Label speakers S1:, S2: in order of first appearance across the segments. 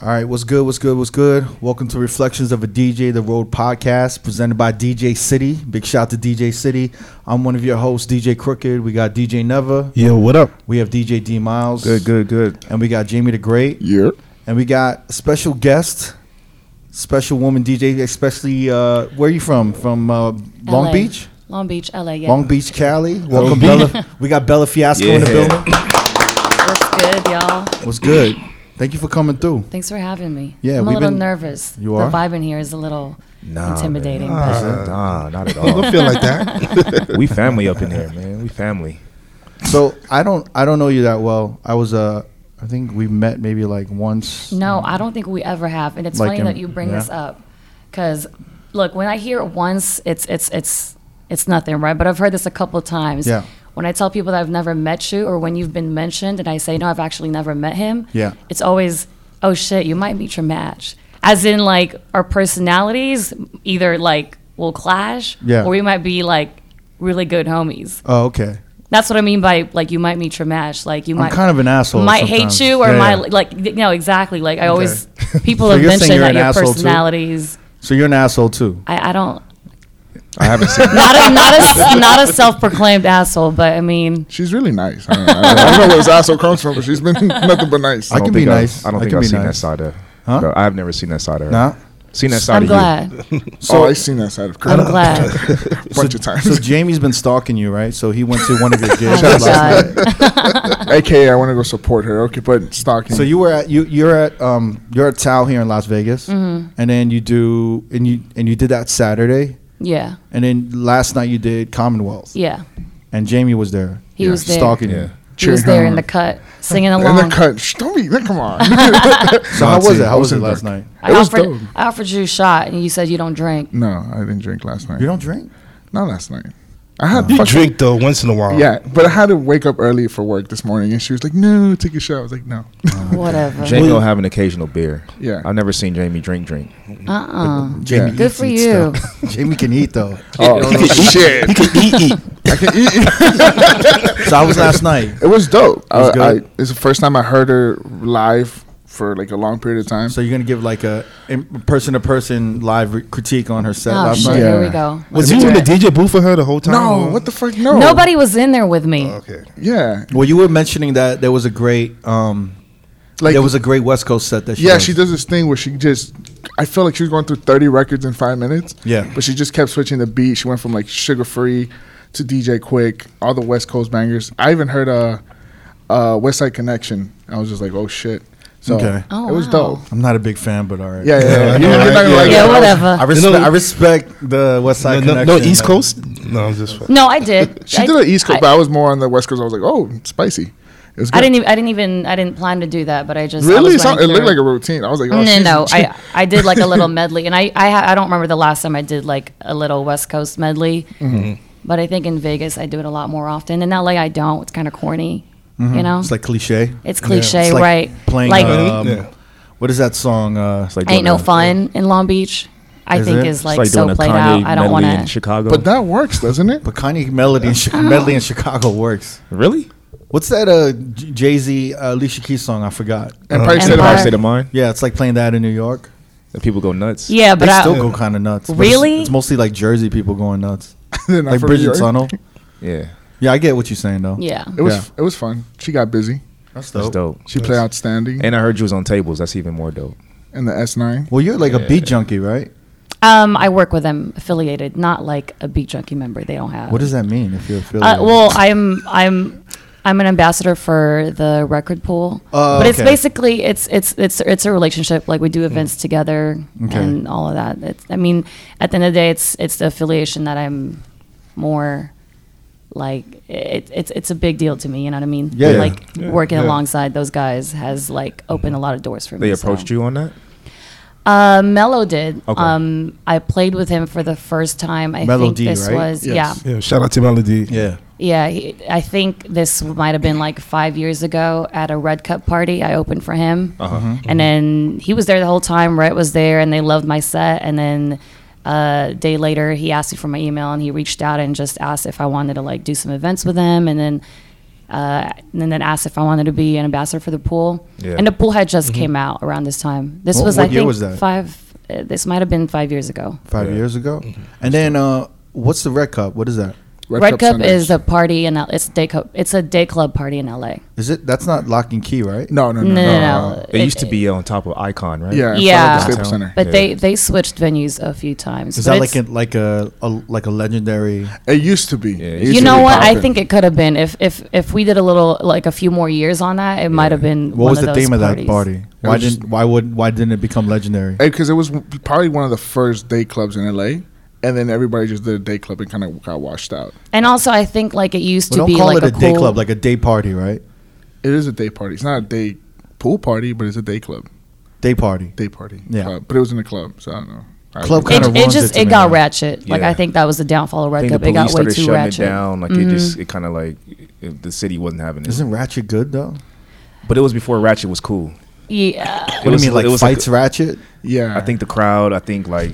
S1: All right, what's good? What's good? What's good? Welcome to Reflections of a DJ The Road podcast presented by DJ City. Big shout to DJ City. I'm one of your hosts, DJ Crooked. We got DJ Neva.
S2: Yo, what up?
S1: We have DJ D Miles.
S2: Good, good, good.
S1: And we got Jamie the Great.
S3: Yeah.
S1: And we got special guest, special woman DJ, especially, uh, where are you from? From uh, Long
S4: LA.
S1: Beach?
S4: Long Beach, LA. Yeah.
S1: Long Beach, Cali. Welcome,
S2: Beach.
S1: Bella. We got Bella Fiasco in the
S3: Yeah.
S1: building.
S4: What's good, y'all?
S1: What's good? Thank you for coming through.
S4: Thanks for having me.
S1: Yeah,
S4: I'm a
S1: we've
S4: little
S1: been-
S4: nervous.
S1: You
S4: The
S1: are?
S4: vibe in here is a little intimidating. but-
S2: Uh,
S3: nah, not at
S2: don't
S3: all.
S2: feel like that.
S3: we family up in here, man. We family.
S1: So I don't I don't know you that well. I was uh I think we met maybe like once.
S4: No, I don't think we ever have. And it's
S1: Like
S4: funny
S1: in-
S4: that you bring this
S1: yeah.
S4: up, because look, when I hear it once, it's it's it's it's nothing, right? But I've heard this a couple times.
S1: Yeah.
S4: When I tell people that I've never met you, or when you've been mentioned, and I say no, I've actually never met him.
S1: Yeah.
S4: It's always, oh shit, you might meet your match. As in, like our personalities either like will clash,
S1: Yeah.
S4: or we might be like really good homies.
S1: Oh, okay.
S4: That's what I mean by like you might meet your match. Like you
S1: I'm
S4: might
S1: kind of an asshole.
S4: might
S1: sometimes.
S4: hate you or
S1: Yeah,
S4: might
S1: yeah.
S4: like y- no exactly like i always people
S1: So
S4: have
S1: you're saying
S4: mentioned
S1: you're
S4: that
S1: an
S4: your
S1: asshole too?
S4: personalities
S1: So you're an asshole too.
S4: I, I don't
S3: I haven't seen.
S4: not a not a not a self-proclaimed asshole but i mean
S3: She's really nice. I don't, I don't- I don't know where this asshole comes from, but she's been nothing but nice.
S1: I can
S5: don't
S1: be
S5: think I've-
S1: nice.
S5: I don't
S1: I
S5: think
S1: can
S5: I've
S1: be
S5: seen
S1: nice.
S5: that side of.
S1: Huh?
S5: No, I've never seen that side of her.
S1: Nah.
S5: Seen that side
S4: i'm
S5: of
S4: glad
S1: So-
S3: So I seen that side of Chris
S4: i'm glad
S3: a bunch of times.
S1: So Jamie's been stalking you, right? So he went to one of your gigs
S4: Oh my
S1: last night.
S4: God.
S3: AKA, I want to go support her. Okay, but stalking.
S1: So you were at you you're at um you're at Tao here in Las Vegas,
S4: Mm-hmm.
S1: and then you do and you and you did that Saturday,
S4: yeah
S1: and then last night you did Commonwealth,
S4: yeah
S1: and Jamie was there.
S4: He was there.
S1: stalking
S5: Yeah.
S1: you.
S4: he was
S3: Cheer
S4: there
S3: him.
S4: in the cut singing
S3: in
S4: along
S3: the cut. Shh, Don't be. Come on. it
S1: So how was
S5: Monty,
S1: it? How
S3: I
S1: was
S3: was
S1: it
S3: in
S1: last
S3: there.
S1: night?
S4: I,
S3: was
S4: offered,
S3: dope.
S4: I offered you a shot and you said you don't drink
S3: No, I didn't drink last night.
S1: You don't drink.
S3: Not last night. I had
S2: You
S3: fucking-
S2: drink though once in a while.
S3: Yeah, but I had to wake up early for work this morning, and she was like, "No, take a shot." I was like, "No."
S4: whatever
S5: you. Jamie will have an occasional beer.
S3: Yeah.
S5: I've never seen Jamie drink drink.
S4: uh-uh
S3: Jamie
S4: good for you
S1: Jamie can eat though.
S3: Oh shit!
S1: So I was last night.
S3: It was dope. I-
S1: was
S3: I-
S1: good?
S3: it's the first time I heard her live for like a long period of time.
S1: So you're gonna give like a person to person live re- critique on her set
S4: oh
S1: last
S4: shit
S1: night.
S4: here we
S3: Yeah.
S4: go Let's
S2: Was you
S4: do
S2: in the
S4: it.
S2: DJ booth for her the whole time?
S3: no,
S2: or-
S3: what the fuck? No,
S4: nobody was in there with
S3: Oh,
S4: me
S2: Okay.
S3: Yeah,
S1: Well, you were mentioning that there was a great, um,
S3: like
S1: there was a great West Coast set that she.
S3: yeah,
S1: does.
S3: she does this thing where she just. I feel like she was going through thirty records in five minutes.
S1: Yeah.
S3: but she just kept switching the beat. She went from like Sugar Free to DJ Quick, all the West Coast bangers. I even heard a uh, uh, West Side Connection. I was just like, oh shit. So
S1: Okay.
S4: Oh,
S3: it was
S4: wow.
S3: dope.
S1: I'm not a big fan, but all right.
S3: Yeah, yeah, yeah. You're not gonna
S2: Yeah,
S3: like it.
S4: yeah
S3: I
S1: I
S3: was-
S4: whatever
S1: respect.
S2: You know-
S1: I respect the West
S2: No,
S1: Side
S2: no, no,
S1: connection.
S2: East
S1: like-
S2: Coast. No, I'm just.
S4: no i did
S3: She
S4: I-
S3: did an East Coast,
S4: I-
S3: but I was more on the West Coast. I was like, oh, spicy. It was good.
S4: I didn't. Even, I didn't even. I didn't plan to do that, but I just I
S3: really.
S4: was
S3: So-
S4: running
S3: it looked
S4: through.
S3: like a routine. I was like, oh,
S4: No, no,
S3: she's-
S4: no. I I did like a little medley, and I I, ha- I don't remember the last time I did like a little West Coast medley.
S3: Mm-hmm.
S4: But I think in Vegas I do it a lot more often. In LA I don't. It's kind of corny,
S3: Mm-hmm.
S4: you know.
S1: It's like cliche.
S4: It's cliche,
S1: It's like
S4: right?
S1: Playing.
S4: like
S1: um,
S2: Yeah.
S1: What is that song? Uh,
S5: It's like
S4: ain't
S5: doing
S4: no
S5: a-
S4: fun in Long Beach. I
S1: Is
S4: think
S1: it?
S4: is
S1: It's
S5: It's
S4: like, so
S5: doing a
S4: played
S5: Kanye
S4: out. I don't
S5: medley
S4: want
S5: in
S4: to.
S5: Chicago.
S3: But that works, doesn't it?
S1: but Kanye melody in Chi-
S4: Oh.
S1: medley in Chicago works.
S5: really?
S1: What's that? Uh, Jay Z, uh, Alicia Keys song? I forgot.
S5: Uh,
S3: Empire State of
S4: Empire.
S5: Empire
S3: Mind.
S5: State of Mind.
S1: Yeah, it's like playing that in New York.
S5: The people go nuts.
S4: Yeah, Uh, but
S1: they
S4: I,
S1: still go kind of nuts. But
S4: Really?
S1: It's, it's mostly like Jersey people going nuts,
S3: They're not
S1: like
S3: from
S1: Bridget
S3: New York.
S1: Tunnel.
S5: Yeah.
S1: Yeah, I get what you're saying though.
S4: yeah.
S3: It was
S1: Yeah.
S3: it was fun. She got busy.
S1: that's
S5: That's
S1: dope.
S5: dope.
S3: She played outstanding
S5: And I heard you was on tables. That's even more dope.
S3: in the S nine.
S1: Well, you're like a beat junkie, right?
S4: Um, I work with them affiliated, not like a beat junkie member. They don't have.
S1: What does that mean if you're affiliated?
S4: Uh, well, I'm I'm I'm an ambassador for the record pool,
S1: Oh,
S4: but it's
S1: okay. Mm.
S4: basically it's it's it's it's a relationship. Like we do events together
S1: Okay.
S4: and all of that. It's, I mean, at the end of the day, it's it's the affiliation that I'm more like it, it's it's a big deal to me. You know what I mean?
S1: Yeah, yeah.
S4: Like
S2: Yeah,
S4: working
S2: yeah.
S4: alongside those guys has like opened a lot of doors for me.
S5: They approached you on that?
S4: Uh, Mello did.
S5: Okay.
S4: Um, I played with him for the first time. I
S1: Mello
S4: think
S1: D,
S4: this
S1: right?
S4: was
S3: Yes.
S4: yeah.
S2: Yeah. Shout out to Melody.
S1: yeah.
S4: Yeah, he, I think this might have been like five years ago at a Red Cup party. I opened for him,
S5: Uh-huh.
S1: Mm-hmm.
S4: and then he was there the whole time. Rhett was there, and they loved my set. And then uh, a day later, he asked me for my email, and he reached out and just asked if I wanted to like do some events with him. And then uh, and then asked if I wanted to be an ambassador for the pool.
S5: Yeah.
S4: And the pool had just came out around this time. This
S1: Mm-hmm. What-
S4: was,
S1: what
S4: I
S1: year
S4: think,
S1: was that?
S4: five. Uh, this might have been five years ago.
S1: five
S5: Yeah.
S1: years ago. And then uh, what's the Red Cup? What is that?
S4: Red, Cup, is a party in L- it's a day club. It's a day club party in L.A.
S1: Is it that's not lock and key, right?
S3: no, no, no,
S4: No, no, no.
S5: It used to be uh, on top of Icon, right?
S3: Yeah, in front of
S4: Yeah.
S3: the Staples Center.
S4: But
S5: Yeah.
S4: they they switched venues a few times.
S1: Is
S4: But
S1: that like
S4: it's-
S1: a, like a, a like a legendary?
S3: It used to be.
S5: Yeah,
S3: It
S5: you
S3: used
S4: you
S3: to
S4: know
S3: be
S4: what? I
S3: poppin'.
S4: think it could have been if if if we did a little like a few more years on that, it might have been.
S1: What
S4: one
S1: was
S4: of
S1: the
S4: those
S1: theme of that party?
S4: parties.
S1: Why
S3: was just-
S1: didn't why would why didn't it become legendary?
S3: because it was probably one of the first day clubs in LA, and then everybody just did a day club and kind of got washed out.
S4: And also, I think like it used
S1: Well, don't
S4: to be
S1: call
S4: like
S1: it a, day
S4: cool-
S1: club, like a day party, right?
S3: It is a day party. It's not a day pool party, but it's a day club.
S1: Day party.
S3: Day party.
S1: Yeah.
S3: club. but it was in a club, so I don't know. I
S1: Club
S3: agree.
S1: kinda
S4: it, it
S1: ruins
S4: just
S1: it to
S4: it,
S1: me
S4: got
S1: now.
S4: ratchet. Like
S5: Yeah.
S4: I think that was the downfall of
S5: I
S4: Red
S5: think
S4: Cup.
S5: the
S4: It
S5: police
S4: got way
S5: started
S4: too
S5: shutting
S4: ratchet. Mm-hmm.
S5: it down. Like it just, it kind of like it, the city wasn't having it.
S1: Isn't Ratchet good though?
S5: But it was before Ratchet was cool.
S4: Mm-hmm. Yeah,
S1: What do you
S5: was-
S1: mean, like
S5: it was like-
S1: fights Ratchet?
S3: Yeah,
S5: I think the crowd. I think like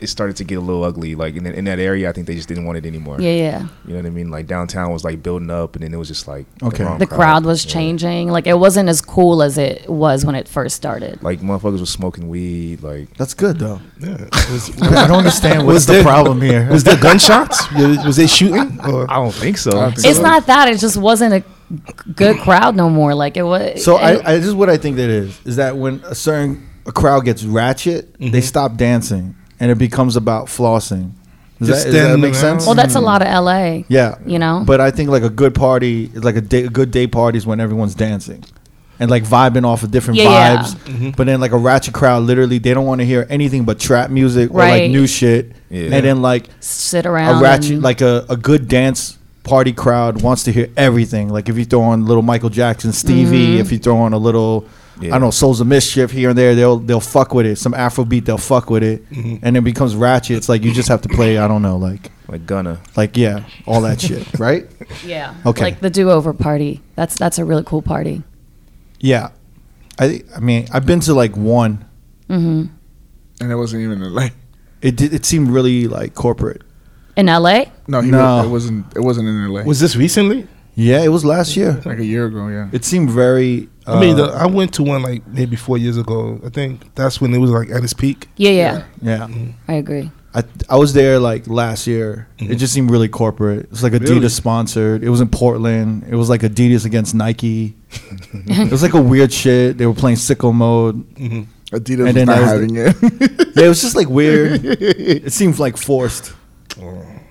S5: it started to get a little ugly. Like in, in that area, I think they just didn't want it anymore.
S4: yeah, yeah.
S5: You know what I mean? Like downtown was like building up, and then it was just like
S1: Okay.
S5: wrong
S4: The crowd was
S5: Yeah.
S4: changing. Like it wasn't as cool as it was when it first started.
S5: Like motherfuckers was smoking weed. Like
S1: That's good though.
S2: Yeah. Was,
S1: I don't understand what's
S2: Was
S1: the
S2: there-
S1: problem here.
S2: was there gunshots? Was, was they shooting? Or?
S5: I don't think so.
S3: I don't think
S4: It's
S3: so.
S4: not that. It just wasn't a g- good crowd no more. Like it was.
S1: So
S4: it-
S1: I, I this is what I think that is is that when a certain a crowd gets ratchet, they stop dancing and it becomes about flossing. Does
S2: Just
S1: that, does that
S2: standing
S1: make
S2: around.
S1: sense?
S4: well, that's a lot of L.A.
S1: yeah,
S4: you know?
S1: But I think like a good party, like a, day, a good day party, is when everyone's dancing and like vibing off of different
S4: Yeah, yeah.
S1: vibes. But then like a ratchet crowd, literally, they don't want to hear anything but trap music or like
S4: Right.
S1: new shit.
S5: Yeah.
S1: And then like
S4: Sit around.
S1: a ratchet,
S4: and-
S1: like a, a good dance party crowd wants to hear everything. Like if you throw on little Michael Jackson, Stevie,
S4: Mm-hmm.
S1: if you throw on a little, I
S5: Yeah.
S1: don't know, Souls of Mischief here and there, they'll they'll fuck with it. Some Afrobeat, they'll fuck with it,
S2: Mm-hmm.
S1: and it becomes ratchet. It's like you just have to play, I don't know, like
S5: like Gunna.
S1: like yeah, all that shit, right?
S4: yeah.
S1: Okay.
S4: Like the do-over party. That's that's a really cool party.
S1: Yeah, I I mean I've been to like one.
S4: Mm-hmm.
S3: and it wasn't even in LA.
S1: It did, it seemed really like corporate.
S4: In L.A.
S3: No, he
S1: No.
S3: Was, it wasn't. It wasn't in LA.
S2: Was this recently?
S1: Yeah, it was last year.
S3: like a year ago. Yeah,
S1: It seemed very. Uh,
S2: I mean, the, I went to one like maybe four years ago. I think that's when it was like at its peak.
S4: Yeah, yeah.
S1: yeah.
S4: I agree.
S1: I I was there like last year. It just seemed really corporate. It's like Adidas
S2: Really?
S1: sponsored. It was in Portland. It was like Adidas against Nike. it was like a weird shit. They were playing sickle mode.
S3: Adidas was
S1: then
S3: not
S1: that was
S3: having it.
S1: Yeah, it was just like weird. it seemed like forced.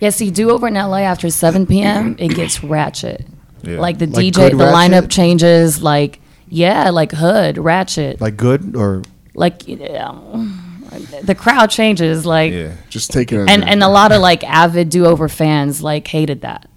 S4: Yeah, see, do over in LA after 7 p.m., it gets ratchet.
S5: Yeah.
S4: Like the
S1: Like
S4: DJ,
S1: good
S4: the
S1: ratchet?
S4: lineup changes. Like, yeah, like hood, ratchet. Like,
S1: Like good or
S4: yeah, the crowd changes. Like,
S5: Yeah.
S3: Just take it. as
S4: and,
S3: it-
S4: and a lot of like avid do over fans like hated that.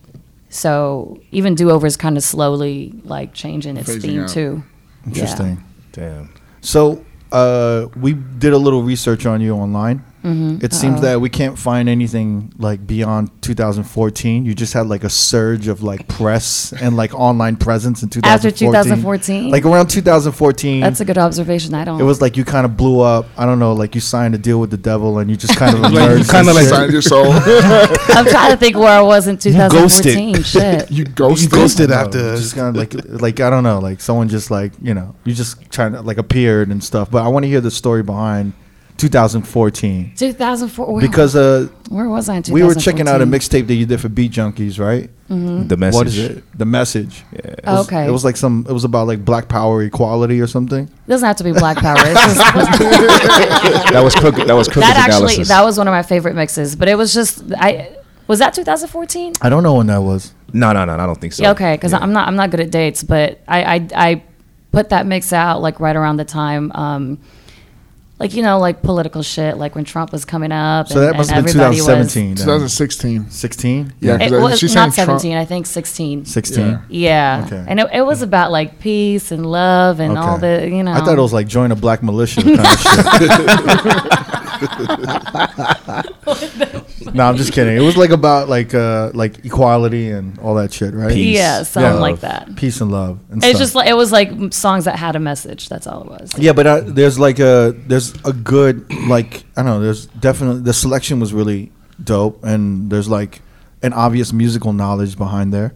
S4: So even do overs kind of slowly like changing its
S3: Phasing
S4: theme
S3: out.
S4: too. Yeah.
S1: interesting.
S5: Damn.
S1: So uh, we did a little research on you online.
S4: Mm-hmm.
S1: It seems that we can't find anything like beyond 2014. You just had like a surge of like press and like online presence in 2014.
S4: After 2014?
S1: like around 2014.
S4: That's a good observation. I don't.
S1: it was like you kind of blew up. I don't know, like you signed a deal with the devil and you just kind of
S2: Like, you
S1: emerged.
S2: kinda
S1: and
S2: like-
S1: shit.
S3: Signed your soul.
S4: I'm trying to think where I was in
S2: ghosted.
S4: 2014. Shit.
S3: you ghosted.
S2: You ghosted
S1: No,
S2: after.
S1: just kind of like like I don't know, like someone just like you know, you just trying to like appeared and stuff. But I want to hear the story behind 2014
S4: 2004. Where,
S1: because uh.
S4: where was I in 2014?
S1: We were checking out a mixtape that you did for Beat Junkies, right?
S5: The message.
S1: What is it? The message.
S5: Yeah.
S1: It was-
S4: Mm-hmm. Okay.
S1: It was like some. It was about like Black Power equality or something.
S4: doesn't have to be Black Power. It's just,
S5: that was crooked. That was crooked
S4: that actually
S5: analysis.
S4: that was one of my favorite mixes. But it was just I was that 2014.
S1: I don't know when that was.
S5: no, no, no. I don't think so.
S4: Yeah, okay, because I'm not I'm not good at dates, but I, I I put that mix out like right around the time. Um, like you know, like political shit, like when Trump was coming up.
S1: So that must have been
S4: everybody was-
S1: 2017.
S3: 2016.
S1: 16.
S3: Yeah, 'cause
S4: It
S3: I-
S4: was
S3: she
S4: not
S3: sang Trump-
S4: 17, I think 16.
S1: 16.
S3: Yeah.
S4: Yeah,
S1: Okay.
S4: and it, it was about like peace and love and all
S1: Okay.
S4: the you know.
S1: I thought it was like join a black militia kind of shit. no, I'm just kidding. It was like about like uh like equality and all that shit, right?
S5: Peace.
S4: yeah, something
S1: Yeah.
S4: like that.
S1: Peace and love. And
S4: It's
S1: stuff.
S4: just like it was like songs that had a message. That's all it was.
S1: Yeah, but uh, there's like a there's a good like I don't know. There's definitely the selection was really dope, and there's like an obvious musical knowledge behind there.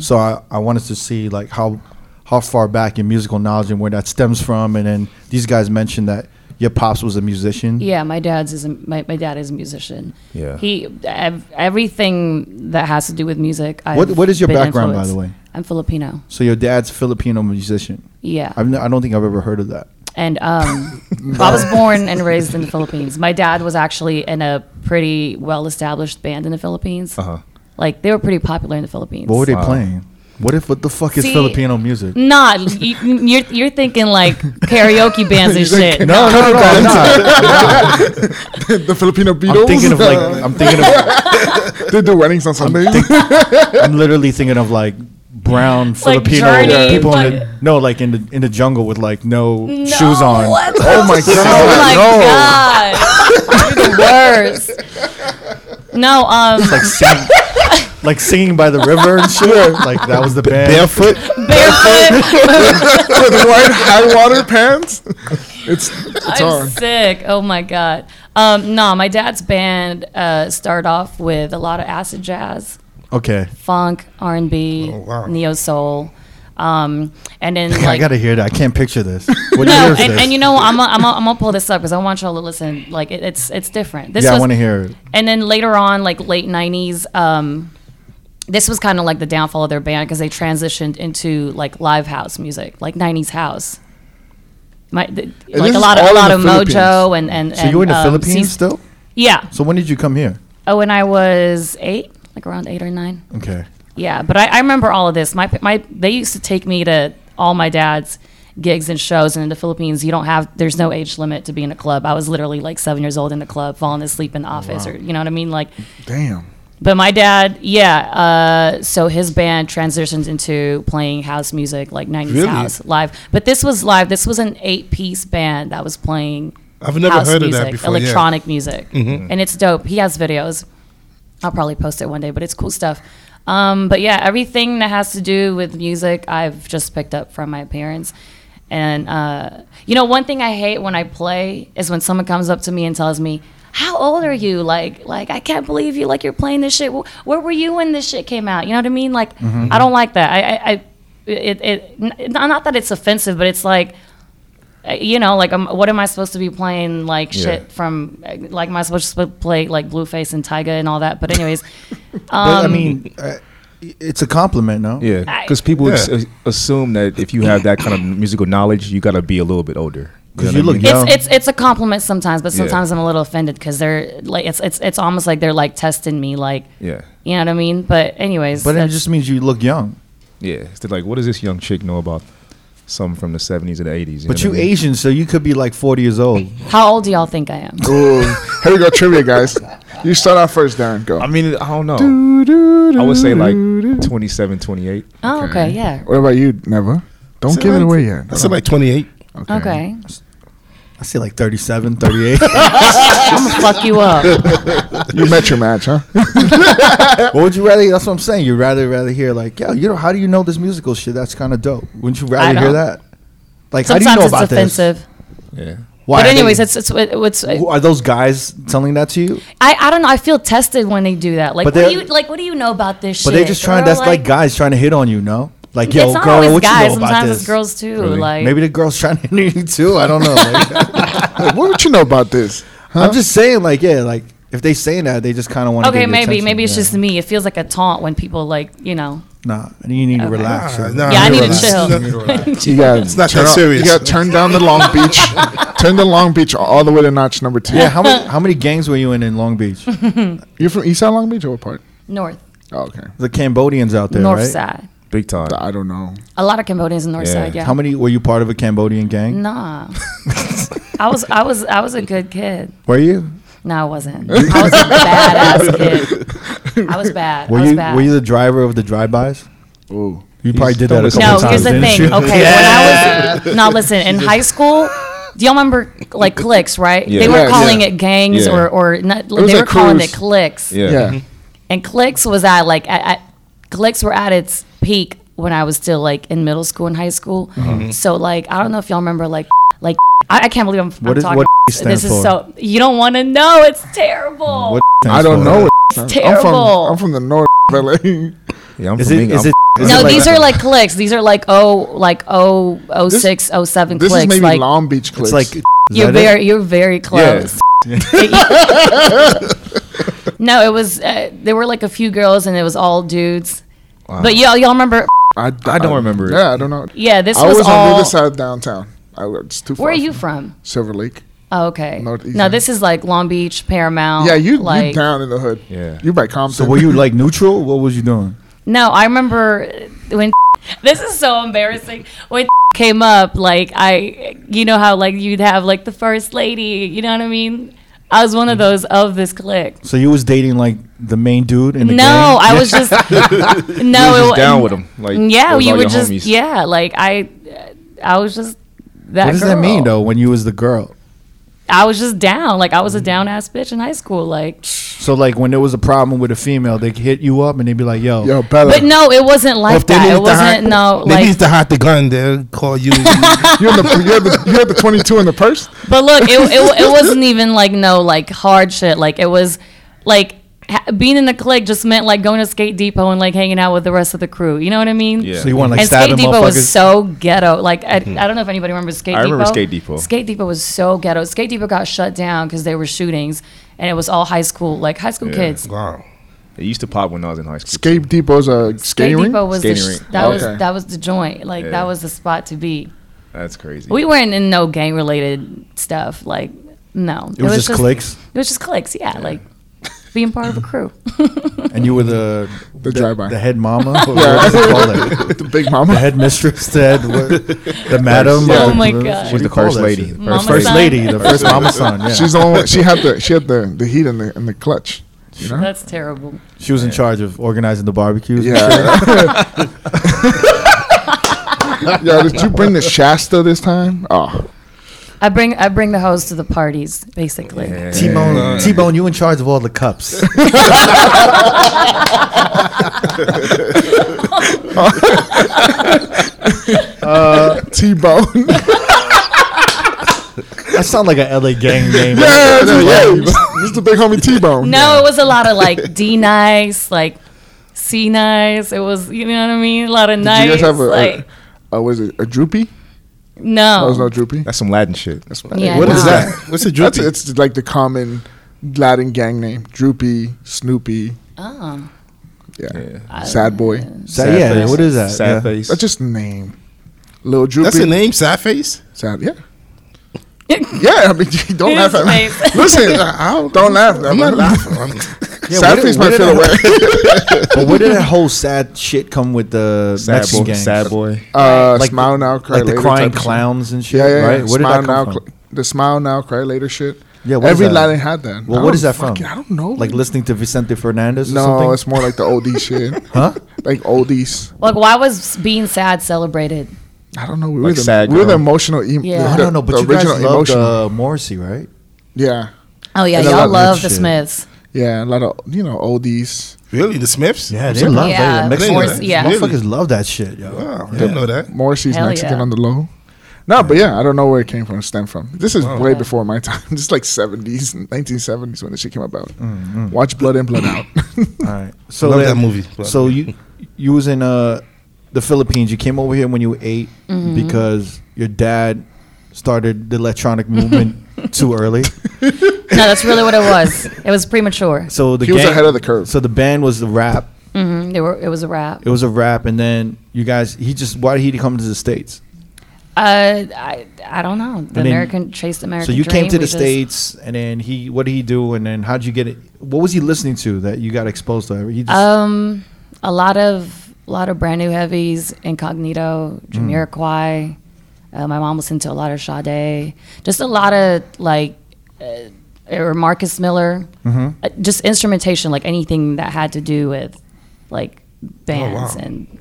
S1: So I, I wanted to see like how how far back in musical knowledge and where that stems from. And then these guys mentioned that your pops was a musician.
S4: Yeah, my dad's is a, my, my dad is a musician.
S5: Yeah.
S4: he ev- everything that has to do with music. I've
S1: What- what is your
S4: been
S1: background, by the
S4: influenced.
S1: way?
S4: I'm Filipino.
S1: So your dad's Filipino musician.
S4: Yeah,
S1: I've n- I don't think I've ever heard of that.
S4: and um, I was born and raised in the Philippines. My dad was actually in a pretty well-established band in the Philippines.
S5: Uh huh.
S4: Like they were pretty popular in the Philippines.
S1: Uh-huh. What were they
S5: Wow.
S1: playing? What if what the fuck is
S4: See-
S1: Filipino music?
S4: Nah, you, you're you're thinking like karaoke bands and shit.
S1: No, no, no, no. I'm not.
S3: the Filipino Beatles.
S1: I'm thinking of like I'm thinking of
S3: they do weddings on Sundays.
S1: I'm literally thinking of like brown Filipino
S4: Journey,
S1: people in the,
S4: like-
S1: no like in the in the jungle with like no,
S4: No,
S1: shoes on.
S4: what the-
S1: Oh my
S4: Oh
S1: god.
S4: my god, you're the worst. No, um,
S1: Like singing, like singing by the river and shit. Like that was the band.
S2: Barefoot.
S4: barefoot.
S3: With white high water pants. It's it's
S4: I'm
S3: on.
S4: sick. Oh my god. Um, no, my dad's band uh, start off with a lot of acid jazz,
S1: Okay.
S4: funk, R and B,
S2: Oh, wow.
S4: neo soul, um, and then
S1: I
S4: like
S1: gotta hear that. I can't picture this. What year
S4: no,
S1: is
S4: and,
S1: this?
S4: and you know I'm i I'm i am I'm gonna pull this up because I want y'all to listen. Like it, it's it's different. This
S1: yeah, I
S4: was,
S1: want to hear it.
S4: And then later on, like late '90s, um, this was kind of like the downfall of their band because they transitioned into like live house music, like '90s house. My, th-
S3: this
S4: like
S3: is
S4: a lot of
S3: all
S4: a
S3: in
S4: lot
S3: the
S4: of
S3: Philippines.
S4: mojo and and
S1: So you were in the
S4: and, um,
S1: Philippines
S4: Cis-
S1: still?
S4: Yeah.
S1: So when did you come here?
S4: Oh, when I was eight, like around eight or nine.
S1: Okay.
S4: Yeah, but I, I remember all of this. My my they used to take me to all my dad's gigs and shows, and in the Philippines, you don't have there's no age limit to be in a club. I was literally like seven years old in the club, falling asleep in the office, or you know what I mean, like.
S3: Damn.
S4: But my dad, yeah. Uh, so his band transitioned into playing house music, like '90s
S2: Really?
S4: house live. But this was live. This was an eight-piece band that was playing
S2: I've never
S4: house
S2: heard of
S4: music,
S2: that before. Mm-hmm.
S4: electronic music, and it's dope. He has videos. I'll probably post it one day, but it's cool stuff. Um, but yeah, everything that has to do with music, I've just picked up from my parents. And uh, you know, one thing I hate when I play is when someone comes up to me and tells me, "How old are you?" Like, like I can't believe you. Like you're playing this shit. Wh- Where were you when this shit came out? You know what I mean? Like, I don't like that. I, I, I it, it, n- not that it's offensive, but it's like uh, you know, like, um, what am I supposed to be playing? Like shit from, uh, like, am I supposed to play like Blueface and Tyga and all that? But anyways,
S1: But I
S4: um,
S1: mean, uh, it's a compliment, no?
S5: Yeah.
S4: I-
S5: Because people
S2: Yeah.
S5: as- assume that if you have that kind of musical knowledge, you got to be a little bit older. know
S1: 'Cause
S5: what
S1: you
S5: I
S1: look
S5: mean?
S1: young.
S4: it's it's it's a compliment sometimes, but
S5: Yeah.
S4: sometimes I'm a little offended because they're like, it's it's it's almost like they're like testing me, like,
S5: Yeah.
S4: you know what I mean? But anyways,
S1: But it
S4: that's-
S1: just means you look young.
S5: Yeah. It's they're like, what does this young chick know about something from the 70s and the 80s?
S1: But
S5: know
S1: you
S5: what I mean?
S1: Asian, so you could be like 40 years old.
S4: how old do y'all think I am?
S3: Ooh. Here we go, trivia, guys. You start off first, Darren. Go.
S5: I mean, I don't know. I would say like 27, 28.
S4: Oh, okay, yeah,
S3: What about you, Never? Don't give it away yet.
S2: I said like 28.
S3: Okay.
S4: okay,
S1: I say like 37, 38.
S4: I'm gonna fuck you up.
S3: You met your match, huh?
S1: what would you rather? That's what I'm saying. You'd rather rather hear like, yo, you know, how do you know this musical shit? That's kind of dope. Wouldn't you rather hear
S4: don't.
S1: that? Like,
S4: Sometimes
S1: how do you know
S4: it's
S1: about
S4: offensive,
S5: Yeah.
S1: this? Why
S4: but
S1: are they-
S4: anyways, it's it's it's.
S1: who- are those guys telling that to you?
S4: I, I don't know. I feel tested when they do that. Like
S1: But
S4: what do
S1: they're-
S4: you like? What do you know about this?
S1: But
S4: shit?
S1: they're just trying.
S4: Or,
S1: That's like, guys trying to hit on you, no? Like, yo,
S4: it's not
S1: girl,
S4: always
S1: what
S4: guys.
S1: you know about
S4: Sometimes
S1: this?
S4: it's girls too.
S5: Really?
S4: Like
S1: Maybe the girls trying to hit you too. I don't know. Like,
S3: Like, what would you know about this?
S1: I'm just saying, like, yeah, like if they saying that, they just kind of want.
S4: okay, maybe maybe it's just me. It feels like a taunt when people like you know.
S1: nah. You need to relax.
S2: Ah,
S1: yo.
S2: nah,
S4: Yeah, I need to
S2: relax.
S4: chill.
S2: You need to relax.
S3: You got it's
S2: not that serious.
S3: You got turn down the Long Beach, turn the Long Beach all the way to notch number two.
S1: Yeah, how many how many gangs were you in in Long Beach?
S3: You're from East Side Long Beach or what part?
S4: North,
S3: Oh, okay.
S1: The Cambodians out there,
S4: north
S1: right?
S4: side.
S5: Big time.
S3: I don't know.
S4: A lot of Cambodians in north
S5: Yeah.
S4: side. Yeah. Mm.
S1: How many were you part of a Cambodian gang?
S4: Nah. I was I was I was a good kid.
S1: Were you?
S4: No, I wasn't. I was a badass kid. I was bad.
S1: Were
S4: I was
S1: you
S4: bad.
S1: were you the driver of the drive-bys?
S3: Ooh.
S1: You probably did that a
S5: don't
S1: couple
S4: no,
S1: times.
S4: here's the
S1: didn't
S4: thing.
S1: you?
S4: Okay, when I was no, listen, in high school, do y'all remember like cliques, right?
S5: Yeah.
S4: They were
S3: Yeah,
S4: calling
S3: yeah.
S4: it gangs
S5: Yeah.
S4: or or not, they
S3: was
S4: were
S3: like
S4: calling
S3: crews.
S4: it cliques.
S5: yeah.
S3: Yeah. Mm-hmm.
S4: And cliques was at like at, at cliques were at its peak when I was still like in middle school and high school.
S1: Mm-hmm.
S4: So like I don't know if y'all remember like like I, I can't believe I'm,
S1: What
S4: I'm
S1: is-
S4: talking.
S1: what
S4: about
S1: stand
S4: this is
S1: for?
S4: so you don't want to know. It's terrible.
S1: What
S3: I don't know.
S4: it's
S3: I'm from,
S4: terrible.
S3: I'm from the north. But like,
S5: Yeah, I'm
S1: Is
S5: from
S1: it?
S5: England.
S1: Is
S5: I'm
S1: it? is
S4: no,
S1: it like-
S4: these are like clicks. These are like oh, like oh, oh six, oh seven
S3: This
S4: clicks.
S3: is maybe
S4: like
S3: Long Beach clicks.
S1: It's like is
S4: you're
S1: that it?
S4: very, you're very close. no, it was uh, there were like a few girls and it was all dudes. But y'all, y'all remember?
S3: I,
S5: I don't remember it.
S3: Yeah, I don't know.
S4: Yeah, this
S3: I
S4: was,
S3: was on the
S4: all.
S3: other side of downtown. I was it's too far.
S4: where are you
S3: from
S4: from?
S3: Silver Lake.
S4: Oh, okay.
S3: Northeast.
S4: No, this is like Long Beach, Paramount.
S3: yeah, you you
S4: Oh, like
S3: down in the hood.
S5: Yeah.
S3: you by Compton.
S1: So were you like neutral? What was you doing?
S4: No, I remember when this is so embarrassing. When came up, like I, you know how like you'd have like the first lady, you know what I mean? I was one of those of this clique.
S1: So you was dating like the main dude in the
S4: no,
S1: gang?
S4: I was just
S5: you
S4: no.
S5: was
S4: it
S5: just
S4: wa-
S5: down with him. Like
S4: Yeah,
S5: those
S4: you
S5: all
S4: were
S5: your
S4: just
S5: homies.
S4: yeah. Like I, I was just that.
S1: What does that mean
S4: girl.
S1: though? When you was the girl?
S4: I was just down. Like I was a down ass bitch in high school. Like,
S1: So like when there was a problem with a female, they hit you up and they'd be like, "Yo,
S3: Yo, Bella,
S4: but no, it wasn't like
S2: they
S4: that. It
S2: need to hide-
S4: wasn't no
S2: they
S4: like.
S2: needs to hide the gun. They'll call you.
S3: you had the you had the, you had the twenty two in the purse.
S4: But look, it, it, it wasn't even like no like hard shit. Like it was like ha- being in the clique just meant like going to Skate Depot and like hanging out with the rest of the crew. You know what I mean?
S5: Yeah. Hmm.
S1: so you want like
S4: and
S1: stabbing
S4: Skate Depot
S1: motherfuckers?"
S4: was so ghetto. Like I, I don't know if anybody remembers Skate
S5: I
S4: Depot.
S5: remember Skate Depot.
S4: Skate Depot was so ghetto. Skate Depot got shut down because there were shootings, and it was all high school, like high school
S5: Yeah.
S4: kids.
S2: wow.
S5: It used to pop when I was in high school.
S3: Escape Depot's uh, a
S4: Skate
S3: skating rink.
S4: Depot was the
S5: Skating
S4: sh-
S5: rink.
S4: that was
S3: Okay.
S4: that was the joint. Like
S5: Yeah.
S4: that was the spot to be.
S5: That's crazy.
S4: We weren't in no gang related stuff. Like no,
S1: It was just clicks,
S4: It was just clicks, yeah, like being part of a crew.
S1: and you were the
S3: The drive-by.
S1: the head mama, or what do they call it?
S3: the Big
S1: the
S3: Mama.
S1: head mistress, the head, what, the madam.
S4: Oh
S1: or
S4: my
S1: the-
S4: God.
S1: what do
S5: She's
S1: you
S5: the
S1: call
S5: first
S1: that
S5: lady.
S1: shit?
S5: The
S4: Mama
S5: First
S1: First
S4: son.
S1: lady, the first mama son. Yeah,
S3: She's the only, she had the she had the, the heat in the in the clutch. You know?
S4: That's terrible.
S1: she was in charge of organizing the barbecues. and shit.
S3: Yeah. yeah. Did you bring the Shasta this time? Oh,
S4: I bring I bring the hoes to the parties, basically.
S5: Yeah.
S1: T-Bone, T-Bone, you in charge of all the cups.
S3: T Bone.
S1: That sound like an LA gang name.
S3: yeah, yeah. This is the big homie T Bone.
S4: No, it was a lot of like D nice, like C nice. It was you know what I mean. A lot of
S3: Did
S4: nice.
S3: you guys have a, uh,
S4: like,
S3: a, a Oh, was it a droopy? That was
S4: no,
S3: no droopy.
S5: That's some Latin shit. That's
S4: Yeah,
S2: What
S4: no.
S2: is that? What's a
S3: That's
S2: droopy?
S3: it's like the common Latin gang name: Droopy, Snoopy,
S4: Oh,
S3: yeah,
S5: Yeah.
S4: Uh,
S3: Sad Boy.
S1: Sa- yeah, what is that?
S5: Sad
S1: Yeah.
S5: face.
S3: That's just a name. Little Droopy.
S2: That's a name. Sad face.
S3: Sad. Yeah. yeah. I mean, don't laugh at me.
S4: His face.
S3: Listen, I don't, don't laugh.
S2: I'm not laughing. I'm-
S1: Yeah,
S3: sad
S1: where
S3: face
S1: did- where
S3: might feel
S1: did
S3: away.
S1: that- But where did that whole sad shit come with the
S5: sad
S1: Mexican
S5: boy.
S1: gangs?
S5: Sad boy.
S3: Uh,
S1: Like-
S3: smile now, cry
S1: like the
S3: later
S1: crying
S3: type of shit.
S1: clowns and shit,
S3: Yeah, yeah, yeah.
S1: right? Where did
S3: smile
S1: that come
S3: now,
S1: from?
S3: cl- the smile now, cry later shit.
S1: Yeah, what is
S3: every
S1: that?
S3: Latin had that.
S1: Well,
S3: I
S1: what
S3: don't
S1: is that from?
S3: fucking- I don't know.
S1: Like listening to Vicente Fernandez or
S3: no,
S1: something?
S3: it's more like the oldies shit.
S1: Huh?
S3: Like oldies.
S4: like why was being sad celebrated?
S3: I don't know. We were
S5: Like
S3: the,
S5: sad
S3: we were the
S5: girl.
S3: emotional. E-
S4: Yeah.
S3: the,
S1: I don't know, but
S3: the
S1: you guys
S3: original
S1: loved
S3: emotional.
S1: uh, Morrissey, right?
S3: yeah,
S4: Oh yeah,
S3: And a lot
S4: y'all
S3: of
S4: love
S1: that
S4: the
S1: shit.
S4: Smiths.
S3: yeah. A lot of you know oldies.
S2: Really, the Smiths?
S1: they love
S4: Yeah,
S1: that. Mexican
S2: Morris-
S4: yeah.
S1: motherfuckers love that shit, yo.
S2: Wow, I didn't know that.
S3: Morrissey's
S4: Hell
S3: Mexican
S4: yeah.
S3: on the low. No, but yeah, I don't know where it came from, stem from. This is way before my time. This is like seventies, nineteen seventies when this shit came about.
S1: Mm-hmm.
S3: Watch Blood In, Blood Out.
S1: All right, so
S2: Love
S1: then-
S2: that movie.
S1: So you you was in uh the Philippines. You came over here when you were 8
S4: Mm-hmm.
S1: because your dad started the electronic movement too early.
S4: No, that's really what it was. It was premature.
S1: So the
S3: He was
S1: gang-
S3: ahead of the curve.
S1: So the band was the rap.
S4: hmm They were, it was a wrap.
S1: It was a rap, and then you guys. He just why did he come to the states?
S4: Uh, I, I don't know. The
S1: then-
S4: American chased American.
S1: so you
S4: dream.
S1: came to
S4: We
S1: the
S4: just-
S1: states, and then he. What did he do? And then how'd you get it? What was he listening to that you got exposed to? He just,
S4: Um, a lot of a lot of brand new heavies, Incognito,
S1: Mm.
S4: Jamiroquai. Uh, my mom listened to a lot of Sade, just a lot of like, uh, or Marcus Miller,
S1: Mm-hmm.
S4: uh, just instrumentation, like anything that had to do with like
S1: Oh,
S4: bands and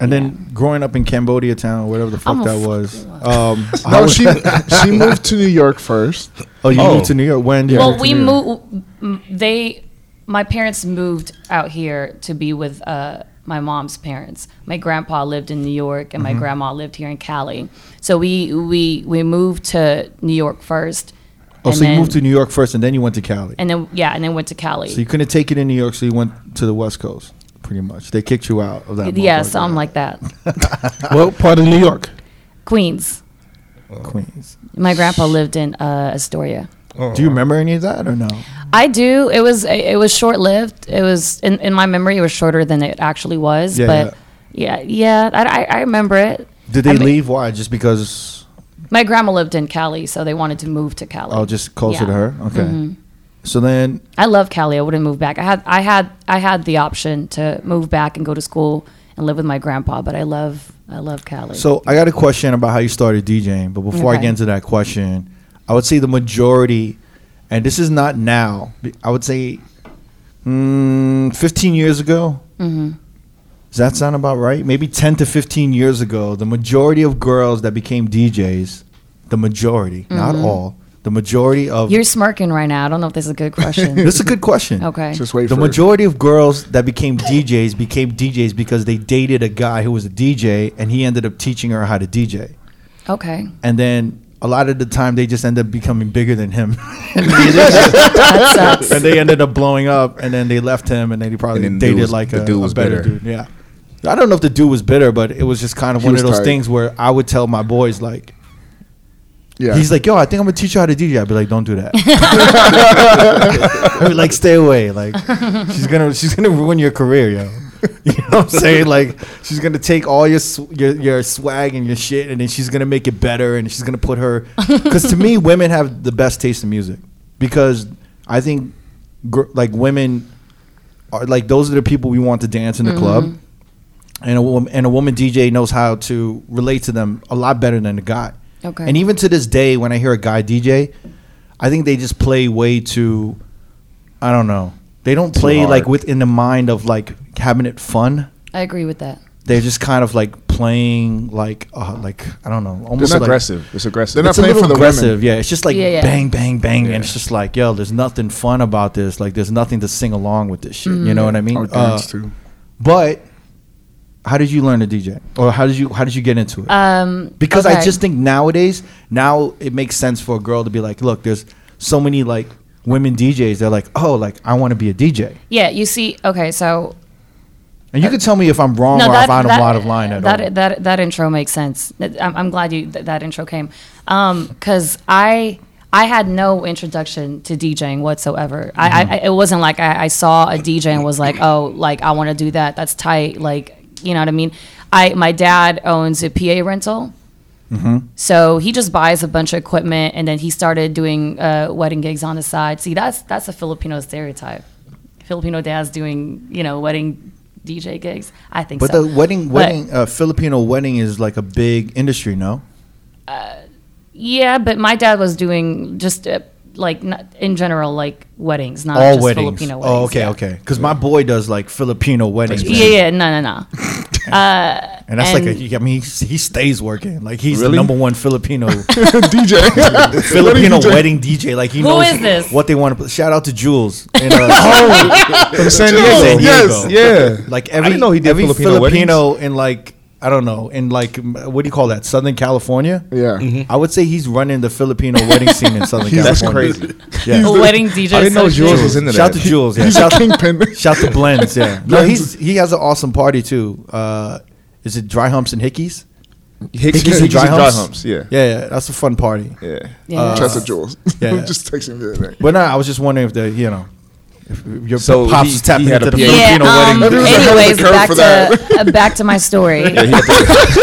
S1: and then growing up in Cambodia town, or whatever the fuck
S4: I'm a
S1: that
S4: fucking
S1: was. Um, how
S3: no,
S1: was-
S3: she she moved to New York first.
S1: oh, you
S2: Oh.
S1: moved to New York when? did you
S4: well,
S1: move to
S4: we
S1: New York?
S4: moved. They, my parents moved out here to be with uh, my mom's parents. My grandpa lived in New York, and
S1: Mm-hmm.
S4: my grandma lived here in Cali. So we we we moved to New York first.
S1: Oh,
S4: and
S1: so
S4: then,
S1: you moved to New York first, and then you went to Cali.
S4: and then yeah, and then went to Cali.
S1: So you couldn't take it in New York, so you went to the West Coast. pretty much. They kicked you out of that.
S4: yeah,
S1: motherfucker.
S4: something like that.
S2: well, part of New York.
S4: Queens.
S1: Queens.
S4: My grandpa lived in uh, Astoria.
S2: Oh,
S1: Do you remember any of that or no?
S4: I do. It was it was short lived. It was in, in my memory. It was shorter than it actually was.
S1: Yeah,
S4: but yeah, yeah, I, I- I remember it.
S1: Did they
S4: I mean-
S1: leave? Why? Just because?
S4: My grandma lived in Cali, so they wanted to move to Cali.
S1: Oh, just closer
S4: Yeah. Mm-hmm.
S1: to her. Okay. So then,
S4: I love Cali. I wouldn't move back. I had I had I had the option to move back and go to school and live with my grandpa, but I love I love Cali.
S1: so I got a question about how you started DJing. But before I
S4: Okay.
S1: get into that question, I would say the majority, and this is not now. b- I would say, mm, 15 years ago.
S4: Mm-hmm.
S1: Does that sound about right? Maybe 10 to 15 years ago, the majority of girls that became DJs, the majority, not all, the majority of.
S4: Mm-hmm. you're smirking right now. I don't know if this is a good question.
S1: this is a good question.
S4: okay.
S3: Just wait
S1: The
S3: for
S1: majority of girls that became DJs became DJs because they dated a guy who was a DJ and he ended up teaching her how to DJ.
S4: Okay.
S1: And then a lot of the time they just end up becoming bigger than him.
S4: That sucks.
S1: and they ended up blowing up and then they left him and then he probably
S5: And then the
S1: dated
S5: dude was-
S1: like
S5: the
S1: a,
S5: dude
S1: a
S5: was
S1: better
S5: bitter.
S1: dude. Yeah. I don't know if the dude was bitter, but it was just kind of
S3: He
S1: one
S3: was
S1: of those
S3: tired.
S1: things where I would tell my boys like
S3: Yeah.
S1: he's like, Yo, I think I'm gonna teach you how to DJ. I'd be like, Don't do that. I'd be like, stay away. Like she's gonna she's gonna ruin your career, yo. You know what I'm saying? Like she's gonna take all your sw- your your swag and your shit, and then she's gonna make it better, and she's gonna put her. Because to me, women have the best taste in music because I think gr- like women are like those are the people we want to dance in the
S4: Mm-hmm.
S1: club, and a woman and a woman DJ knows how to relate to them a lot better than a guy.
S4: Okay.
S1: And even to this day, when I hear a guy DJ, I think they just play way too. I don't know. They don't play
S5: hard.
S1: like within the mind of like having it fun.
S4: I agree with that.
S1: They're just kind of like playing like uh, like I don't know. Almost
S5: It's
S1: like,
S5: aggressive. It's aggressive.
S3: They're not
S1: It's a
S3: playing
S1: little
S3: for the women.
S1: aggressive. Yeah, it's just like
S4: Yeah, yeah.
S1: bang bang bang,
S5: Yeah.
S1: and it's just like yo, there's nothing fun about this. Like there's nothing to sing along with this shit. You
S4: Mm-hmm.
S1: know what I mean?
S3: Or
S1: Uh,
S3: Oh, dance too.
S1: but how did you learn to DJ, or how did you how did you get into it?
S4: Um,
S1: because I
S4: okay.
S1: just think nowadays now it makes sense for a girl to be like, look, there's so many like women DJs. They're like, oh, like I want to be a DJ.
S4: yeah. You see. Okay. So
S1: And you could tell me if I'm wrong or if I'm out of line at
S4: Uh, that,
S1: all.
S4: That, that intro makes sense. That- I'm, I'm glad you that, that intro came, because I I had no introduction to DJing whatsoever. I,
S1: Mm-hmm.
S4: I it wasn't like I, I saw a DJ and was like, oh, like I want to do that. That's tight. Like you know what I mean. I my dad owns a PA rental.
S1: Mm-hmm.
S4: So he just buys a bunch of equipment, and then he started doing uh, wedding gigs on the side. See, that's that's a Filipino stereotype. Filipino dads doing you know wedding DJ gigs. I think
S1: but
S4: so.
S1: the wedding,
S4: But-
S1: wedding, uh, Filipino wedding is like a big industry, no?
S4: yeah, but my dad was doing just uh, like not, in general like weddings, not
S1: All
S4: Uh, just
S1: weddings.
S4: Filipino weddings.
S1: oh, okay,
S4: yeah.
S1: okay. Because my boy does like Filipino weddings,
S4: Yeah, yeah, no, no, no.
S1: and that's like
S4: and-
S1: a, he- I mean, he, he stays working. Like he's the
S5: Really?
S1: number one Filipino
S3: DJ.
S1: Filipino wedding DJ. Like he
S4: Who
S1: knows
S4: is this?
S1: what they want to. put. Shout out to Jules. In, uh, oh,
S2: From San
S1: San
S2: Diego.
S1: Diego.
S2: Yes, yeah.
S1: Like every
S5: didn't know he did
S1: every
S5: Filipino
S1: Filipino in like I don't know in like m- what do you call that Southern California? Mm-hmm.
S3: Yeah.
S1: I would say he's running the Filipino wedding scene in Southern
S3: That's
S1: California.
S5: crazy.
S1: Yeah.
S4: A wedding DJ.
S5: I didn't know
S4: association.
S5: yours was into
S1: Shout to
S5: that.
S1: Jules. Yeah.
S3: He's a
S1: Shout,
S3: kingpin.
S1: shout to Blends. Yeah. No, he's he has an awesome party too. Uh, is it Dry Humps and Hickeys?
S5: Hicks,
S1: Hickeys and Dry Humps.
S5: Yeah.
S1: Yeah, yeah, that's a fun party.
S5: Yeah.
S4: Yeah.
S3: Chester Jules.
S1: yeah.
S3: Just texting the other day.
S1: But no, I was just wondering if the you know if your
S5: So
S1: pops
S5: he-
S1: was tapping
S5: he had
S1: into the
S5: a
S4: yeah.
S5: Yeah,
S1: Filipino
S4: um,
S1: wedding.
S3: Everyone's ahead of the
S4: anyways,
S3: curve
S4: back
S3: for
S4: to uh, back to my story.
S5: Yeah, he had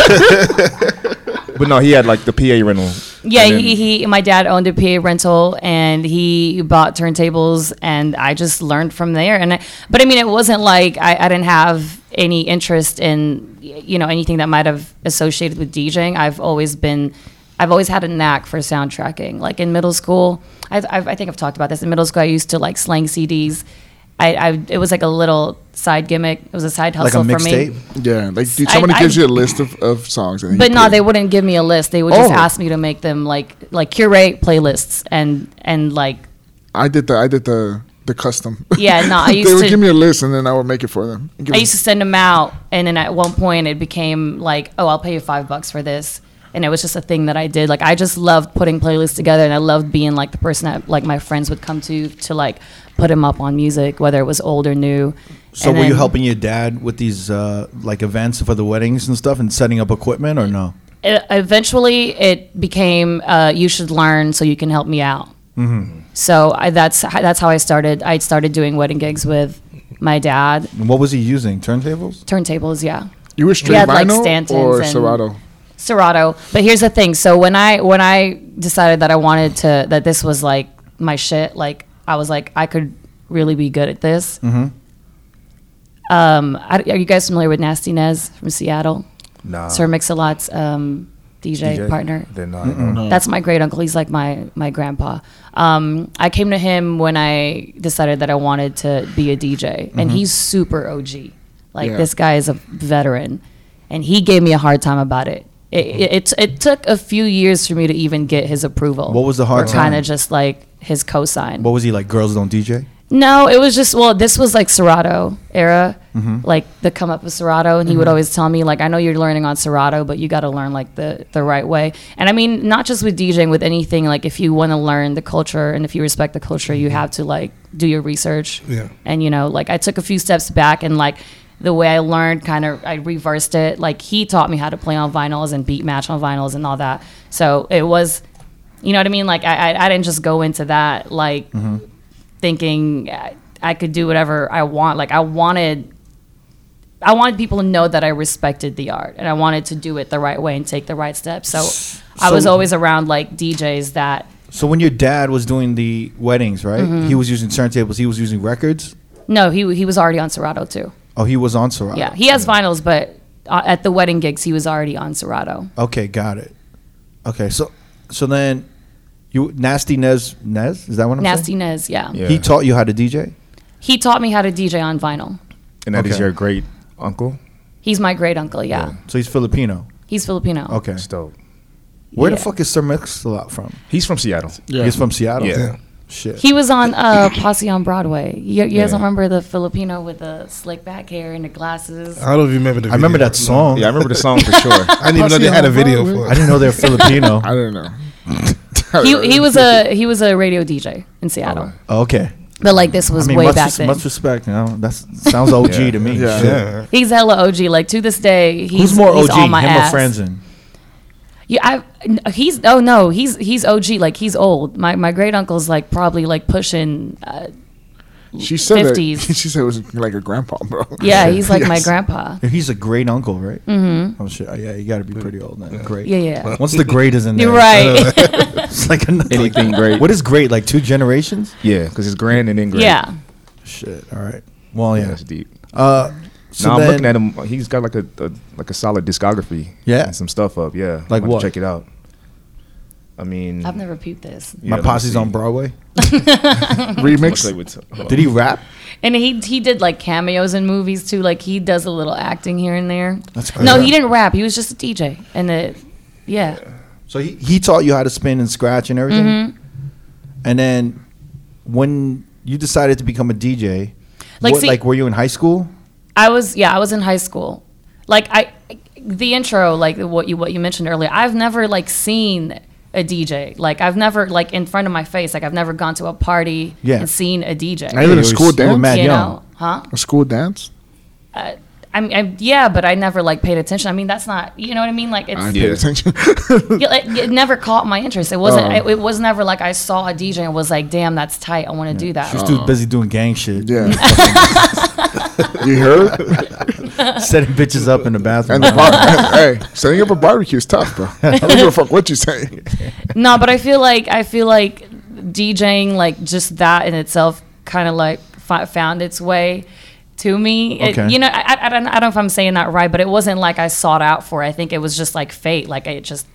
S5: the- but no, he had like the PA rental.
S4: Yeah,
S5: And then-
S4: he, he my dad owned a PA rental and he bought turntables and I just learned from there. And I, but I mean, it wasn't like I, I didn't have any interest in y- you know anything that might have associated with DJing. I've always been, I've always had a knack for soundtracking. Like in middle school, I've, I've, I think I've talked about this. In middle school, I used to like slang CDs. I, I it was like a little side gimmick. It was a side
S1: like a
S4: hustle for me.
S1: mixtape.
S3: Yeah. Like dude,
S4: I-
S3: somebody
S4: I-
S3: gives you a list of, of songs. And then
S4: But
S3: you
S4: no,
S3: play.
S4: they wouldn't give me a list. They would just
S1: Oh.
S4: ask me to make them like like curate playlists and and like
S3: I did the I did the the custom.
S4: Yeah, no, I
S3: they
S4: used
S3: would
S4: to-
S3: give me a list and then I would make it for them. Give
S4: I
S3: them-
S4: used to send them out, and then at one point it became like, oh, I'll pay you five bucks for this, and it was just a thing that I did. Like I just loved putting playlists together, and I loved being like the person that like my friends would come to to like put them up on music, whether it was old or new.
S1: So
S4: And
S1: were you
S4: then-
S1: helping your dad with these uh, like events for the weddings and stuff and setting up equipment or no?
S4: it, E, eventually it became uh, you should learn so you can help me out. So I, that's h- that's how I started. I started doing wedding gigs with my dad,
S1: And what was he using? Turntables?
S4: turntables, yeah,
S3: You were straight
S4: had, like,
S3: vinyl
S4: Stantons
S3: or
S4: and-
S3: Serato?
S4: Serato. But here's the thing. So when I when I decided that I wanted to that this was like my shit, like I was like I could really be good at this. Um, I, are you guys familiar with Nasty Nez from Seattle?
S5: Nah.
S4: Sir Mix-a-Lot's um, DJ partner.
S5: Then I don't
S1: Uh-huh.
S5: know.
S4: That's my great uncle. He's like my my grandpa. Um, I came to him when I decided that I wanted to be a DJ,
S1: Mm-hmm.
S4: and he's super OG. Like
S3: Yeah.
S4: this guy is a veteran, and he gave me a hard time about it. It,
S1: Uh-huh.
S4: it, it, it took a few years for me to even get his approval.
S1: What was the hard time?
S4: Kind of just like his cosign.
S1: What was he like? Girls don't DJ?
S4: No, it was just well, this was like Serato era, like the come up with Serato, and he would always tell me like, I know you're learning on Serato, but you got to learn like the the right way. And I mean, not just with DJing, with anything like if you want to learn the culture and if you respect the culture, you have to like do your research.
S2: Yeah.
S4: And you know, like I took a few steps back and like. The way I learned, kind of, I reversed it. Like he taught me how to play on vinyls and beat match on vinyls and all that. So it was, you know what I mean. Like I, I, I didn't just go into that like thinking I, I could do whatever I want. Like I wanted, I wanted people to know that I respected the art and I wanted to do it the right way and take the right steps. So, I was
S1: So-
S4: always around like DJs that
S1: So when your dad was doing the weddings, right?
S4: Mm-hmm.
S1: He was using turntables. He was using records.
S4: no, he he was already on Serato too.
S1: Oh, he was on Serato.
S4: Yeah, he has vinyls, but uh, at the wedding gigs he was already on Serato.
S1: Okay, got it. Okay, so so then you nasty Nez Nez is that what I'm
S4: Nasty
S1: saying?
S4: Nez, yeah.
S5: Yeah.
S1: He taught you how to DJ.
S4: He taught me how to DJ on vinyl.
S5: and that is
S1: Okay.
S5: your great uncle.
S4: He's my great uncle. Yeah.
S1: So he's Filipino.
S4: he's Filipino.
S1: Okay.
S5: That's dope.
S1: Where
S4: Yeah.
S1: the fuck is Sir Mix-a-Lot from?
S5: He's from Seattle.
S3: Yeah.
S1: He's from Seattle.
S5: Yeah.
S1: Shit.
S4: He was on uh, Posse on Broadway. You, you guys
S5: Yeah.
S4: remember the Filipino with the slick back hair and the glasses?
S2: I don't even remember the.
S1: I remember
S2: video.
S1: that song.
S5: Yeah, I remember the song for sure.
S2: I didn't even know they had a video for
S1: I
S2: it.
S1: didn't know they're Filipino.
S3: I don't know.
S4: he, he was a he was a radio DJ in Seattle,
S5: Oh,
S1: Okay.
S4: but like this
S1: I
S4: was
S1: mean,
S4: way
S1: much,
S4: back
S1: res-
S4: then.
S1: much respect. You know, that sounds OG
S5: Yeah.
S1: to me.
S3: Yeah.
S1: Shit.
S2: Yeah.
S4: he's hella OG. Like to this day, he's
S1: Who's more
S4: he's
S1: OG,
S4: on
S1: him
S4: my ass.
S1: or Franzen?
S4: Yeah, I, he's oh no, he's he's OG. Like he's old. My my great uncle's like probably like pushing. Uh,
S3: She said that,
S4: 50s.
S3: She said it was like a grandpa, bro.
S4: yeah, he's like my
S3: Yes.
S4: grandpa.
S1: Yeah, He's a great uncle, right? Mm-hmm. Oh shit! Oh, yeah, you got to be pretty old then. Great.
S4: Yeah, yeah.
S1: Once the great is in there, Uh,
S4: You're right.
S1: It's like another,
S5: Anything great.
S1: What is great? Like two generations?
S5: Yeah, because it's grand and then great.
S4: yeah.
S1: Shit. All right. Well,
S5: Yeah,
S1: yeah.
S5: that's deep.
S1: Uh, so
S5: now I'm
S1: then-
S5: looking at him. He's got like a, a like a solid discography.
S1: Yeah.
S5: and some stuff up. Yeah,
S1: Like
S5: I'm gonna
S1: what?
S5: Check it out. I mean,
S4: I've never puked this.
S5: yeah,
S1: my
S5: let me
S1: posse's
S5: see.
S1: on Broadway.
S5: Much like
S3: Remix.
S5: with- uh, hold on.
S1: Did he rap?
S4: And he he did like cameos in movies too. Like he does a little acting here and there.
S1: That's crazy.
S4: No, he didn't rap. He was just a DJ. And the yeah.
S1: So he, he taught you how to spin and scratch and everything,
S4: Mm-hmm.
S1: and then when you decided to become a DJ,
S4: Like,
S1: what-
S4: see-
S1: like were you in high school?
S4: I was yeah, I was in high school. Like I the intro like what you what you mentioned earlier. I've never like seen a DJ. Like I've never like in front of my face. Like I've never gone to a party
S1: Yeah.
S4: and seen a DJ.
S3: I even
S1: Yeah,
S3: a
S1: you
S3: school
S1: were- you were
S3: dance.
S1: mad
S4: you
S1: young.
S4: know, huh?
S3: A school dance.
S4: I'm, I'm yeah, but I never like paid attention. I mean, that's not you know what I mean. Like it's
S3: I
S5: Yeah.
S3: paid attention.
S4: Yeah, it, it never caught my interest. It wasn't.
S3: Oh.
S4: It, it was never like I saw a DJ and was like, "Damn, that's tight. I want to do that."
S1: She was too busy doing gang shit,
S3: yeah. you heard?
S1: setting bitches up in the bathroom.
S3: And the bar- hey, setting up a barbecue is tough, bro. I don't give a fuck what you say.
S4: no, but I feel like I feel like DJing like just that in itself kind of like fi- found its way to me. It-
S1: Okay.
S4: you know, I, I, I don't I don't know if I'm saying that right, but it wasn't like I sought out for. it. I think it was just like fate. Like it just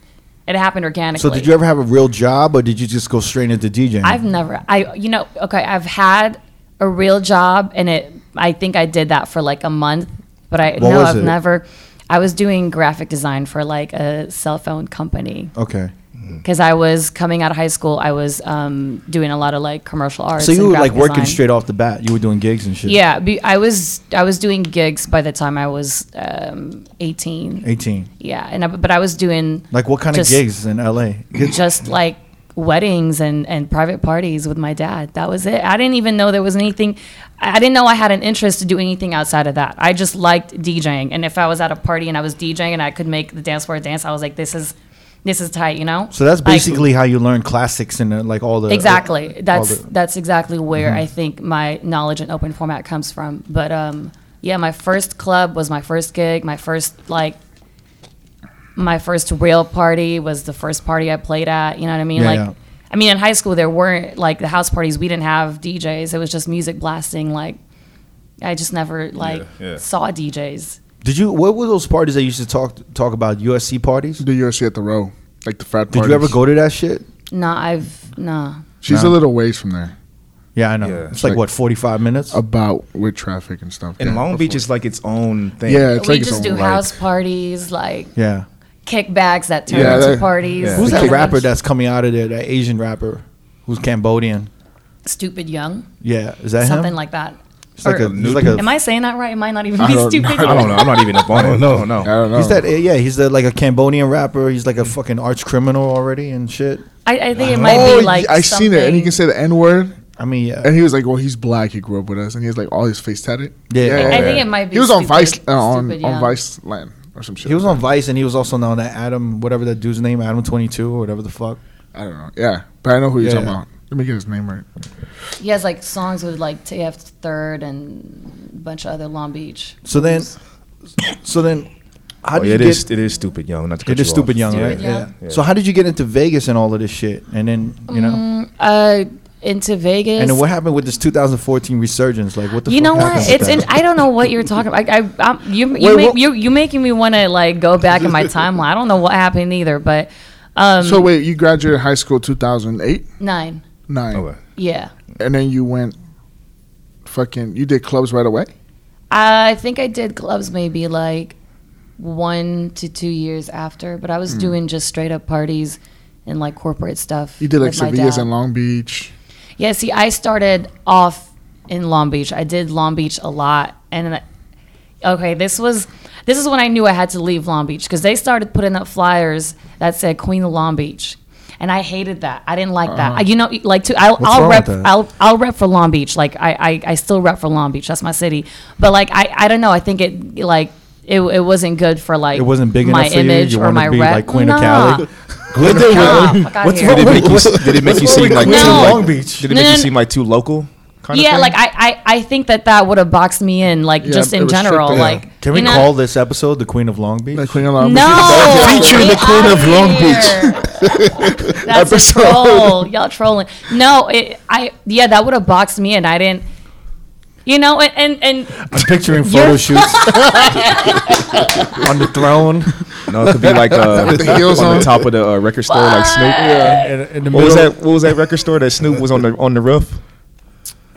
S4: it happened organically.
S1: so did you ever have a real job, or did you just go straight into DJing?
S4: I've never. I you know okay. I've had a real job, and it. I think I did that for like a month, but I
S1: What
S4: no.
S1: was
S4: I've
S1: it?
S4: never. I was doing graphic design for like a cell phone company,
S1: okay.
S4: because I was coming out of high school. I was um, doing a lot of like commercial arts.
S1: So you were
S4: and
S1: like
S4: graphic
S1: working
S4: design.
S1: straight off the bat. You were doing gigs and shit.
S4: Yeah, be, I was I was doing gigs by the time I was um, eighteen.
S1: Eighteen.
S4: Yeah, and I, but I was doing
S1: Like what kind
S4: Just-
S1: of gigs in L.A.
S4: just like weddings and, and private parties with my dad. That was it. I didn't even know there was anything. I I didn't know I had an interest to do anything outside of that. I just liked DJing, and if I was at a party and I was DJing and I could make the dance floor dance, I was like, this is this is tight, you know.
S1: So that's
S4: Like-
S1: basically how you learn classics and uh, like all the
S4: exactly
S1: all
S4: that's
S1: the- Mm-hmm.
S4: that's exactly where i think my knowledge in open format comes from but um yeah my first club was my first gig my first like my first real party was the first party i played at you know what i mean
S1: Yeah,
S4: like
S1: yeah.
S4: i mean in high school there weren't like the house parties we didn't have djs it was just music blasting like i just never like
S5: yeah.
S4: saw djs
S1: Did you? What were those parties that you used to talk talk about? USC parties.
S3: The UFC at the row, like the frat.
S1: Did you ever go to that shit?
S4: no i've no
S3: She's
S1: No.
S3: a little ways from there,
S1: Yeah, I know.
S5: Yeah.
S1: it's like,
S3: Like-
S1: what forty five minutes.
S3: about with traffic and stuff.
S5: And
S3: Yeah.
S5: Long Beach is like its own thing.
S3: Yeah, it's
S4: we
S3: like
S4: just
S3: it's
S4: do
S3: own,
S4: house parties like
S1: yeah.
S4: kickbacks that turn
S3: Yeah,
S4: into
S3: that-
S4: parties
S5: yeah.
S1: Who's
S5: The
S1: that
S5: kick-
S1: rapper that's coming out of there? That Asian rapper who's Cambodian.
S4: stupid young,
S1: Yeah, is that
S4: something
S1: him?
S4: like that.
S1: It's like
S4: or-
S1: a, he's like a.
S4: Am I saying that right? It might not even
S3: I
S4: be
S3: don't-
S4: stupid.
S5: I don't know. I'm not even up on it. No, no.
S3: I don't know.
S1: He's that. Yeah, he's the, like a Cambodian rapper. He's like a fucking arch criminal already and shit.
S4: I, I think it might
S3: oh,
S4: be like
S3: I seen it, and he can say the N word,
S1: I mean, yeah.
S3: and he was like, "Well, he's black. He grew up with us, and he has like all his face tatted."
S1: Yeah.
S4: I
S5: Yeah.
S4: think it might be.
S3: He was on
S4: stupid-
S3: Vice uh, on
S4: stupid
S3: on
S4: young.
S3: Vice Land or some shit.
S1: He was
S3: like
S1: on Vice, and he was also known that Adam, whatever that dude's name, Adam Twenty Two or whatever the fuck.
S3: that. I don't know. Yeah, but I know who you're talking
S1: Yeah.
S3: about. Let me get his name right.
S4: He has like songs with like TF Third and a bunch of other Long Beach.
S1: So then, so then, how
S5: Oh,
S1: did
S5: yeah,
S1: you
S5: it
S1: get?
S5: is. It is stupid young. Not to cut
S1: it is
S5: you off.
S1: stupid young,
S5: Yeah.
S1: right?
S4: Yeah.
S5: Yeah.
S1: So how did you get into Vegas and all of this shit? And then you know,
S4: Uh, into Vegas.
S1: and then what happened with this 2014 resurgence? Like what the?
S4: you
S1: fuck
S4: know
S1: happened
S4: what?
S1: with
S4: It's
S1: that?
S4: in, I don't know what you're talking about. I, I, I'm, you you
S3: Wait,
S4: make,
S3: what-
S4: you you making me want to like go back in my timeline. I don't know what happened either, but um,
S3: So wait, you graduated high school 2008,
S4: nine.
S3: nine,
S5: Okay.
S4: Yeah.
S3: and then you went fucking. You did clubs right away.
S4: I think I did clubs maybe like one to two years after, but I
S3: Hmm.
S4: was doing just straight up parties and like corporate stuff.
S3: You did like
S4: with my
S3: Sevilla's
S4: dad.
S3: in Long Beach.
S4: Yeah, see, I started off in Long Beach. I did Long Beach a lot, and then I- okay, this was this is when I knew I had to leave Long Beach because they started putting up flyers that said Queen of Long Beach. And I hated that. I didn't like that. I, you know, like to I'll, I'll
S1: Uh-huh. wrong
S4: rep
S1: with that?
S4: I'll I'll rep for Long Beach. Like I, I I still rep for Long Beach. That's my city. But like I I don't know. I think it like it, it wasn't good for like
S1: It wasn't big
S4: my
S1: enough for you?
S4: image
S1: You
S4: or
S1: wanted
S4: my
S1: to be
S4: rep.
S1: like Queen of
S4: Nah.
S1: Cali?
S4: Queen of Cali. Fuck outta here.
S5: Did it make you, s- did it make you seem like
S4: No.
S5: too
S4: Long
S5: like-
S1: Beach?
S5: Did it make
S4: No,
S5: you
S4: no,
S5: seem like too local? Kind
S4: yeah, like I, I, I think that that would have boxed me in, like
S3: Yeah,
S4: just
S3: it
S4: in
S3: was
S4: general,
S3: strict, yeah.
S4: like.
S1: Can we
S4: you know-
S1: call this episode the Queen of Long Beach?
S3: Like Queen of Long
S4: No,
S3: Feature
S4: get
S3: the Queen
S4: outta
S3: of Long
S4: here. That's a
S3: Episode.
S4: troll. Y'all trolling. No, it, I yeah, that would have boxed me in. I didn't. You know, and and, and
S1: I'm picturing photo shoots on the throne
S5: no, it could be like uh,
S3: With the heels
S5: on
S3: on.
S5: the top of the uh, record store, like Snoop.
S1: in, in the middle.
S5: What was that? What was that record store that Snoop was on the on the roof?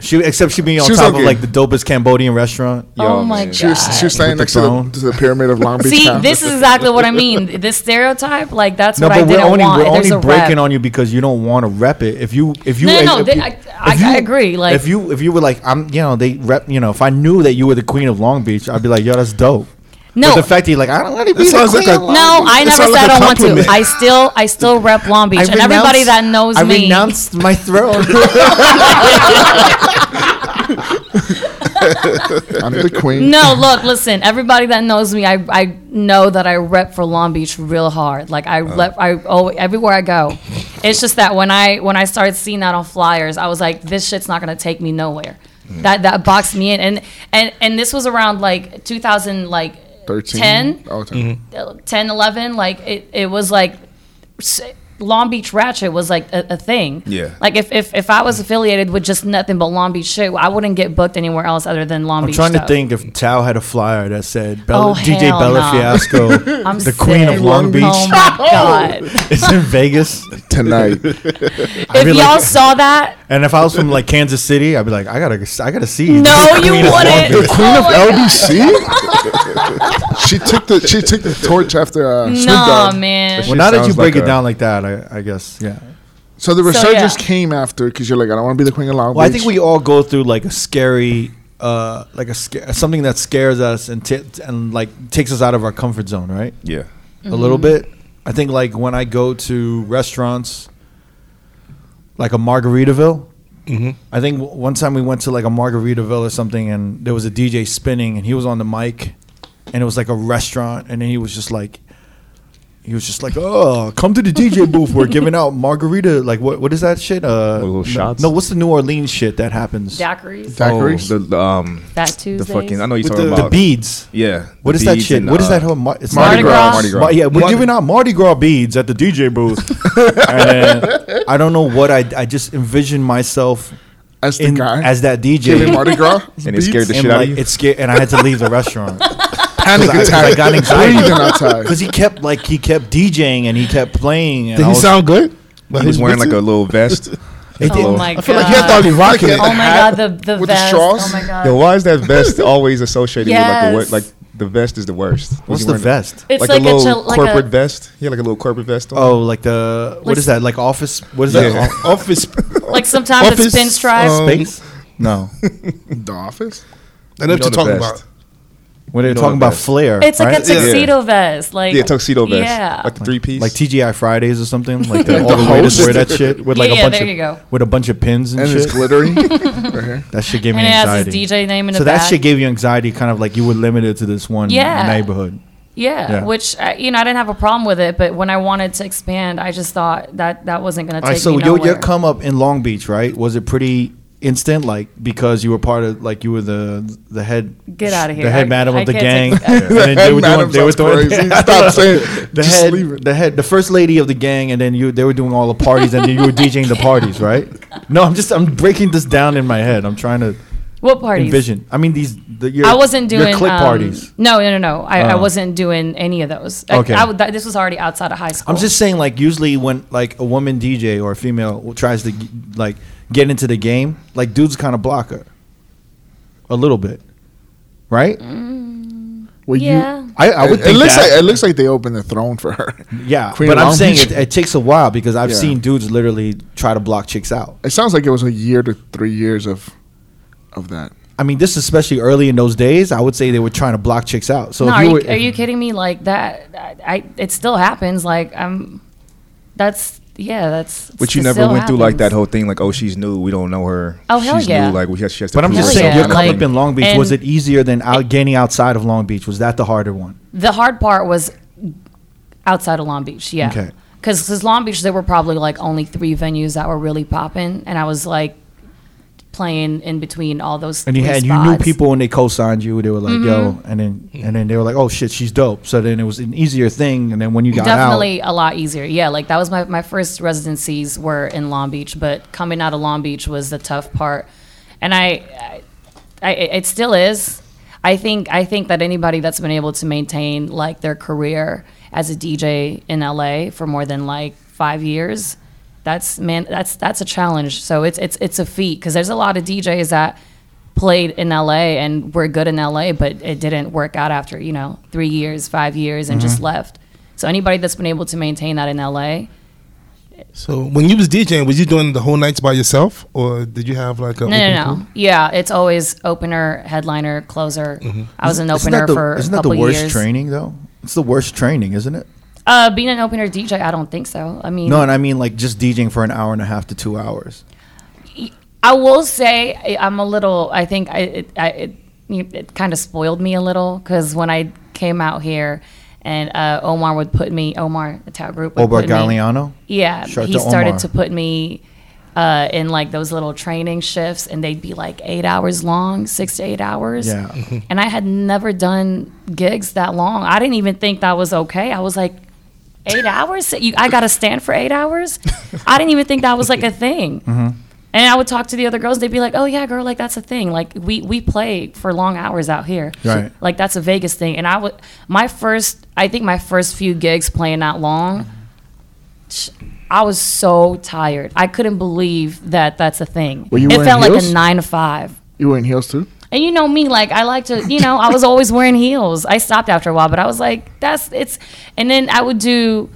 S1: She, except she'd be on
S3: She was
S1: top
S3: okay.
S1: of like the dopest Cambodian restaurant.
S4: oh
S5: Yo,
S4: my
S5: man.
S4: god.
S3: She was, she was
S1: With
S3: standing
S1: the
S3: next to
S1: phone.
S3: the, to the pyramid of Long Beach.
S4: See,
S3: Town.
S4: this is exactly what I mean. This stereotype, like that's
S1: No,
S4: what I
S1: but we're
S4: didn't
S1: only
S4: want.
S1: we're only
S4: There's a
S1: breaking
S4: rep.
S1: on you because you don't want to rep it. If you if you
S4: No, no,
S1: if-
S4: no,
S1: if
S4: they-
S1: you-
S4: I-
S1: if
S4: I- I agree, like-
S1: if you if you were like I'm, you know, they rep. You know, if I knew that you were the queen of Long Beach, I'd be like, yo, that's dope.
S4: No,
S1: But the fact that you're like I don't want to be the
S2: sounds
S1: queen
S2: like
S1: of
S2: a-
S1: Long
S4: No, I
S2: It
S4: never
S2: sounds
S4: said
S2: like
S4: I
S2: a
S4: don't want to.
S2: compliment.
S4: I still, I still rep Long Beach,
S1: I
S4: and everybody
S1: renounced-
S4: that knows
S1: I
S4: me.
S1: renounced my throne.
S3: I'm the queen.
S4: No, look, listen. Everybody that knows me, I, I know that I rep for Long Beach real hard. Like I rep, I oh, everywhere I go. It's just that when I when I started seeing that on flyers, I was like, this shit's not gonna take me nowhere. That that boxed me in, and and and this was around like 2000, like
S3: 13.
S4: 10?
S3: Oh, 10.
S1: Mm-hmm.
S4: 10 11 like it, it was like s- long beach ratchet was like a, a thing
S5: Yeah.
S4: like if, if if i was affiliated with just nothing but long beach shit i wouldn't get booked anywhere else other than long
S1: I'm
S4: beach
S1: trying to
S4: stuff.
S1: think if Tao had a flyer that said Bella,
S4: Oh,
S1: DJ
S4: hell
S1: Bella
S4: no.
S1: Fiasco,
S4: I'm
S1: the queen
S4: sick.
S1: of Long Beach,
S4: oh my god
S1: is in Vegas.
S3: Tonight.
S4: if
S1: be like-
S4: y'all saw that
S1: And if I was from like Kansas City, I'd be like, I gotta, I gotta see.
S4: no
S1: the
S4: you
S1: queen of Long Beach.
S4: wouldn't
S3: Queen of LBC? she took the she took the torch after uh, Snoop
S4: Nah,
S3: Dogg.
S4: man.
S1: Well,
S5: Shit
S1: now that
S5: sounds
S1: you break
S5: like
S1: it
S5: a-
S1: down like that, I, I guess yeah.
S3: So the
S4: So,
S3: resurgence
S4: yeah.
S3: came after because you're like, I don't want to be the queen of Long
S1: Well, I
S3: Beach.
S1: think we all go through like a scary, uh, like a sca- something that scares us and t- and like takes us out of our comfort zone, right?
S5: Yeah.
S1: a little bit. I think like when I go to restaurants, like a Margaritaville.
S5: Mm-hmm.
S1: I think w- one time we went to like a Margaritaville or something, and there was a DJ spinning, and he was on the mic, and it was like a restaurant, and then he was just like, he was just like, oh, come to the DJ booth. We're giving out margarita. Like what? What is that shit? Uh,
S5: Little
S1: no-
S5: shots?
S1: No, what's the New Orleans shit that happens?
S4: Daiquiris.
S3: Daiquiris?
S5: Oh, the, the, um,
S4: That
S5: the
S4: Tuesdays.
S5: fucking. I know you're
S1: With
S5: talking
S1: the, the
S5: about.
S1: beads.
S5: Yeah.
S1: What is that shit?
S5: uh,
S1: What is that whole Mar- it's
S4: Mardi Gras.
S5: Mardi Gras.
S1: Ma- yeah, we're
S2: Mardi-
S1: giving out Mardi Gras beads at the DJ booth. and uh, I don't know what I I just envisioned myself
S3: as the
S1: in,
S3: guy
S1: as that
S3: giving
S1: DJ.
S3: Mardi Gras,
S5: And it scared the
S1: and
S5: shit out
S1: like
S5: of you.
S1: it scared, and I had to leave the restaurant
S3: panic
S1: I- 'cause I
S3: attack.
S1: got anxiety.
S3: Breathing outside.
S1: because he kept like he kept DJing and he kept playing. And
S2: Did
S1: I
S2: he
S1: was,
S2: sound good?
S5: He was wearing like a little vest.
S1: It
S4: Oh
S1: did-
S4: my god.
S2: I feel like you have to all be rocking it.
S4: Oh my god, the the
S3: With the
S4: vest.
S3: straws?
S4: Oh my god.
S5: Yo, why is that vest always associated with
S4: Yes.
S5: like the wor- like the vest is the worst? Was
S1: What's
S5: he
S1: the
S5: wearing-
S1: vest?
S4: It's like
S5: like, a
S4: a
S5: little
S4: chill- like
S5: corporate
S4: a-
S5: vest. He had like a little corporate vest on.
S1: Oh, like the what
S4: Like-
S1: is that? Like office? What is
S5: Yeah.
S1: that? O- office
S4: Like sometimes
S2: Office,
S4: it's pinstripe.
S2: um,
S1: space? No,
S3: the office.
S2: I know
S5: You
S2: what you're
S5: know the
S2: talking
S5: best.
S2: about.
S1: when they're
S5: know
S1: talking
S5: the
S1: about
S5: vest.
S1: flair,
S4: it's like
S1: right?
S4: a
S5: Yeah.
S4: tuxedo vest. Like
S5: yeah, tuxedo vest.
S4: Yeah.
S5: like the three piece.
S1: like TGI Fridays or something. Like the,
S3: The
S1: all the waiters wear
S3: host?
S1: that shit with like
S4: Yeah,
S1: a
S4: yeah,
S1: bunch
S4: there
S1: of
S4: you go.
S1: with a bunch of pins and,
S3: And
S1: shit.
S3: it's glittery. right here.
S1: That shit gave me
S4: and it has
S1: anxiety.
S4: his DJ name in
S1: so
S4: the
S1: that
S4: back.
S1: shit gave you anxiety, kind of like you were limited to this one
S4: Yeah.
S1: neighborhood.
S4: Yeah,
S1: Yeah.
S4: which uh, you know I didn't have a problem with it, but when I wanted to expand, I just thought that that wasn't going to
S1: All
S4: take
S1: right, so
S4: me
S1: your
S4: nowhere.
S1: your come up in Long Beach, right? Was it pretty instant, like because you were part of, like you were the the head
S4: Get outta here.
S1: the head
S4: I-
S1: madam
S4: I
S1: of the gang,
S4: can't take
S1: and then they were doing
S3: Madam
S1: they were
S3: sounds
S1: doing
S3: crazy. Stop saying it.
S1: the
S3: Just
S1: head
S3: leave it.
S1: the head the first lady of the gang, and then you they were doing all the parties, and then you were DJing the parties, right? No, I'm just I'm breaking this down in my head. I'm trying to
S4: what parties?
S1: envision. I mean these the, your
S4: I wasn't doing
S1: your clip
S4: um,
S1: parties.
S4: No, no, no, no. I, I
S1: Oh.
S4: wasn't doing any of those. I,
S1: Okay.
S4: I would- that- this was already outside of high school.
S1: I'm just saying, like, usually when like a woman DJ or a female w- tries to g- like get into the game, like dudes kind of block her a little bit, right?
S4: Mm-hmm.
S3: Well,
S4: yeah.
S3: you.
S1: I, I would
S3: It-
S1: think
S3: it looks
S1: that.
S3: like it looks like they opened the throne for her.
S1: yeah,
S3: Queen
S1: but
S3: of
S1: I'm
S3: Long
S1: saying
S3: Beach.
S1: it, it takes a while because I've
S3: Yeah.
S1: seen dudes literally try to block chicks out.
S3: It sounds like it was a year to three years of, of that.
S1: I mean, this especially early in those days, I would say they were trying to block chicks out. So
S4: no,
S1: if
S4: are
S1: you
S4: you,
S1: were,
S4: are you kidding me? Like that, that- I it still happens. Like I'm, that's yeah, that's.
S5: But you
S4: it
S5: never
S4: still
S5: went through like
S4: happens.
S5: that whole thing, like oh she's new, we don't know her.
S4: Oh, hell
S5: she's
S4: yeah.
S5: New, like we have, she has to.
S1: But I'm
S5: prove
S1: just
S4: Yeah.
S1: saying,
S5: herself
S1: your
S5: kind of
S1: come up
S5: thing.
S1: in Long Beach
S4: And-
S1: was it easier than out getting outside of Long Beach? Was that the harder one?
S4: The hard part was outside of Long Beach, yeah.
S1: Okay.
S4: Because Long Beach, there were probably like only three venues that were really popping, and I was like playing in between all those.
S1: And you
S4: three
S1: had you knew
S4: spots. Mm-hmm.
S1: people when they co-signed you, they were like, "Yo," and then and then they were like, "Oh shit, she's dope." So then it was an easier thing. And then when you got
S4: Definitely a lot easier. Yeah, like that was my, my first residencies were in Long Beach, but coming out of Long Beach was the tough part, and I, I, I it still is. I think I think that anybody that's been able to maintain like their career as a DJ in LA for more than like five years, that's man, that's that's a challenge. So it's it's it's a feat because there's a lot of DJs that played in LA and were good in LA, but it didn't work out after you know three years, five years,
S1: Mm-hmm.
S4: and just left. So anybody that's been able to maintain that in LA,
S2: So when you was DJing, was you doing the whole nights by yourself, or did you have like a?
S4: no, no, no, yeah, it's always opener, headliner, closer. I was an
S1: out,
S4: opener
S1: the,
S4: for
S1: Mm-hmm. isn't
S4: a
S1: that the
S4: couple
S1: worst
S4: years.
S1: training though? It's the worst training, isn't it?
S4: Uh, being an opener DJ, I don't think so. I mean,
S1: No, and I mean like just DJing for an hour and a half to two hours.
S4: I will say I- I'm a little. I think I it, I, it, you- it kind of spoiled me a little because when I came out here. And uh, Omar would put me. Omar, the tap group. Would
S1: Ober
S4: put me,
S1: Galliano.
S4: Yeah,
S1: Shout out
S4: he
S1: to
S4: started
S1: Omar.
S4: to put me uh, in like those little training shifts, and they'd be like eight hours long, six to eight hours.
S1: Yeah.
S4: And I had never done gigs that long. I didn't even think that was okay. I was like, eight hours? You, I got to stand for eight hours? I didn't even think that was like a thing.
S3: Mm-hmm.
S4: And I would talk to the other girls. They'd be like, "Oh yeah, girl, like that's a thing. Like we we play for long hours out here.
S1: Right.
S4: Like that's a Vegas thing." And I would my first, I think my first few gigs playing that long, sh- I was so tired. I couldn't believe that that's a thing.
S3: you
S4: it
S3: wearing
S4: felt like
S3: heels?
S4: a nine to five.
S3: You were in heels too.
S4: And you know me, like I like to, you know, I was always wearing heels. I stopped after a while, but I was like, that's it's. And then I would do.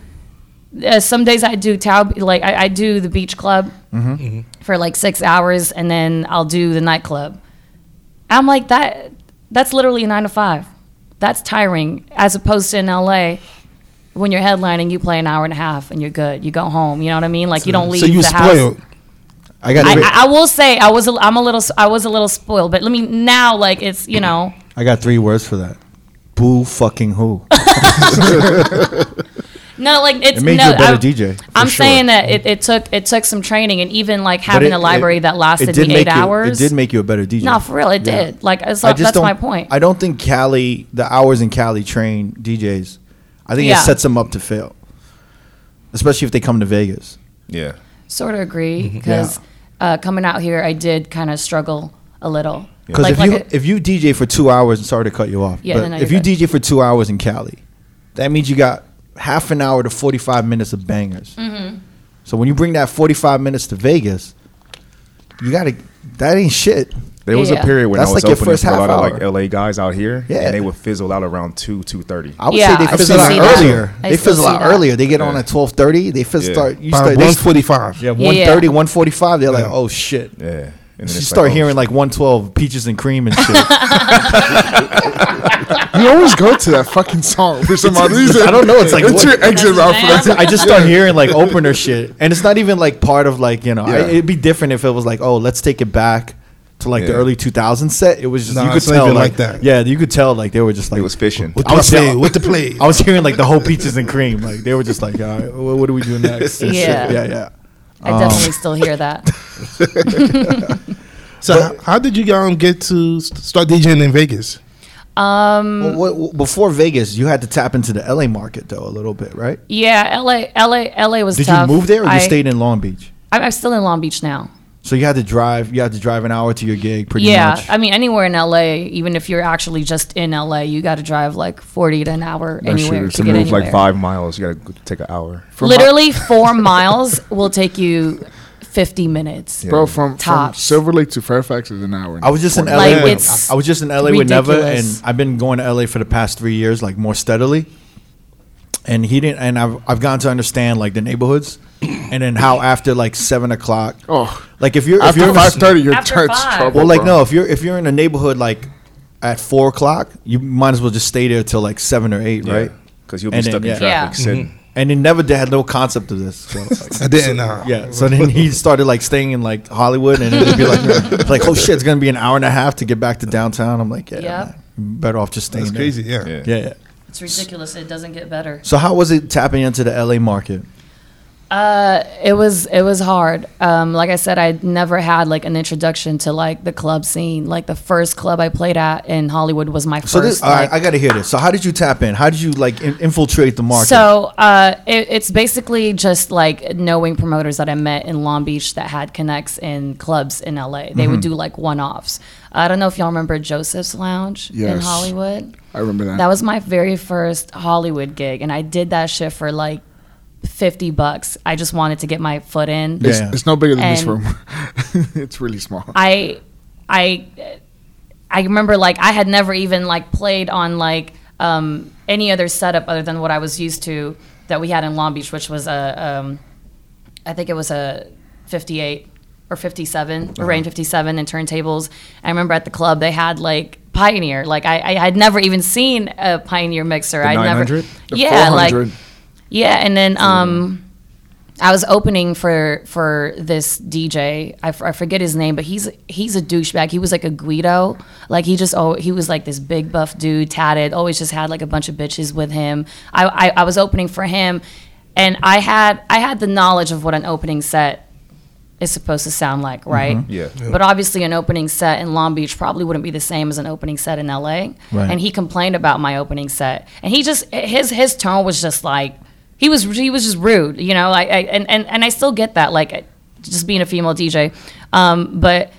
S4: Uh, some days I do tau, like I, I do the beach club
S2: Mm-hmm.
S4: Mm-hmm. for like six hours, and then I'll do the nightclub. I'm like that. That's literally a nine to five. That's tiring, as opposed to in LA. When you're headlining, you play an hour and a half and you're good. You go home. You know what I mean? Like you don't leave
S2: so you
S4: the house.
S2: spoiled.
S1: I got
S4: I,
S1: three,
S4: I- I will say I was a, I'm a little I was a little spoiled, but let me now like it's you know
S1: I got three words for that. Boo fucking who?
S4: no like it's
S1: It made
S4: no
S1: you a better
S4: I,
S1: DJ. for
S4: I'm
S1: sure.
S4: saying that it, it took it took some training and even like
S1: But
S4: having
S1: it-
S4: a library
S1: it-
S4: that
S1: it
S4: lasted
S1: did
S4: me
S1: make
S4: eight
S1: you-
S4: hours.
S1: It did make you a better DJ.
S4: no, for real, it
S1: Yeah.
S4: did. Like it's,
S1: I
S4: that's
S1: just don't-
S4: my point.
S1: I don't think Cali, the hours in Cali train DJs. I think
S4: Yeah.
S1: it sets them up to fail, especially if they come to Vegas.
S5: Yeah.
S4: sort of agree
S1: Mm-hmm.
S4: because uh, coming out here, I did kind of struggle a little.
S1: Because
S4: Like-
S1: if
S4: like
S1: you
S4: a-
S1: if you DJ for two hours and sorry to cut you off,
S4: Yeah,
S1: but
S4: no, no,
S1: if
S4: you're
S1: you
S4: good.
S1: DJ for two hours in Cali, that means you got half an hour to forty five minutes of bangers.
S4: Mm-hmm.
S1: So when you bring that forty five minutes to Vegas, you gotta that ain't shit.
S5: There was
S4: Yeah.
S5: a period when
S1: That's
S5: I was
S1: like your
S5: opening
S1: first
S5: for a lot
S1: half
S5: of like
S1: hour.
S5: LA guys out here,
S1: Yeah.
S5: and they would fizzle out around two, two thirty.
S1: I would
S4: Yeah,
S1: say
S4: I
S1: they fizzle
S4: still
S1: out
S4: see that.
S1: earlier.
S4: I
S1: they
S4: still
S1: fizzle
S4: see
S1: out
S4: that.
S1: earlier. They get on
S5: Yeah.
S1: at twelve thirty. They fizzle
S5: Yeah.
S1: start. You
S2: By
S1: start. They,
S2: one
S1: st-
S2: forty five.
S1: yeah,
S4: Yeah,
S1: 130,
S4: yeah.
S1: 145. They're like,
S2: Yeah.
S1: oh shit.
S5: Yeah, and then
S1: You
S5: it's
S1: start
S5: like, oh,
S1: hearing like 112 peaches and cream and shit. I
S3: You always go to that fucking song for some odd reason.
S1: don't know. It's like
S3: That's
S1: what-
S3: your exit route for that.
S1: I just start hearing like opener shit, and it's not even like part of like you know. I,
S3: Yeah.
S1: it'd be different if it was like, oh, let's take it back to like the
S5: Yeah.
S1: early 2000s set. It was just
S2: Nah,
S1: you could
S2: it's not
S1: tell
S2: even
S1: like,
S2: like that.
S1: Yeah, you could tell like they were just like
S5: it was fishing.
S2: What
S1: I
S2: the
S1: was
S2: play?
S1: down-
S2: What the play?
S1: I was hearing like the whole peaches and cream. Like they were just like, all right, wh- what do we do next? and shit.
S4: Yeah.
S1: yeah, yeah.
S4: I
S1: Oh.
S4: definitely still hear that.
S2: So how, how did you um, get to st- start DJing in Vegas?
S4: Um,
S1: Well, what, what- before Vegas, you had to tap into the LA market though a little bit, right?
S4: yeah, LA, LA, LA was
S1: Did
S4: tough.
S1: you move there or
S4: I,
S1: you stayed in Long Beach?
S4: I'm, I'm still in Long Beach now.
S1: So you had to drive. You had to drive an hour to your gig, pretty
S4: yeah,
S1: much.
S4: I mean anywhere in LA, even if you're actually just in LA, you got to drive like 40 to an hour
S5: That shit,
S4: anywhere to,
S5: to
S4: get
S5: move
S4: anywhere.
S5: like five miles, you gotta go- take an hour.
S3: From my-
S4: Literally four miles will take you 50 minutes.
S3: bro, from, from
S4: Tops.
S3: Silver Lake to Fairfax is an hour.
S1: I was just in LA.
S4: Like,
S1: with,
S4: it's
S1: I was just in LA with Neva, and
S4: ridiculous.
S1: I've been going to LA for the past three years, like more steadily. And he didn't, and I've I've gotten to understand like the neighborhoods, and then how after like seven o'clock,
S3: Oh.
S1: like if you're if
S3: after
S1: you're
S3: five thirty, you're
S4: After
S3: turned
S4: five.
S3: trouble.
S1: well, like
S3: bro.
S1: no, if you're if you're in a neighborhood like at four o'clock, you might as well just stay there till like seven or eight, right?
S5: Because you'll be
S1: And
S5: stuck
S1: then,
S5: in
S1: yeah.
S5: traffic
S4: Yeah.
S5: sitting.
S1: And he never did, had no concept of this. So,
S2: I didn't. Uh,
S1: Yeah. So then he started like staying in like Hollywood, and it'd be like, like, oh shit, it's gonna be an hour and a half to get back to downtown. I'm like, yeah,
S4: Yeah.
S1: man, you're better off just staying.
S2: That's
S1: there.
S2: crazy. Yeah.
S5: Yeah.
S1: Yeah, yeah.
S4: It's ridiculous. It doesn't get better.
S1: So how was it tapping into the LA market?
S4: Uh, it was it was hard. Um, like I said, I never had like an introduction to like the club scene. Like the first club I played at in Hollywood was my first.
S1: So this, all right,
S4: like-
S1: I gotta hear this. So how did you tap in? How did you like in- infiltrate the market?
S4: So uh, it, it's basically just like knowing promoters that I met in Long Beach that had connects in clubs in LA. They would do like one offs. I don't know if y'all remember Joseph's Lounge in
S3: Yes.
S4: Hollywood.
S3: I remember that.
S4: That was my very first Hollywood gig, and I did that shit for like fifty bucks. I just wanted to get my foot in.
S1: Yeah.
S3: It's, it's no bigger than this
S4: And-
S3: room. it's really small.
S4: I I I remember like I had never even like played on like um, any other setup other than what I was used to that we had in Long Beach, which was a um, I think it was a 58 or 57
S3: Uh-huh.
S4: or Rain 57 and turntables. I remember at the club they had like Pioneer. Like I, I had never even seen a Pioneer mixer. I never
S5: 900?
S3: The
S4: yeah like
S3: 400.
S4: yeah, and then um, I was opening for for this DJ. I, f- I forget his name, but he's he's a douchebag. He was like a Guido. Like he just oh he was like this big buff dude, tatted. Always just had like a bunch of bitches with him. I I, I was opening for him, and I had I had the knowledge of what an opening set is supposed to sound like, right?
S5: Yeah. Yeah.
S4: But obviously, an opening set in Long Beach probably wouldn't be the same as an opening set in LA. And he complained about my opening set, and he just his his tone was just like he was he was just rude, you know. Like I, and and and I still get that, like just being a female DJ, um, but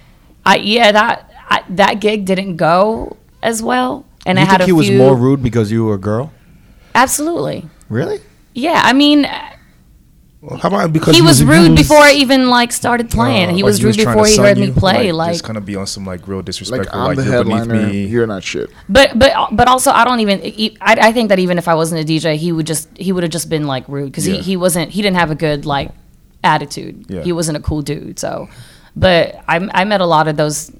S4: I yeah that I, that gig didn't go as well, and
S1: you
S4: I
S1: think
S4: had a
S1: he was
S4: few-
S1: more rude because you were a girl?
S4: Absolutely,
S1: Really?
S4: yeah. I mean,
S2: Well, how about because
S4: he was rude
S2: abused?
S4: before I even like started playing.
S5: Uh,
S4: he
S5: like
S4: was rude
S5: trying to
S4: before he
S5: sun
S4: heard me
S5: you,
S4: play.
S5: Like,
S4: Like,
S5: just kind of be on some like real
S3: Like
S5: disrespectful.
S3: I'm
S5: Like,
S3: the
S5: you're beneath
S3: headliner.
S5: me.
S3: You're not shit.
S4: but but but also, I don't even. e, I, I think that even if I wasn't a DJ, he would just he would have just been like rude because
S5: Yeah.
S4: he, he wasn't he didn't have a good like attitude.
S5: Yeah.
S4: He wasn't a cool dude. So, but I I met a lot of those.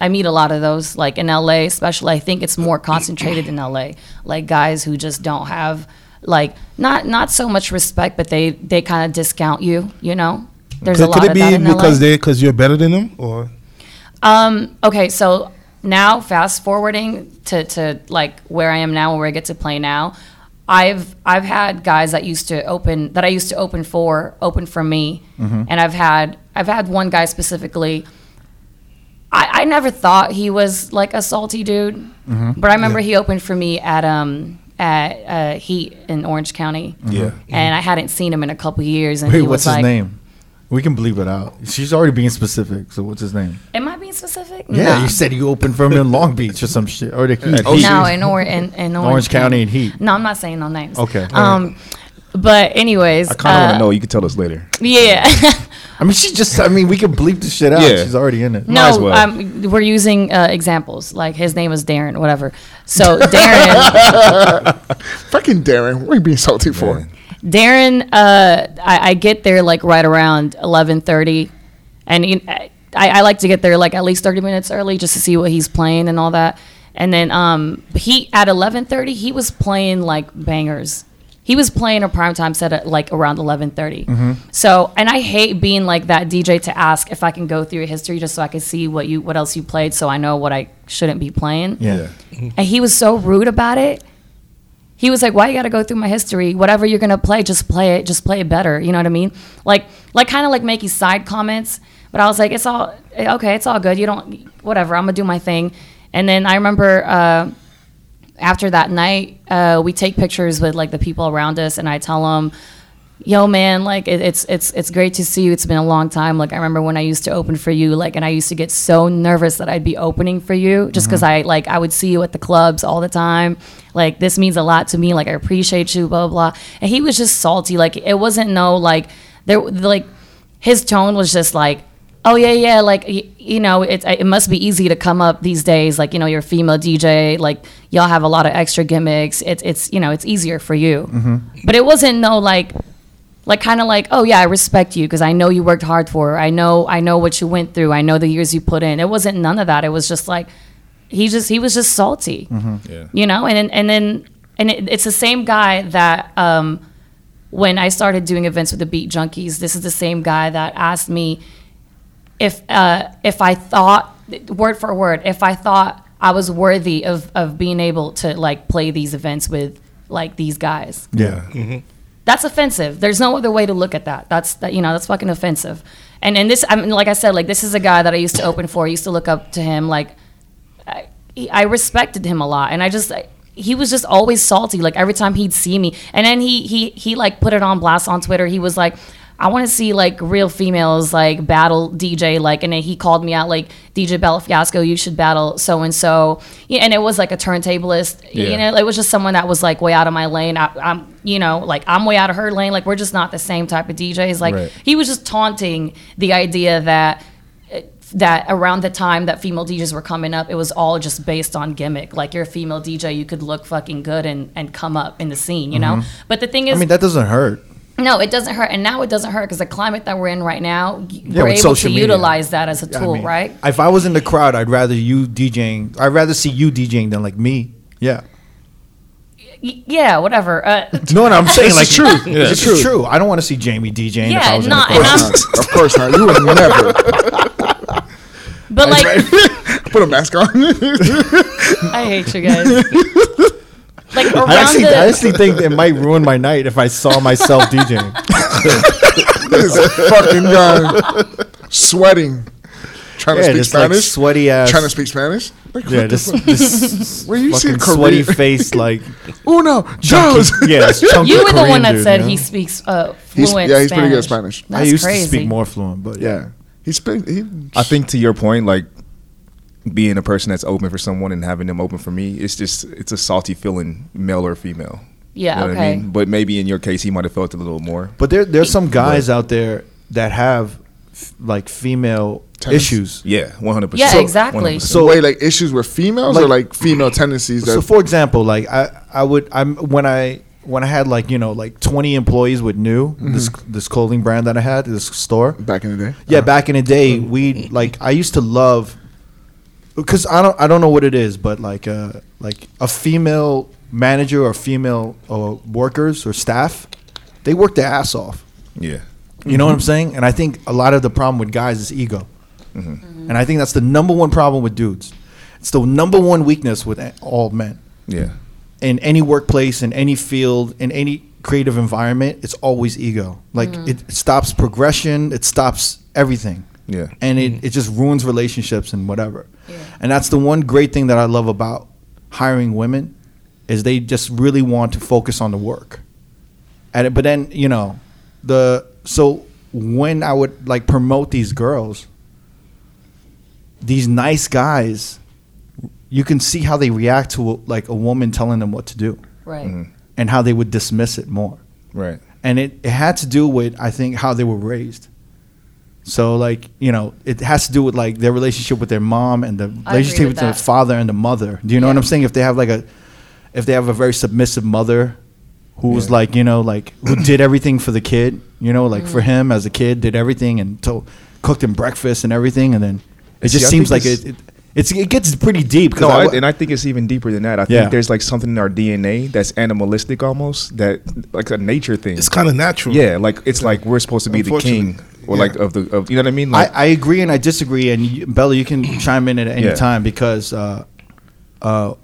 S4: I meet a lot of those like in LA, especially. I think it's more concentrated in LA, like guys who just don't have like not not so much respect, but they they kind of discount you. You know, there's a
S2: Could,
S4: lot
S2: could it
S4: of that
S2: be
S4: in
S2: because
S4: LA.
S2: they because you're better than them or
S4: Um, okay, so now fast forwarding to, to like where I am now, where I get to play now, I've I've had guys that used to open that I used to open for open for me,
S1: Mm-hmm.
S4: and I've had I've had one guy specifically. I, I never thought he was like a salty dude,
S1: Mm-hmm.
S4: but I remember he opened for me at um at uh, Heat in Orange County,
S5: Yeah.
S4: and I hadn't seen him in a couple years, and
S1: Wait,
S4: he was
S1: what's his
S4: like,
S1: name? We can bleep it out. She's already being specific. So what's his name?
S4: "Am I being specific?"
S1: Yeah,
S4: No.
S1: you said you opened for him in Long Beach or some shit. Or the Heat.
S5: Oh, shit.
S4: No, in, or- in, in Orange,
S1: Orange County and Heat.
S4: No, I'm not saying no names.
S1: Okay.
S4: Um, but anyways,
S5: I kind of want
S4: uh,
S5: to know. You can tell us later.
S4: Yeah.
S1: I mean, she just. I mean, we can bleep the shit out.
S5: Yeah.
S1: She's already in it.
S5: Might as
S4: no,
S5: well.
S4: um, we're using uh, examples. Like his name is Darren, whatever. So Darren,
S3: Fucking Darren, what are you being salty for?
S4: Darren, uh, I, I get there like right around 11:30, and you, I, I like to get there like at least 30 minutes early just to see what he's playing and all that. And then um, he at 11:30 he was playing like bangers. He was playing a primetime set at like around 11:30. So, and I hate being like that DJ to ask if I can go through your history just so I can see what you what else you played so I know what I shouldn't be playing.
S1: Yeah.
S4: And he was so rude about it. He was like, "Why you got to go through my history? Whatever you're gonna play, just play it. Just play it better. You know what I mean? Like, like kind of like making side comments. But I was like, it's all okay. It's all good. You don't whatever. I'm gonna do my thing. And then I remember uh, after that night, uh, we take pictures with like the people around us, and I tell them, "Yo, man, like it, it's it's it's great to see you. It's been a long time. Like I remember when I used to open for you, like, and I used to get so nervous that I'd be opening for you just because I like I would see you at the clubs all the time. Like this means a lot to me. Like I appreciate you, blah blah." blah. And he was just salty. Like it wasn't no like there like his tone was just like oh yeah yeah like y- you know it's it must be easy to come up these days like you know you're a female dj like y'all have a lot of extra gimmicks it's it's you know it's easier for you but it wasn't no like like kind of like oh yeah i respect you because i know you worked hard for it. i know i know what you went through i know the years you put in it wasn't none of that it was just like he just he was just salty
S5: Yeah.
S4: you know and then and then and it, it's the same guy that um when i started doing events with the beat junkies this is the same guy that asked me if uh if i thought word for word if i thought i was worthy of of being able to like play these events with like these guys
S1: Yeah.
S4: that's offensive. There's no other way to look at that. That's that you know that's fucking offensive. And and this I mean like I said like this is a guy that I used to open for. I used to look up to him like I, he- I respected him a lot and I just I, he was just always salty like every time he'd see me. And then he he he like put it on blast on Twitter. He was like I want to see like real females like battle DJ like and then he called me out like DJ Bella Fiasco you should battle so and so Yeah, and it was like a turntablist
S5: Yeah.
S4: you know it was just someone that was like way out of my lane. I, I'm, you know, like I'm way out of her lane. Like we're just not the same type of DJs. Like
S1: Right.
S4: he was just taunting the idea that that around the time that female DJs were coming up, it was all just based on gimmick. Like you're a female DJ, you could look fucking good and and come up in the scene, you know. But the thing
S1: Mm-hmm. I
S4: is,
S1: mean, that doesn't hurt.
S4: no, it doesn't hurt, and now it doesn't hurt because the climate that we're in right now, we're
S1: with
S4: able to
S1: social media.
S4: utilize that as a
S1: I
S4: tool,
S1: mean,
S4: right?
S1: If I was in the crowd, I'd rather you DJing. I'd rather see you DJing than like me. Yeah.
S4: Y- yeah, whatever. Uh,
S1: No, what I'm saying like true. It's
S3: true.
S1: true. I don't want to see Jamie DJing. if I
S4: yeah,
S1: was
S4: not.
S1: in
S4: And
S1: the crowd.
S4: I'm,
S3: Nah, of course not. You would never
S4: but like,
S3: put a mask on.
S4: I hate you guys. like around
S1: I actually,
S4: the
S1: I actually think it might ruin my night if I saw myself DJing.
S3: This fucking guy sweating, trying
S1: Yeah,
S3: to speak
S1: just like
S3: Spanish.
S1: sweaty ass.
S3: trying to speak Spanish. Like,
S1: Yeah, this, this
S3: Where you see
S1: fucking
S3: Korean-
S1: sweaty face, like
S3: Uno,
S1: chunky,
S3: Joe's.
S1: yeah, it's chunky
S4: You were the
S1: Korean
S4: one that
S1: dude,
S4: said
S1: you know?
S4: he speaks uh,
S3: He's-
S4: fluent.
S3: yeah, he's pretty good at Spanish.
S1: I
S4: That's
S1: used
S4: crazy.
S1: to speak more fluent, but
S3: Yeah, he speak. He,
S5: I think to your point, like being a person that's open for someone and having them open for me, it's just it's a salty feeling, male or female.
S4: Yeah,
S5: You know what I
S4: okay.
S5: mean? But maybe in your case, he might have felt a little more.
S1: But there, there's some guys out there that have f- like female
S3: Tennis?
S1: issues.
S5: Yeah, one hundred
S4: Yeah,
S5: percent.
S4: exactly.
S3: So
S1: So-
S3: wait, like issues with females or
S1: Like-
S3: like female tendencies that
S1: So, for example, like I, I would, I'm when I when I had like you know like 20 employees with New this this clothing brand that I had this store.
S3: back in the day.
S1: Yeah, back in the day, we like I used to love because I don't I don't know what it is, but like uh like a female manager or female uh, workers or staff, they work their ass off.
S5: Yeah,
S1: You know what I'm saying? And I think a lot of the problem with guys is ego. And I think that's the number one problem with dudes. It's the number one weakness with a- all men.
S5: yeah,
S1: In any workplace, in any field, in any creative environment, it's always ego. Like it stops progression, it stops everything.
S5: Yeah.
S1: And it, it just ruins relationships and whatever. And that's the one great thing that I love about hiring women is they just really want to focus on the work at it. But then you know, the so when I would like promote these girls, these nice guys, you can see how they react to like a woman telling them what to do,
S4: Right.
S1: Mm-hmm. and how they would dismiss it more.
S5: right.
S1: And it, it had to do with I think how they were raised. So like you know, it has to do with like their relationship with their mom and the
S4: I agree
S1: relationship
S4: with
S1: with, their
S4: that.
S1: father and the mother. Do you know what
S4: Yeah.
S1: I'm saying? If they have like a, if they have a very submissive mother, who was
S5: Yeah.
S1: like you know like who did everything for the kid, you know like
S4: Mm.
S1: for him as a kid did everything and to, cooked him breakfast and everything, and then it
S5: And see,
S1: just
S5: I
S1: seems
S5: think
S1: like
S5: it's-
S1: it, it it's it gets pretty deep. 'cause
S5: No,
S1: I
S5: I,
S1: w-
S5: and I think it's even deeper than that. I
S1: Yeah.
S5: think there's like something in our DNA that's animalistic almost, that like a nature thing.
S2: It's kind of natural.
S5: yeah, like it's like we're supposed to be the
S2: Unfortunately.
S5: king or like of the of you know what I mean?
S1: I,
S5: Like
S1: I agree and I disagree. And you, Bella, you can chime in at any
S5: Yeah.
S1: time because uh, uh,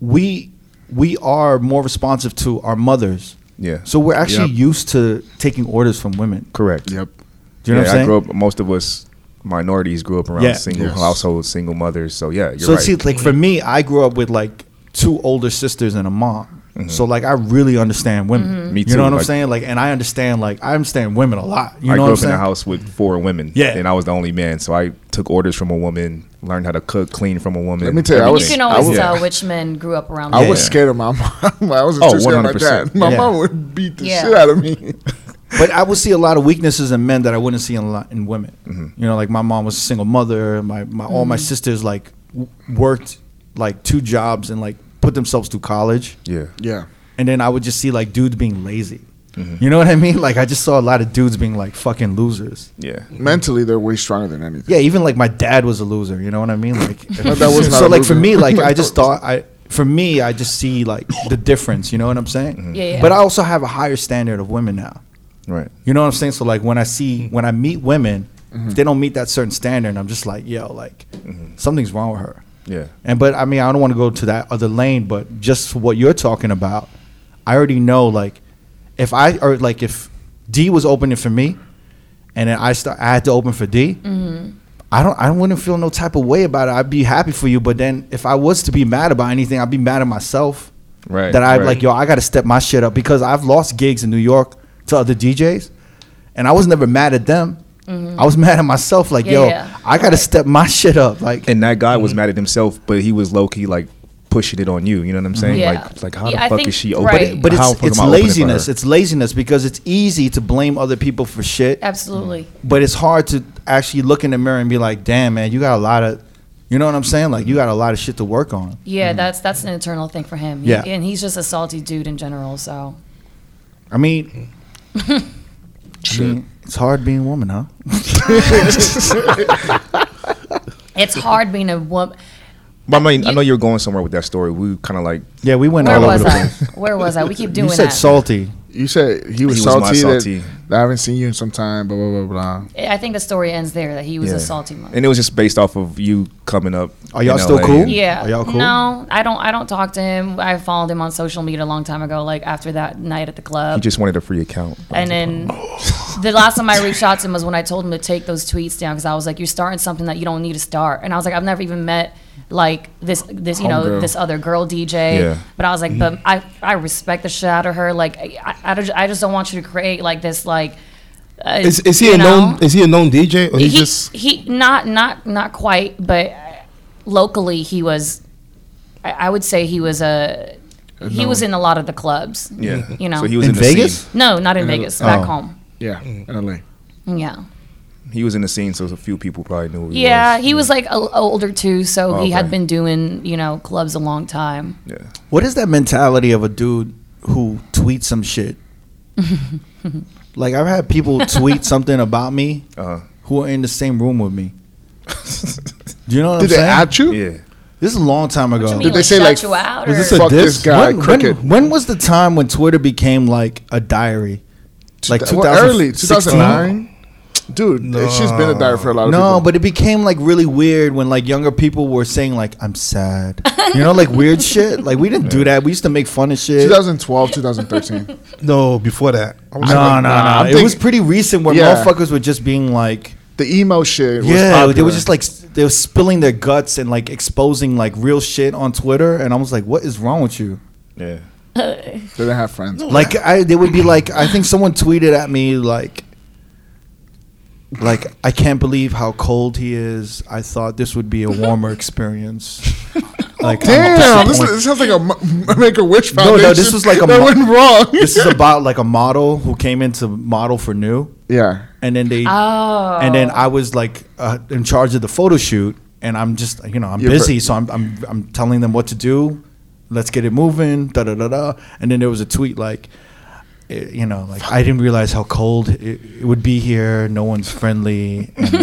S1: we we are more responsive to our mothers.
S5: Yeah.
S1: So we're actually
S3: Yep.
S1: used to taking orders from women.
S5: correct.
S3: Yep.
S1: Do you know what I'm
S5: yeah,
S1: saying?
S5: I grew up most of us minorities grew up around
S1: Yeah.
S5: single
S3: Yes.
S5: households, single mothers. So yeah, you're
S1: so
S5: right.
S1: see, like for me, I grew up with like two older sisters and a mom. So like I really understand women.
S5: Mm-hmm. Me
S1: You
S5: too,
S1: know what I'm
S5: like-
S1: saying? Like, and I understand like I understand women a lot. You
S5: I
S1: know
S5: grew
S1: what
S5: up
S1: I'm saying?
S5: in a house with four women.
S1: Yeah.
S5: And I was the only man. So I took orders from a woman, learned how to cook, clean from a woman.
S3: Let me tell you, I was-
S5: everything.
S4: you can
S3: I
S4: always
S3: was-
S4: tell which men grew up around.
S3: I
S4: them.
S3: was
S5: Yeah.
S3: scared of my mom. I was
S5: Oh,
S3: too scared of my dad.
S5: 100%.
S3: My
S1: Yeah.
S3: mom would beat the
S4: Yeah.
S3: shit out of me.
S1: but I would see a lot of weaknesses in men that I wouldn't see in, lo- in women.
S3: Mm-hmm.
S1: You know, like my mom was a single mother. My, my all
S4: Mm-hmm.
S1: my sisters like w- worked like two jobs and like put themselves through college.
S5: Yeah.
S3: yeah.
S1: And then I would just see like dudes being lazy.
S3: Mm-hmm.
S1: You know what I mean? Like I just saw a lot of dudes being like fucking losers.
S5: Yeah.
S3: Mentally, they're way stronger than anything.
S1: Yeah, even like my dad was a loser. You know what I mean? Like
S3: No, that was not
S1: so.
S3: a
S1: like for
S3: loser.
S1: me, like I just thought I. For me, I just see like the difference. You know what I'm saying?
S4: Yeah, yeah.
S1: But I also have a higher standard of women now.
S5: Right.
S1: You know what I'm saying? So like when I see when I meet women, if they don't meet that certain standard, I'm just like, yo, like something's wrong with her.
S5: Yeah.
S1: And but I mean, I don't want to go to that other lane, but just what you're talking about, I already know like if I or like if D was opening for me, and then I start I had to open for D. I don't. I wouldn't feel no type of way about it. I'd be happy for you, but then if I was to be mad about anything, I'd be mad at myself.
S5: Right,
S1: That I
S5: right.
S1: like, yo, I got to step my shit up because I've lost gigs in New York to other DJs, and I was never mad at them. I was mad at myself. Like,
S4: Mm-hmm. Yeah,
S1: yo,
S4: yeah.
S1: I got to step my shit up. Like,
S5: And that guy was
S4: Mm-hmm.
S5: mad at himself, but he was low key like pushing it on you. You know what I'm saying?
S4: Yeah.
S5: Like, like how
S4: Yeah,
S5: the
S4: I
S5: fuck
S4: think-
S5: is she open?
S4: right.
S1: But
S5: how
S1: it's,
S5: the fuck
S1: it's
S5: am I opening for
S1: laziness.
S5: her?
S1: It's laziness because it's easy to blame other people for shit,
S4: Absolutely.
S1: but it's hard to actually look in the mirror and be like, damn, man, you got a lot of, you know what I'm saying? Like, you got a lot of shit to work on.
S4: Yeah, that's that's an internal thing for him. He-
S1: Mm-hmm. Yeah.
S4: and he's just a salty dude in general. So
S1: I mean, I mean, it's hard being a woman, huh?
S4: it's hard being a woman.
S5: But I mean, I
S4: You-
S5: know you're going somewhere with that story. We kind of like
S1: Yeah, we went
S4: Where
S1: all
S4: was
S1: over the
S4: I?
S1: place.
S4: Where was I? We keep doing
S1: You said
S4: that.
S1: salty.
S3: You said he was
S5: He was
S3: salty.
S5: my
S3: that-
S5: salty.
S3: that I haven't seen you in some time. Blah blah blah blah.
S4: I think the story ends there. That he was
S5: yeah.
S4: a salty one.
S5: and it was just based off of you coming up.
S1: Are
S5: in
S1: y'all still
S5: LA
S1: cool?
S5: and-
S4: Yeah.
S1: Are y'all cool?
S4: No, I don't. I don't talk to him. I followed him on social media a long time ago. Like after that night at the
S5: He
S4: club,
S5: just wanted a free account.
S4: and then the last time I reached out to him was when I told him to take those tweets down because I was like, "You're starting something that you don't need to start." And I was like, "I've never even met like this this you know
S5: Homegirl.
S4: this other girl DJ."
S5: Yeah.
S4: But I was like, "But I I respect the shit out of her. Like I I, don't- I just don't want you to create like this like." Uh,
S2: Is, is he
S4: you
S2: a
S4: know?
S2: known? Is he a known DJ or he's
S4: he,
S2: just?
S4: he not not not quite, but locally he was. I, I would say he was a He was in a lot of the clubs.
S5: Yeah.
S4: You know.
S5: So he was in,
S1: In
S5: the scene.
S1: Vegas?
S4: No, not in Vegas. Back
S1: Oh.
S4: home.
S3: Yeah,
S4: Mm.
S3: in LA.
S4: Yeah.
S5: He was in the scene, so a few people probably knew. Who he
S4: Yeah,
S5: was.
S4: he was like o older too,
S1: Oh,
S4: so he had
S5: Okay.
S4: been doing, you know, clubs a long time.
S5: Yeah.
S1: What is that mentality of a dude who tweets some shit? like I've had people tweet something about me
S5: Uh-huh.
S1: who are in the same room with me. Do you know what
S3: Did
S1: I'm
S3: they
S1: saying?
S3: at you?
S5: Yeah.
S1: this is a long time ago.
S4: Did
S3: Did they say, like,
S4: you out
S1: Was
S4: or-
S1: this a
S3: Fuck
S1: diss?
S3: this guy,
S1: when,
S3: cricket.
S1: When, when was the time when Twitter became like a diary? Like
S3: Well,
S1: 2000
S3: early 2009. Dude,
S2: No.
S3: she's been a diet for a lot of
S1: No,
S3: people.
S1: but it became like really weird when like younger people were saying like I'm sad. You know, like weird shit. Like we didn't do that. We used to make fun of shit.
S3: 2012, 2013.
S2: No, before that. I was
S1: No,
S2: like,
S1: no, no.
S3: nah, I'm
S1: it was
S3: thinking-
S1: pretty recent where
S3: Yeah.
S1: motherfuckers were just being like,
S3: the emo shit. Was
S1: yeah, they
S3: popular.
S1: were just like s- they were spilling their guts and like exposing like real shit on Twitter, and I was like, what is wrong with you?
S5: Yeah.
S3: they didn't have friends.
S1: Like I, they would be like, I think someone tweeted at me like, like I can't believe how cold he is. I thought this would be a warmer experience. Like I'm
S3: Damn, this, is,
S1: disappointed.
S3: this sounds like a Mo- Make a Wish
S1: No, no,
S3: Foundation.
S1: this was like a
S3: that
S1: Mo-
S3: went wrong.
S1: this is about like a model who came into model for new,
S3: yeah,
S1: and then they,
S4: Oh.
S1: and then I was like uh, in charge of the photo shoot, and I'm just you know I'm
S3: You're ver-
S1: busy, so I'm, I'm I'm telling them what to do. Let's get it moving, da da da da. And then there was a tweet like, eh, you know, like I didn't realize how cold it, it would be here. No one's friendly, and,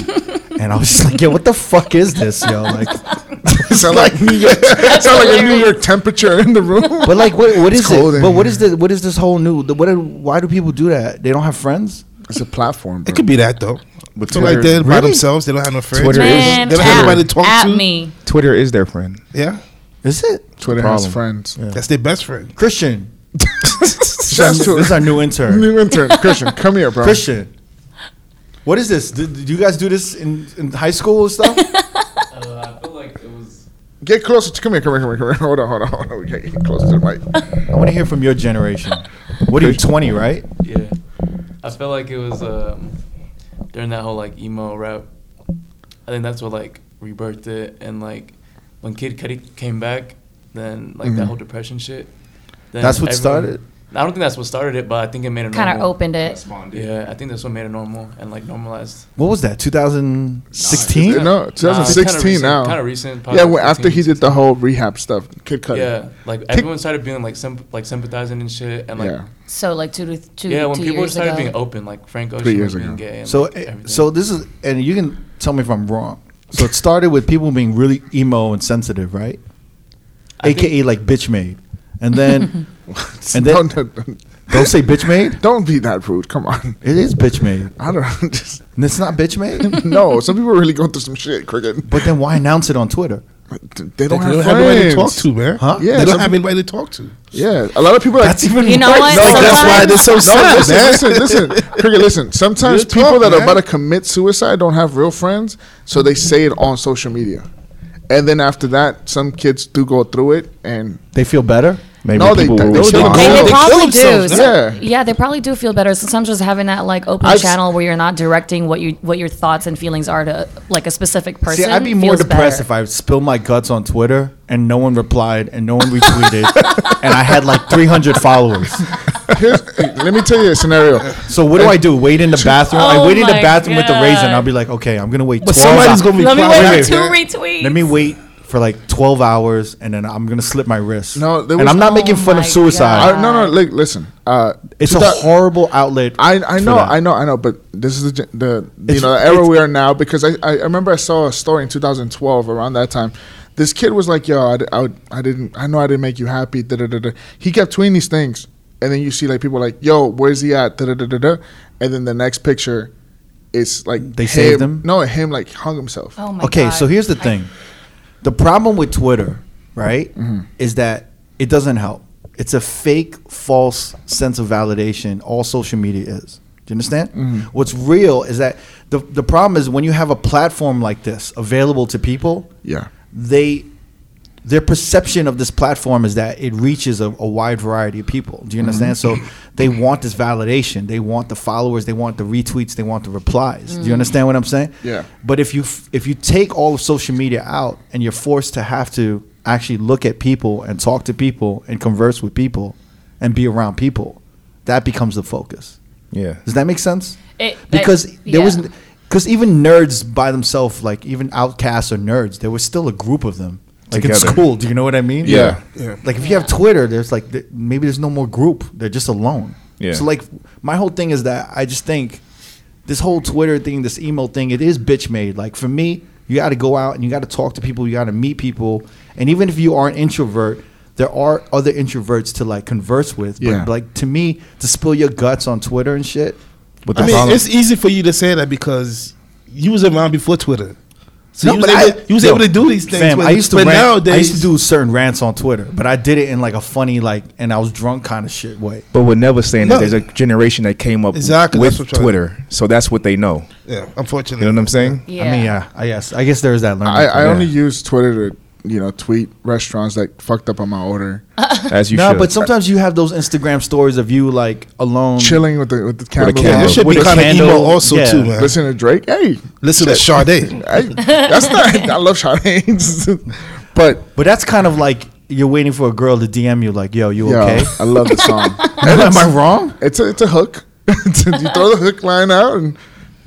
S1: and I was just like, yeah, what the fuck is this, yo? Like, it's
S3: sound like,
S1: like-
S3: New York, sound like a New
S4: hilarious.
S3: York temperature in the room.
S1: but like, what what is
S3: cold
S1: it?
S3: in
S1: But what is the what is this whole new? The, what? are- Why do people do that? They don't have friends.
S3: It's a platform.
S2: It could be that though.
S5: But
S2: But like
S5: Twitter-
S2: they're by
S1: Really?
S2: themselves. They don't have no friends.
S5: Twitter is-
S4: Man,
S2: They don't have
S4: at-
S2: nobody to talk
S4: at
S2: to.
S4: me.
S5: Twitter is their friend.
S2: Yeah,
S1: Is it
S3: Twitter
S5: Problem.
S3: has friends.
S2: that's their best friend.
S1: Christian?
S3: Shouts
S1: this
S3: to
S1: is our new intern.
S3: new intern Christian. Come here, bro.
S1: Christian, what is this? Did, did you guys do this in, in high school and stuff?
S6: Uh, I feel like it was
S3: Get closer. To, come here. Come here. Come here. Come here. Hold on. Hold on. Hold on. We gotta get closer to the mic.
S1: I want to hear from your generation. What are you, 20, right?
S6: yeah. I feel like it was um, during that whole like emo rap. I think that's what like rebirthed it, and like when Kid Cudi came back, then like that whole depression shit. Then
S1: Mm-hmm. That's what started?
S6: I don't think that's what started it, but I think it made it
S4: Kind of
S6: normal.
S4: opened it.
S6: Yeah, I think that's what made it normal and like normalized.
S1: What was that, 2016?
S3: No, 2016 now.
S6: Kind of recent.
S3: Yeah, well, after he did the whole rehab stuff, Kid Cudi.
S6: Yeah, like everyone started being like symp- like sympathizing and shit, and like
S3: Yeah.
S4: So like two to two.
S6: Yeah, when
S4: two
S6: people
S4: years
S6: started
S4: ago.
S6: being open, like Frank Ocean
S3: years
S6: was being
S3: ago.
S6: gay. And
S1: So,
S6: like,
S1: eh,
S6: everything.
S1: so this is, and you can tell me if I'm wrong. So it started with people being really emo and sensitive, right?
S6: I
S1: AKA like bitch made. And then, and then,
S3: don't, don't,
S1: don't say bitch made.
S3: don't be that rude. Come on.
S1: It is bitch made.
S3: I don't know. Just,
S1: And it's not bitch made.
S3: no, some people are really going through some shit, Cricket.
S1: But then why announce it on Twitter?
S3: They
S2: They
S3: don't,
S2: don't
S3: have,
S2: have
S3: friends.
S2: anybody to talk to, man.
S1: Huh?
S3: Yeah,
S2: they
S3: some
S2: don't have anybody to talk to.
S3: Yeah, a lot of people are like
S1: That's even
S4: You know what?
S3: No, that's why
S4: Sometimes-
S3: they're so
S2: sad,
S3: listen,
S2: man.
S3: listen, listen, Cricket, listen. Sometimes
S2: Real talk,
S3: people that are
S2: man.
S3: about to commit suicide don't have real friends, so they say it on social media. And then after that, some kids do go through it, and
S1: They feel better?
S5: Maybe
S3: No, they-
S5: people
S3: they-
S5: will
S3: they were
S5: respond.
S3: doing-
S4: They, they
S3: They
S2: kill
S4: probably do.
S2: themselves,
S4: So-
S3: yeah.
S4: yeah. they probably do feel better. So sometimes just having that like open
S3: I've s-
S4: channel where you're not directing what you what your thoughts and feelings are to like a specific person.
S1: See, I'd be more
S4: feels
S1: depressed
S4: better.
S1: if I spilled my guts on Twitter and no one replied and no one retweeted and I had like 300 followers.
S3: here's, let me tell you a scenario.
S1: So what do I do? Wait in the bathroom? I
S4: Oh
S1: wait in the
S4: my
S1: bathroom with the raisin.
S4: God.
S1: I'll be like, okay, I'm gonna wait.
S2: But
S1: 12
S2: somebody's gonna be
S4: Let me
S2: quiet.
S4: wait
S1: Wait,
S4: for two
S2: wait.
S4: retweets.
S1: Let me wait for like 12 hours and then I'm gonna slip my wrist.
S3: No, there
S1: and
S3: was-
S1: I'm not making
S4: Oh
S1: fun of
S4: my
S1: suicide.
S4: God.
S3: I, no, no, like, listen. Uh,
S1: It's
S3: to
S1: a
S3: that-
S1: horrible outlet.
S3: I, I
S1: for
S3: know,
S1: that.
S3: I know, I know, but this is the gen- the you
S1: It's-
S3: know the era
S1: it's-
S3: we are now because I, I I remember I saw a story in 2012 around that time. This kid was like, "Yo, I, d- I, would- I didn't I know I didn't make you happy." Da, da, da, da. He kept tweeting these things, and then you see like people like, "Yo, where's he at?" Da, da, da, da, da. And then the next picture, it's like
S1: They
S3: him,
S1: saved him?
S3: No, him like hung himself.
S4: Oh my
S1: Okay,
S4: God.
S1: so here's the thing. The problem with Twitter, right, is that it doesn't help. It's a fake, false sense of validation. All social media is. Do you understand? What's real is that the the problem is when you have a platform like this available to people,
S3: Yeah,
S1: they their perception of this platform is that it reaches a, a wide variety of people. Do you understand? So they want this validation. They want the followers. They want the retweets. They want the replies. Do you understand what I'm saying?
S3: Yeah.
S1: But if you f- if you take all of social media out and you're forced to have to actually look at people and talk to people and converse with people and be around people, that becomes the focus.
S5: Yeah.
S1: Does that make sense?
S4: It-
S1: because
S4: that-
S1: there
S4: yeah.
S1: was because even nerds by themselves, like even outcasts or nerds, there was still a group of them. Like in
S5: Together.
S1: school, do you know what I mean?
S5: Yeah.
S2: Yeah.
S1: Like if you have Twitter, there's like th- maybe there's no more group. They're just alone.
S5: Yeah.
S1: So like my whole thing is that I just think this whole Twitter thing, this email thing, it is bitch made. Like for me, you got to go out and you got to talk to people. You got to meet people. And even if you are an introvert, there are other introverts to like converse with. But
S3: Yeah.
S1: like to me, to spill your guts on Twitter and shit.
S5: But the
S2: I mean,
S5: problem,
S2: it's easy for you to say that because you was around before Twitter. So
S1: No,
S2: you was,
S1: but
S2: able,
S1: I-
S2: you was
S1: yo,
S2: able to do these things.
S1: Fam,
S2: but,
S1: I used to
S2: but
S1: rant-
S2: nowadays,
S1: I used to do certain rants on Twitter, but I did it in like a funny, like, and I was drunk kind of shit way.
S5: but we're never saying
S2: No.
S5: that there's a generation that came up
S2: Exactly, that's
S5: with
S2: what I'm trying-
S5: Twitter, so that's what they know.
S2: Yeah,
S5: You
S2: unfortunately.
S5: know what I'm saying?
S4: Yeah.
S1: I mean, yeah, I guess, I guess there is that learning.
S3: I, I
S5: Yeah.
S3: only use Twitter to you know tweet restaurants that fucked up on my order,
S5: As you
S1: no,
S5: should.
S1: but sometimes you have those Instagram stories of you like alone.
S3: chilling with the with the
S5: a
S3: candles.
S5: candle.
S3: out,
S2: That should
S1: With
S2: be
S1: a
S2: kind of emo
S1: candle,
S2: also,
S1: yeah.
S2: too, man. Listen,
S3: Listen to Drake. Hey,
S2: to Sade.
S3: I, that's not. I love Sade, but
S1: But that's kind of like you're waiting for a girl to DM you like, "Yo, you
S3: yo,
S1: okay?"
S3: I love the song.
S1: Am I wrong?
S3: It's a it's a hook. you throw the hook line out and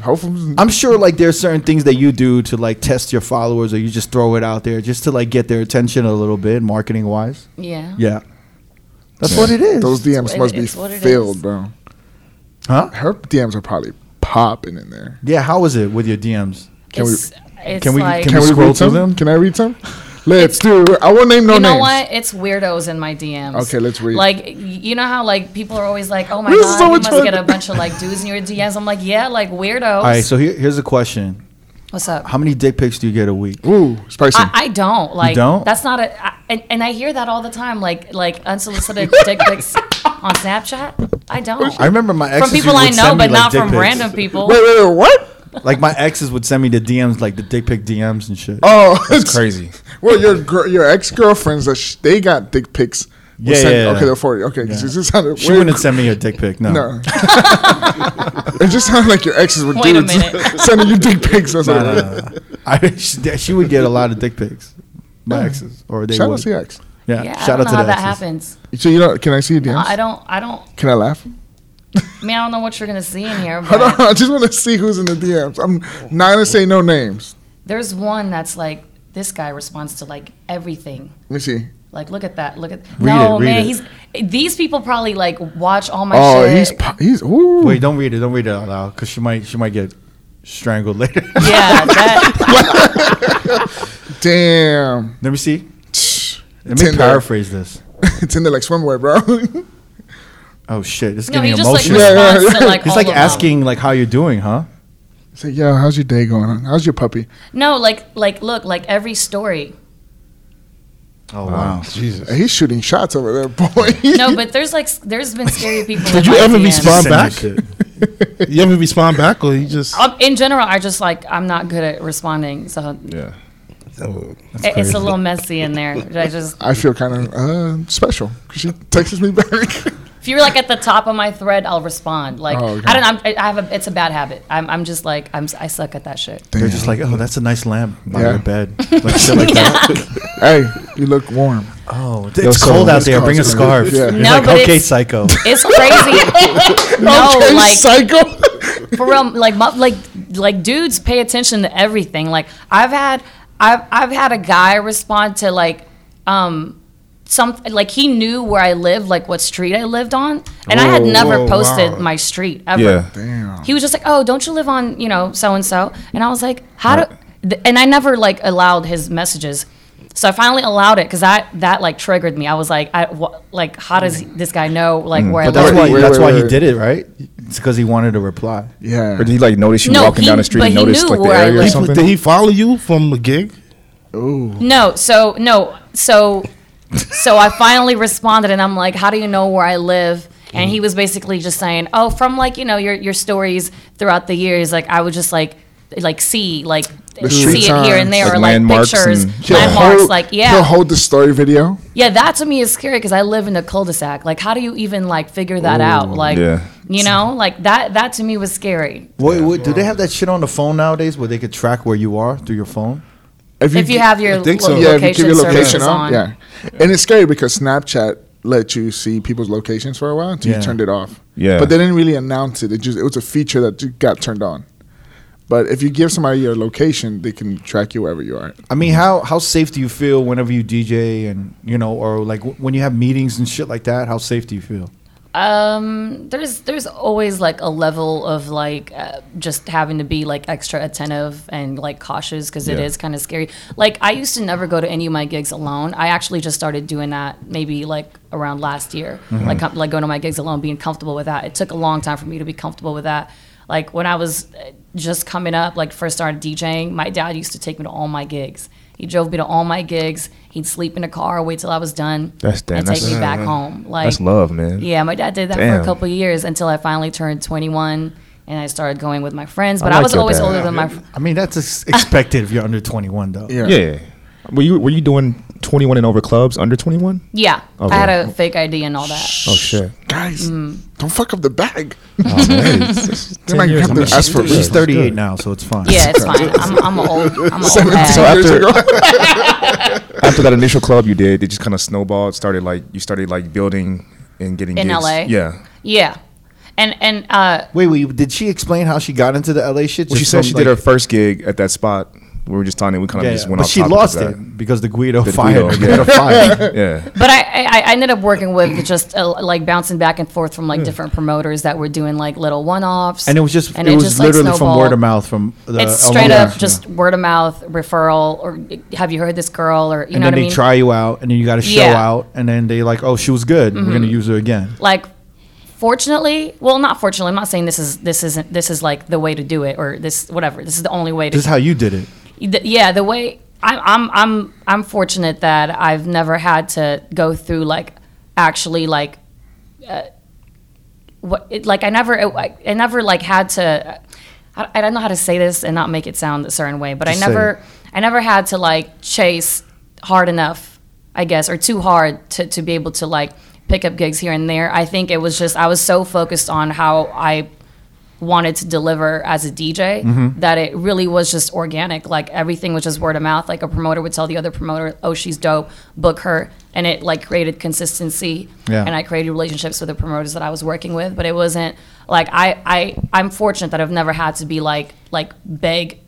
S3: hopefully
S1: I'm sure like there are certain things that you do to like test your followers, or you just throw it out there just to like get their attention a little bit, marketing wise.
S4: yeah.
S1: Yeah, that's what it is.
S3: those DMs
S4: It's-
S3: must
S4: it's what
S3: be
S4: it
S3: filled,
S4: is.
S3: bro.
S1: huh?
S3: Her DMs are probably popping in there.
S1: Yeah. How was it with your DMs?
S3: Can we-
S4: it's, it's
S1: can we-
S4: like,
S1: can
S3: Can
S1: we
S3: we
S1: scroll
S3: read
S1: through
S3: some?
S1: them?
S3: Can I read some? Let's do it. I won't name no
S4: you know
S3: names.
S4: what? It's weirdos in my DMs.
S3: Okay, let's read.
S4: Like, you know how like people are always like, "Oh my
S3: This is
S4: god,
S3: so
S4: you
S3: much
S4: must
S3: fun.
S4: get a bunch of like dudes in your DMs." I'm like, "Yeah, like weirdos."
S1: All right. So here, here's a question:
S4: What's up?
S1: How many dick pics do you get a week?
S3: Ooh, spicy.
S4: I, I don't like.
S1: don't?
S4: That's not a. I, and, and I hear that all the time, like like unsolicited dick pics on Snapchat. I don't.
S1: I remember my exes
S4: from people
S1: would
S4: I know,
S1: send me,
S4: but
S1: like,
S4: not
S1: dick
S4: from
S1: pics.
S4: random people.
S3: wait, wait, wait. What?
S1: Like my exes would send me the DMs, like the dick pic DMs and shit.
S3: Oh,
S5: That's crazy.
S3: Well, your gir- your ex girlfriends that sh- they got dick pics. were
S1: Yeah,
S3: sent-
S1: yeah, yeah.
S3: Okay, they're for you. Okay, 'cause
S1: Yeah.
S3: it just sounded
S1: she
S3: weird.
S1: wouldn't send me a dick pic. No.
S3: No, it just sounded like your exes were
S4: Wait a
S3: dudes
S4: minute.
S3: sending you dick pics. I was
S1: Nah,
S3: like,
S1: nah, nah. I, she, she would get a lot of dick pics. My exes, or they
S3: Shout
S1: would.
S3: out to your ex.
S1: yeah.
S4: Yeah, I
S1: Shout out
S4: don't know
S1: to
S4: how
S1: the
S4: that
S1: exes.
S4: happens.
S3: So you know, can I see your DMs?
S4: I don't. I don't.
S3: Can I laugh?
S4: I mean, I don't know what you're gonna see in here,
S3: Hold on,
S4: but
S3: I just want to see who's in the DMs. I'm not gonna say no names.
S4: there's one that's like this guy responds to like everything.
S3: Let me see.
S4: Like, look at that. Look at.
S1: Read
S4: no,
S1: it, read
S4: man.
S1: it.
S4: He's. These people probably like watch all my
S3: Oh,
S4: shit.
S3: he's po- he's ooh.
S1: Wait, don't read it. Don't read it out loud because she might she might get strangled later.
S4: yeah, that,
S3: Damn,
S1: Let me see. Let me
S3: Tinder.
S1: paraphrase this.
S3: it's in there like swimwear, bro.
S1: Oh shit, it's
S4: no,
S1: getting
S4: he just like
S1: emotional.
S3: Yeah, yeah,
S4: responds to
S3: yeah.
S4: like
S1: He's
S4: all
S1: like
S4: of them.
S1: asking like how you're doing, huh?
S3: Say, yo, how's your day going? How's your puppy?
S4: No, like like look, like every story.
S1: Oh wow.
S2: Jesus.
S3: He's shooting shots over there, boy.
S4: No, but there's like s- there's been scary people.
S2: Did
S4: in
S2: you
S4: my
S2: ever
S4: DMs.
S2: respond
S1: Send
S2: back?
S1: you shit.
S2: You ever respond back or you just.
S4: Um, in general, I just like I'm not good at responding, so
S5: yeah.
S2: Oh,
S4: it- it's a little messy in there. I just
S3: I feel kind of uh, special. She texts me back.
S4: if you're like at the top of my thread, I'll respond. Like
S3: Oh, okay.
S4: I don't know, I'm, I I have a it's a bad habit. I'm I'm just like I'm s- I suck at that shit.
S1: They're just like, oh, that's a nice lamp by
S3: Yeah.
S1: your bed, like shit like that.
S3: hey, you look warm.
S1: Oh, it's
S5: so
S1: cold out
S5: it's
S1: there.
S3: cold.
S1: Bring a
S3: It's
S1: scarf.
S3: cold. Yeah.
S1: You're
S4: No,
S1: like,
S4: but
S1: okay,
S4: it's-
S1: psycho.
S4: It's crazy. no,
S3: okay,
S4: like
S3: psycho.
S4: for real like mu- like like dudes pay attention to everything like i've had i've i've had a guy respond to like um some like he knew where i lived like what street i lived on and i had
S2: Whoa,
S4: never
S2: whoa,
S4: posted
S2: wow.
S4: my street ever
S5: Yeah.
S3: Damn.
S4: he was just like oh don't you live on you know so and so and i was like how do th- and i never like allowed his messages so I finally allowed it because I that like triggered me. I was like, I wha- like, how does this guy know like where I
S1: But that's
S4: live?
S1: why
S3: wait,
S1: that's
S3: wait,
S1: why he
S3: wait.
S1: did it, right? It's because he wanted a reply.
S3: Yeah.
S5: Or did he like notice you
S4: No,
S5: walking
S4: he-
S5: down the street
S4: but
S5: and
S4: he
S5: notice
S4: knew
S5: like the
S4: where I
S5: area or
S4: lived.
S2: He-
S5: something?
S2: did he follow you from the gig?
S4: No, so no, so so I finally responded, and I'm like, "How do you know where I live?" And he was basically just saying, "Oh, from like you know your your stories throughout the years, like I would just like like see like
S3: street
S4: see it here and there
S5: signs.
S4: or like
S5: Like landmarks
S4: pictures,
S5: and-
S3: He'll
S4: landmarks,
S3: hold-
S4: like
S3: He'll
S4: yeah,
S3: hold the story video.
S4: yeah." That to me is scary because I live in a cul-de-sac. Like, how do you even like figure that out? Like,
S5: Yeah.
S4: you know, like that that to me was scary.
S1: What, what, do they have that shit on the phone nowadays where they could track where you are through your phone?
S3: If
S4: if you have your
S2: I think
S4: lo-
S2: so.
S3: yeah, if you keep
S4: location
S3: your location
S4: services
S3: up,
S4: on.
S3: yeah. And it's scary because Snapchat let you see people's locations for a while until
S1: Yeah.
S3: you turned it off.
S5: Yeah.
S3: But they didn't really announce it. It just it was a feature that ju- got turned on. But if you give somebody your location, they can track you wherever you are.
S1: I mean, how how safe do you feel whenever you DJ and you know, or like w- when you have meetings and shit like that? How safe do you feel?
S4: Um, there's there's always like a level of like uh, just having to be like extra attentive and like cautious because it
S5: Yeah.
S4: is kind of scary. Like I used to never go to any of my gigs alone. I actually just started doing that maybe like around last year,
S5: Mm-hmm.
S4: like com- like going to my gigs alone, being comfortable with that. It took a long time for me to be comfortable with that. Like when I was uh, just coming up, like first started DJing, my dad used to take me to all my gigs. He drove me to all my gigs. He'd sleep in the car, wait till I was done,
S5: That's- damn,
S4: and
S5: that's-
S4: take me back home. Like
S5: That's love, man.
S4: yeah, my dad did that for
S5: Damn.
S4: a couple of years until I finally turned 21 and I started going with my friends. But I,
S5: like
S4: was
S5: your
S4: always
S5: dad.
S4: older than my. fr-
S1: I mean, that's ex- expected if you're under 21, though.
S5: Yeah. Were you were you doing 21 and over clubs under 21?
S4: Yeah,
S5: Okay.
S4: I had a fake ID and all that.
S5: Oh shit.
S3: Guys,
S4: Mm.
S3: don't fuck up the bag.
S5: Oh, man. It's- it's
S3: Then I
S5: 10 years.
S3: have to
S5: I'm-
S3: ask for
S5: Yeah,
S1: He's
S5: let's
S3: He's
S5: do
S1: 38
S5: it.
S1: now, so it's fine.
S4: Yeah, it's fine. I'm, I'm an old. I'm an old
S5: So
S4: bag.
S5: after,
S3: years ago.
S5: after that initial club you did, it just kind of snowballed. Started like you started like building and getting
S4: In
S5: gigs.
S4: LA?
S5: Yeah.
S4: Yeah, and and uh,
S1: Wait, wait. Did she explain how she got into the LA shit?
S5: Well, she
S1: Just
S5: said
S1: from,
S5: she
S1: like-
S5: did her first gig at that spot. We were just talking. We kind of
S1: Yeah,
S5: just
S1: yeah.
S5: went
S1: but
S5: off
S1: she
S5: topic of
S1: lost
S5: that.
S1: it because the Guido
S5: The
S1: fired
S5: Guido,
S1: her.
S5: yeah.
S1: Guido fired her.
S5: Yeah.
S4: but I, I I ended up working with just uh, like bouncing back and forth from like different promoters that were doing like little one offs.
S1: Hmm. And it was just, it, was literally from word of mouth uh, from the
S4: It's
S1: El
S4: straight
S1: Monte.
S4: up just word of mouth referral or have you heard this girl or you
S1: and
S4: know
S1: then
S4: what I
S1: they
S4: mean?
S1: try you out, and then you got to show
S4: Yeah. Mm-hmm.
S1: out, and then they like, oh, she was good. We're gonna use her again.
S4: like fortunately well not fortunately i'm not saying this is this isn't this is like the way to do it or this whatever this is the only way to
S1: This is how you did it.
S4: Th- yeah the way I'm, I'm i'm i'm fortunate that i've never had to go through like actually like uh, what it, like i never I, I never like had to I, I don't know how to say this and not make it sound a certain way but
S1: Just say
S4: i never i never had to like chase hard enough i guess or too hard to, to be able to like pick up gigs here and there i think it was just i was so focused on how i wanted to deliver as a DJ
S3: Mm-hmm.
S4: that it really was just organic. Like everything was just word of mouth. Like a promoter would tell the other promoter, "Oh, she's dope, book her," and it like created consistency.
S1: Yeah.
S4: And I created relationships with the promoters that I was working with, but it wasn't like I I I'm fortunate that I've never had to be like like beg.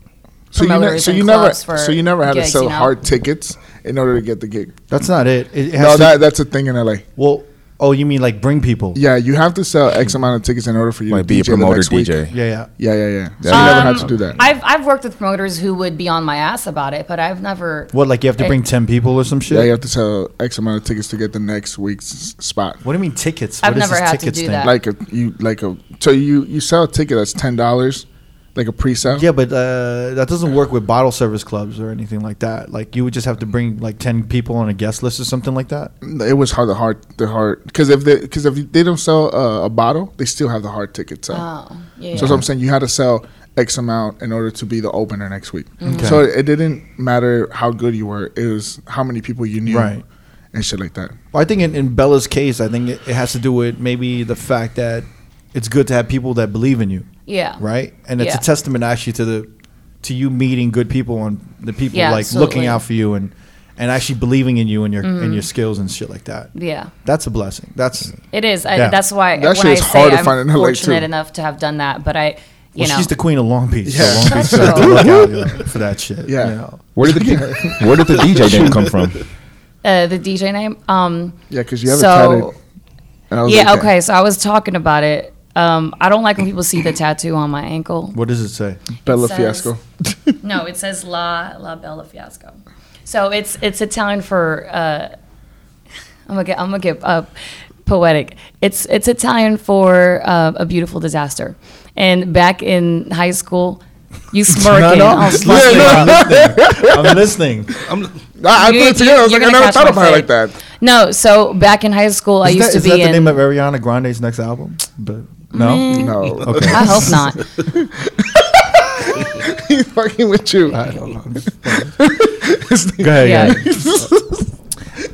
S3: So you, ne-
S4: promoters
S3: so
S4: and
S3: you never,
S4: clubs for
S3: so you never had
S4: gigs,
S3: to sell
S4: you know?
S3: hard tickets in order to get the gig.
S1: That's not it. It has
S3: No,
S1: to-
S3: that that's a thing in LA.
S1: well, oh, you mean like bring people?
S3: Yeah, you have to sell X amount of tickets in order for you
S5: Like
S3: to
S5: be a
S3: DJ the
S5: promoter
S3: next week.
S5: DJ.
S1: yeah, yeah.
S3: Yeah, yeah, yeah. So you never
S4: Um,
S3: had to do that.
S4: I've I've worked with promoters who would be on my ass about it, but I've never.
S1: What, like you have to
S4: Hey.
S1: bring ten people or some
S3: yeah, you
S1: shit?
S3: have to sell X amount of tickets to get the next week's s- spot.
S1: What do you mean tickets?
S4: I've
S1: What is
S4: never
S1: this
S4: had to
S1: tickets
S4: do
S1: thing?
S4: that.
S3: Like a you like a so you you sell a ticket that's ten dollars, like a pre-sale.
S1: Yeah, but uh, that doesn't work with bottle service clubs or anything like that. Like you would just have to bring like ten people on a guest list or something like that.
S3: It was hard the hard the hard because if they because if they don't sell a, a bottle, they still have the hard ticket sale.
S4: Oh, yeah.
S3: So that's what I'm saying. You had to sell X amount in order to be the opener next week.
S4: Mm-hmm.
S3: So it, it didn't matter how good you were; it was how many people you knew,
S1: Right.
S3: And shit like that.
S1: Well, I think in, in Bella's case, I think it, it has to do with maybe the fact that it's good to have people that believe in you,
S4: yeah.
S1: right? And it's
S4: Yeah.
S1: a testament actually to the to you meeting good people and the people
S4: Yeah,
S1: like looking
S4: absolutely. Mm-hmm.
S1: out for you and and actually believing in you and your and your skills and shit like that.
S4: Yeah.
S1: That's a blessing. That's
S4: It is. I,
S1: Yeah.
S4: That's why
S3: That
S4: when
S3: shit
S4: I
S3: is
S4: say
S3: hard to
S4: I'm
S3: find in LA,
S4: fortunate
S3: too.
S4: enough to have done that, but I, you
S1: well,
S4: know,
S1: she's the queen of Long Beach. so
S3: Yeah.
S1: Long Beach
S4: That's
S1: has to
S4: true.
S1: look out you know, for that shit.
S3: Yeah.
S1: you know.
S5: Where did the where did the DJ name come from?
S4: uh, the DJ name. Um,
S3: Yeah, because you have a
S4: so
S3: tatted. and I was
S4: yeah,
S3: like,
S4: okay. So I was talking about it. Um, I don't like when people see the tattoo on my ankle.
S1: What does it say?
S3: Bella
S4: It says-
S3: Fiasco.
S4: No, it says La La Bella Fiasco. So it's it's Italian for. Uh, I'm gonna get I'm gonna get uh, poetic. It's it's Italian for uh, a beautiful disaster. And back in high school, you smirking.
S1: no.
S4: I'll smirk
S1: Yeah,
S4: you
S1: no.
S4: up.
S1: I'm listening.
S3: I, I
S4: You-
S3: put it together. I was
S4: you're
S3: like, I
S4: gonna
S3: never
S4: catch
S3: thought
S4: my
S3: about it like
S4: fade.
S3: that.
S4: No, so back in high school, I
S1: Is
S4: used
S1: that-
S4: to
S1: is
S4: be
S1: that the
S4: in. Mm.
S1: name of Ariana Grande's next album? But no,
S3: No,
S1: okay.
S4: I hope not.
S3: he's fucking with you.
S1: I don't know. Go ahead.
S4: Yeah.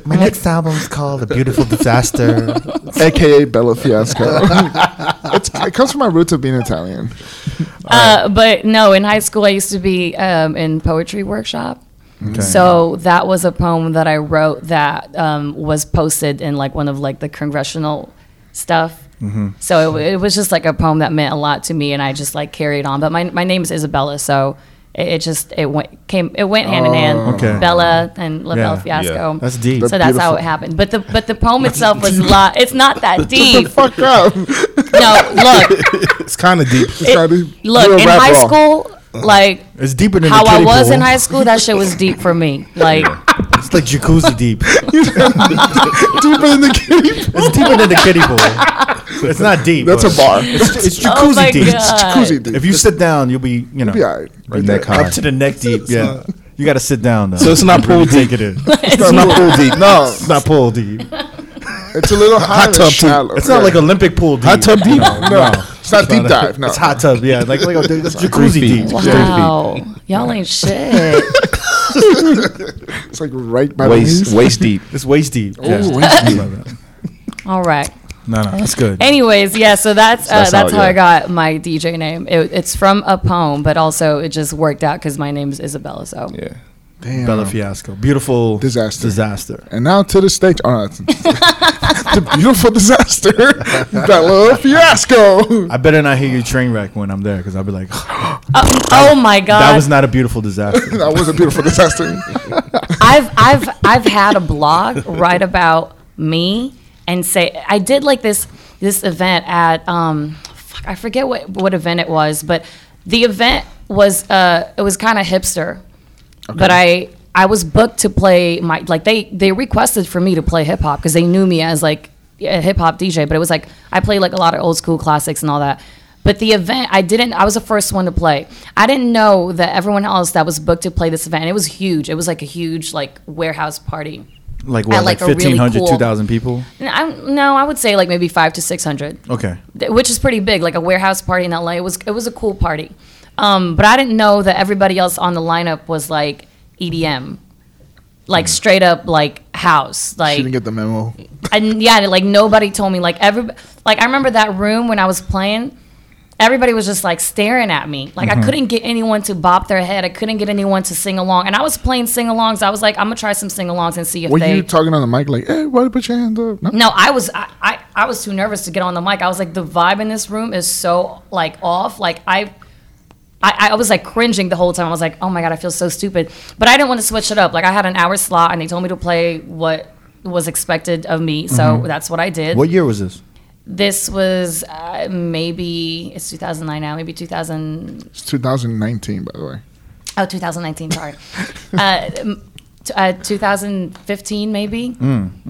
S1: My next album's called A Beautiful Disaster.
S3: AKA Bella Fiasco. it's, it comes from my roots of being Italian.
S4: Uh, but no, in high school, I used to be um, in poetry workshop,
S1: Okay.
S4: So that was a poem that I wrote that um, was posted in like one of like the congressional stuff.
S1: Mm-hmm.
S4: So it, w- it was just like a poem that meant a lot to me, and I just like carried on. But my my name is Isabella, so it, it just it went came it went hand in hand.
S1: Oh. Okay.
S4: Bella and La Belle
S1: Yeah.
S4: Fiasco.
S1: That's deep.
S4: So that's how it happened. But the but the poem itself was a lot. It's not that deep.
S3: Fuck up.
S4: No, look,
S2: It's kind of deep.
S4: it- look in high school, like
S1: It's deeper than
S4: how
S1: the
S4: I
S1: kiddie
S4: was
S1: pool.
S4: in high school, that shit was deep for me. Like
S1: It's like jacuzzi deep.
S3: deeper than the kiddie. pool.
S1: It's deeper than the kiddie pool. It's not deep.
S3: That's
S1: but
S3: a bar.
S1: It's, it's jacuzzi
S4: Oh my
S1: deep.
S4: God.
S3: Jacuzzi deep.
S1: If you sit down, you'll be you know
S3: Be all right.
S5: Right neck
S1: up
S5: high.
S1: to the neck deep. Yeah, you got to sit down though.
S2: So it's not pool deep.
S1: Take it in.
S2: It's not pool deep.
S3: No,
S1: It's not pool deep.
S3: it's a little high
S2: Hot
S3: and
S2: tub too.
S3: shallow.
S1: It's not like Olympic pool deep.
S2: Hot tub deep.
S3: no. It's not deep dive. No,
S1: It's hot tub. Yeah, like like a, it's jacuzzi
S5: feet.
S1: deep.
S5: Three feet.
S4: wow, y'all ain't shit.
S3: It's like right by the
S5: Waist,
S3: knees.
S5: waist deep.
S1: It's waist deep. yeah.
S4: All right.
S1: No, no, that's good.
S4: Anyways, yeah. So that's uh,
S5: that's
S4: that's,
S5: how-
S4: how,
S5: yeah.
S4: I got my DJ name. It, it's from a poem, but also it just worked out because my name's Isabella. So
S5: Yeah.
S3: Damn.
S1: Bella Fiasco. Beautiful
S3: Disaster.
S1: Disaster.
S3: And now to the stage. Oh, no, it's- the beautiful disaster. Bella Fiasco.
S1: I better not hear your train wreck when I'm there because I'll be like,
S4: Uh, oh my god,
S1: that was not a beautiful disaster.
S3: That was a beautiful disaster.
S4: I've I've I've had a blog write about me and say I did like this this event at um fuck, I forget what what event it was, but the event was uh it was kind of hipster, but I I was booked to play my like they they requested for me to play hip hop because they knew me as like a hip hop DJ, but it was like I play like a lot of old school classics and all that. But the event, I didn't. I was the first one to play. I didn't know that everyone else that was booked to play this event. It was huge. It was like a huge like warehouse party.
S1: Like what?
S4: At,
S1: Like,
S4: like, a really
S1: 1,500,
S4: cool-
S1: 2,000 people?
S4: And I, no, I would say like maybe five to six hundred
S1: Okay.
S4: th- which is pretty big, like a warehouse party in LA. It was it was a cool party, um, but I didn't know that everybody else on the lineup was like EDM,
S3: Mm.
S4: like straight up like house,
S3: She
S4: like
S3: didn't get the memo.
S4: and yeah, and, like nobody told me like every like I remember that room when I was playing. Everybody was just like staring at me. Like
S3: Mm-hmm.
S4: I couldn't get anyone to bop their head. I couldn't get anyone to sing along. And I was playing sing alongs. I was like, I'm gonna try some sing alongs and see if
S3: Were
S4: they.
S3: you talking on the mic like, hey, why put your hand up? No.
S4: No, I was I, I I was too nervous to get on the mic. I was like, the vibe in this room is so like off. Like I. I, I was like cringing the whole time. I was like, "Oh my god, I feel so stupid." But I didn't want to switch it up. Like I had an hour slot, and they told me to play what was expected of me, so that's what I did.
S1: What year was this?
S4: This was uh, maybe it's 2009 now, maybe 2000
S3: It's 2019, by the way.
S4: oh 2019. Sorry, uh, m- t- uh, 2015 maybe.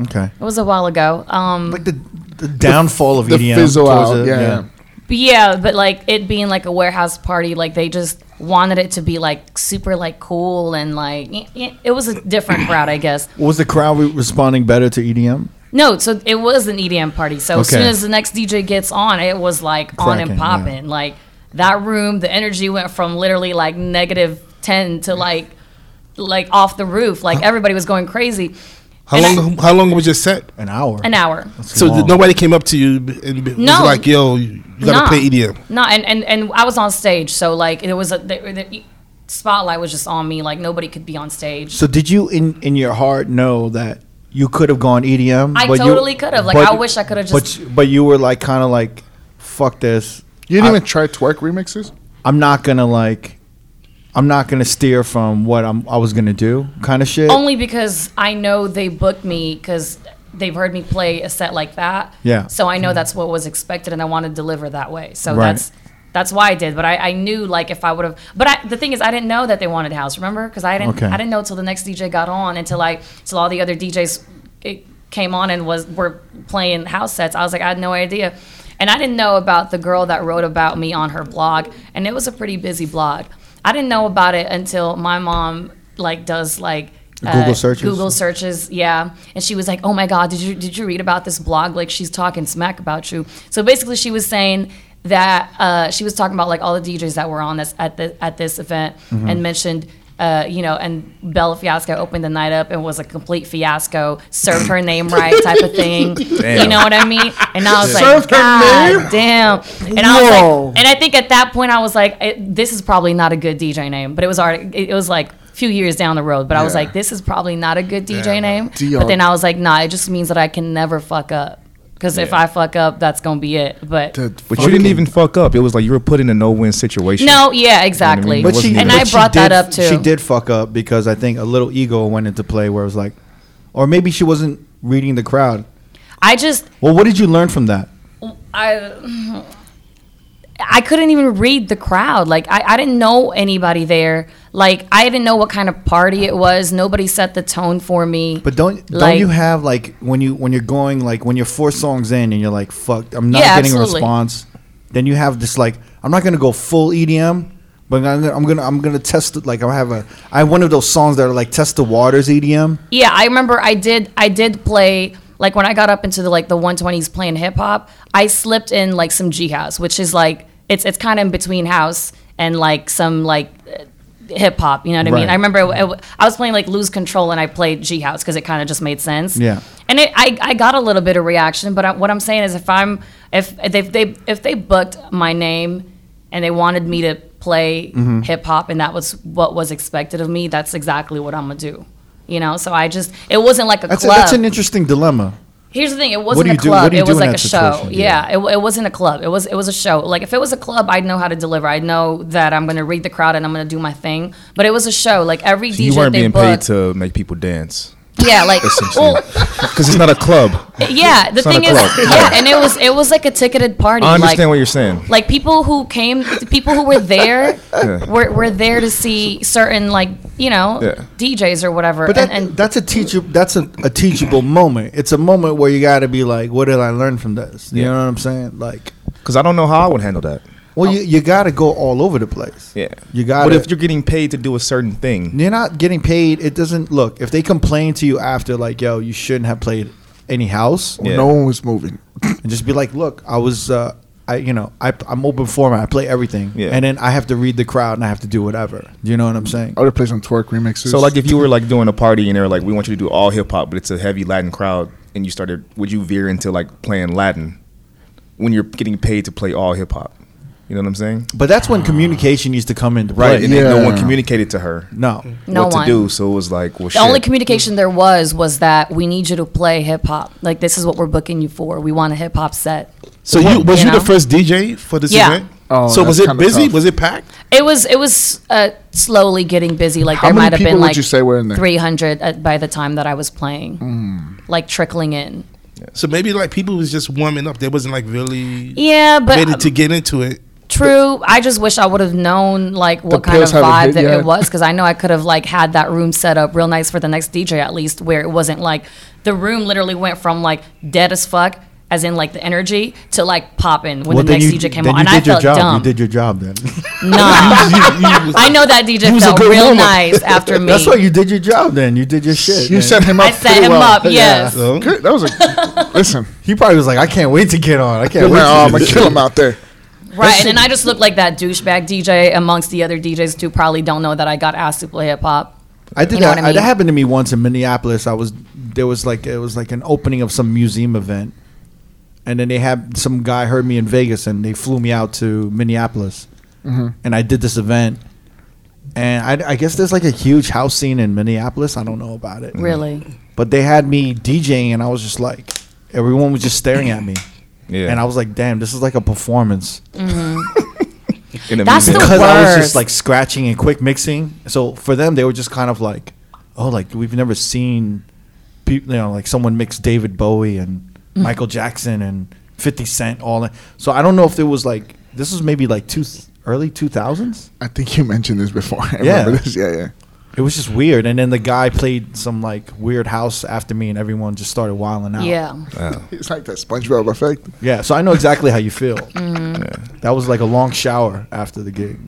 S1: Okay.
S4: It was a while ago. Um,
S1: Like the, the downfall of
S3: The
S1: EDM.
S3: fizzle
S1: towards
S3: out.
S1: the-
S3: yeah. yeah.
S4: But yeah, but like it being like a warehouse party, like they just wanted it to be like super like cool and like y- y- it was a different crowd, I guess.
S1: Was the crowd re- responding better to E EDM?
S4: No, so it was an EDM party. So as
S1: Okay.
S4: soon as the next DJ gets on, it was like on
S1: Cracking,
S4: and
S1: yeah.
S4: popping. Like that room, the energy went from literally like negative ten to like like off the roof. Like everybody was going crazy.
S2: How
S4: And I-
S2: long? How long was your set?
S1: An hour.
S4: An hour.
S2: So
S1: long.
S2: th- nobody came up to you b- and b- was
S4: No.
S2: like, "Yo, you gotta E
S4: Nah.
S2: play EDM."
S4: No, and, and and I was on stage, so like it was a the, the spotlight was just on me. Like nobody could be on stage.
S1: So did you in in your heart know that you could have gone EDM?
S4: I
S1: but you-
S4: totally could have. Like, I wish I could have
S1: But
S4: just-
S1: you- but you were like kind of like, fuck this.
S3: You didn't
S1: I-
S3: even try twerk remixes?
S1: I'm not gonna like, I'm not gonna steer from what I'm I was gonna do kind of shit.
S4: only because I know they booked me because they've heard me play a set like that.
S1: Yeah.
S4: So I know that's what was expected, and I want to deliver that way. So
S1: Right.
S4: that's that's why I did. But I, I knew like if I would have. But I, the thing is, I didn't know that they wanted house. Remember? Because I didn't
S1: Okay.
S4: I didn't know till the next DJ got on until I till all the other DJs it came on and was were playing house sets. I was like, I had no idea. And I didn't know about the girl that wrote about me on her blog, and it was a pretty busy blog. I didn't know about it until my mom like does like uh,
S1: Google searches?
S4: Google searches, yeah. And she was like, "Oh my God, did you did you read about this blog? Like she's talking smack about you." So basically, she was saying that uh, she was talking about like all the DJs that were on this at the at this event
S3: Mm-hmm.
S4: and mentioned. Uh, you know, and Bella Fiasco opened the night up and was a complete fiasco. Served her name right, type of thing. You
S5: Damn.
S4: know what I mean? And I was like,
S3: Served her
S4: God damn. And I was
S3: Whoa.
S4: like, and I think at that point I was like, it, this is probably not a good DJ name. But it was already, it, it was like few years down the road. But I was
S3: Yeah.
S4: like, this is probably not a good DJ
S2: Damn.
S4: name.
S3: DR.
S4: But then I was like, nah, it just means that I can never fuck up. Because if
S5: Yeah.
S4: I fuck up, that's gonna be it. But
S3: The
S5: But you didn't
S3: fucking-
S5: even fuck up. It was like you were put in a no-win situation.
S4: no, yeah,
S5: I mean?
S4: exactly.
S5: But she-
S4: and
S5: but
S4: I
S1: she
S4: brought that
S1: did-
S4: up too.
S1: She did fuck up because I think a little ego went into play where it was like, or maybe she wasn't reading the crowd.
S4: I just
S1: Well, what did you learn from that?
S4: I I couldn't even read the crowd. Like I, I didn't know anybody there. Like I didn't know what kind of party it was. Nobody set the tone for me.
S1: But don't don't
S4: Like-
S1: you have like when you when you're going like when you're four songs in and you're like fuck I'm not
S4: Yeah,
S1: getting a
S4: absolutely.
S1: response, then you have this like I'm not gonna go full EDM, but I'm gonna I'm gonna, I'm gonna test it like I have a I have one of those songs that are like test the waters E EDM.
S4: yeah, I remember I did I did play like when I got up into the like the 120s playing hip hop, I slipped in like some G house, which is like it's it's kind of in between house and like some like hip hop, you know what I mean?
S1: Right.
S4: I remember it, it- I was playing like Lose Control and I played G house cuz it kind of just made sense.
S1: Yeah.
S4: and it, I, I got a little bit of reaction but I, what i'm saying is if i'm if if they, they if they booked my name and they wanted me to play
S1: Mm-hmm.
S4: hip hop and that was what was expected of me that's exactly what i'm gonna do you know so i just it wasn't like a
S1: That's a,
S4: club
S1: that's an interesting dilemma.
S4: here's the thing it
S1: do
S4: wasn't
S1: you
S4: a
S1: do-
S4: club
S1: what do you
S4: it
S1: do
S4: was
S1: in
S4: like
S1: that
S4: a show
S1: situation?
S4: yeah, It, it wasn't a club it was it was a show like if it was a club i'd know how to deliver i'd know that i'm gonna read the crowd and i'm gonna do my thing but it was a show like every
S5: So
S4: dj
S5: you weren't
S4: they
S5: being paid
S4: booked
S5: to make people dance,
S4: yeah like
S5: essentially,
S4: well,
S5: because it's not a club.
S4: yeah the
S5: It's not a
S4: thing is
S5: club.
S4: yeah and it was it was like a ticketed party
S5: I understand
S4: like,
S5: what you're saying.
S4: like people who came people who were there
S5: Yeah.
S4: were, were there to see certain like you know
S5: Yeah.
S4: djs or whatever
S1: But that,
S4: and, and
S1: that's a teacher. That's a, a teachable moment. It's a moment where you got to be like, what did I learn from this? You
S5: Yeah.
S1: know what I'm saying? Like,
S5: Because I don't know how I would handle that.
S1: well,
S4: Oh.
S1: you, you got to go all over the place.
S5: Yeah.
S1: you got.
S5: But
S1: to
S5: if you're getting paid to do a certain thing,
S1: you're not getting paid, it doesn't look. If they complain to you after, like, yo, you shouldn't have played any house,
S5: Yeah.
S3: No one was moving.
S1: and just be like, look, I was, uh, I, you know, I, I'm open format. I play everything,
S5: Yeah.
S1: and then I have to read the crowd and I have to do whatever. You know what I'm saying?
S3: I would have played some twerk remixes.
S5: so like if you were like doing a party and they're like, "We want you to do all hip hop," but it's a heavy Latin crowd, and you started, would you veer into like playing Latin when you're getting paid to play all hip hop? You know what I'm saying?
S1: But that's when communication needs to come into
S5: Right.
S1: play.
S5: And then no
S3: Yeah.
S5: one communicated to her
S1: No,
S4: no
S5: what
S4: one
S5: to do, so it was like, well,
S4: the
S5: shit.
S4: only communication there was was that we need you to play hip-hop like this is what we're booking you for we want a hip-hop set
S2: So you
S4: You
S2: was you,
S4: know?
S2: the first DJ for this
S4: Yeah.
S2: event?
S3: Oh,
S2: so was
S3: that's
S2: it
S3: kinda
S2: busy?
S3: tough.
S2: Was it packed?
S4: it was it was uh, slowly getting busy like
S3: How
S4: there
S3: many
S4: might have
S3: people
S4: been
S3: would
S4: like
S3: you say were in there? Hmm.
S4: 300 at, by the time that i was playing like trickling in
S2: So maybe like people was just warming up. They wasn't like really
S4: yeah but uh,
S2: ready to get into it.
S4: True. I just wish I would have known like what kind
S3: pills
S4: of
S3: haven't
S4: vibe
S3: hit
S4: that
S3: yet.
S4: it was because I know I could have like had that room set up real nice for the next DJ at least where it wasn't like the room literally went from like dead as fuck as in like the energy to like popping when the next
S1: you,
S4: DJ came
S1: then
S4: on
S1: you
S4: and
S1: did
S4: I
S1: your
S4: felt
S1: job.
S4: dumb.
S1: You did your job then.
S4: Nah. I know that DJ
S2: was a
S4: felt
S2: good
S4: real
S2: woman.
S4: nice after me.
S1: that's why you did your job then. You did your shit.
S3: you
S1: man.
S3: set him up.
S4: I set
S3: pretty
S4: him
S3: well.
S4: up. Yes.
S2: So
S3: Good. That was a listen.
S1: He probably was like, I can't wait to get on. I
S3: Yeah,
S1: can't
S3: man,
S1: wait. to
S3: oh, I'm
S1: do
S3: gonna
S1: this
S3: kill
S1: shit."
S3: him out there.
S4: Right, and then I just look like that douchebag DJ amongst the other DJs who probably don't know that I got asked to play hip hop.
S1: I did
S4: You know
S1: that.
S4: what I mean?
S1: That happened to me once in Minneapolis. I was there was like it was like an opening of some museum event, and then they had some guy heard me in Vegas, and they flew me out to Minneapolis,
S4: Mm-hmm.
S1: and I did this event. And I, I guess there's like a huge house scene in Minneapolis. I don't know about it.
S4: Mm-hmm. Really.
S1: But they had me DJing, and I was just like, everyone was just staring at me.
S5: Yeah.
S1: And I was like, damn, this is like a performance.
S5: in a
S4: That's the
S5: music-
S1: because I was
S4: worst.
S1: just like scratching and quick mixing. So for them, they were just kind of like, oh, like we've never seen, people, you know, like someone mix David Bowie and
S4: Mm.
S1: Michael Jackson and Fifty Cent all. That. So I don't know if it was like this was maybe like two early two thousands.
S3: I think you mentioned this before. I
S1: Yeah.
S3: remember this. Yeah, yeah.
S1: It was just weird. And then the guy played some like weird house after me, and everyone just started wilding out.
S4: Yeah.
S1: Oh.
S3: It's like that SpongeBob effect.
S1: yeah. So I know exactly how you feel.
S4: Mm-hmm.
S1: That was like a long shower after the gig.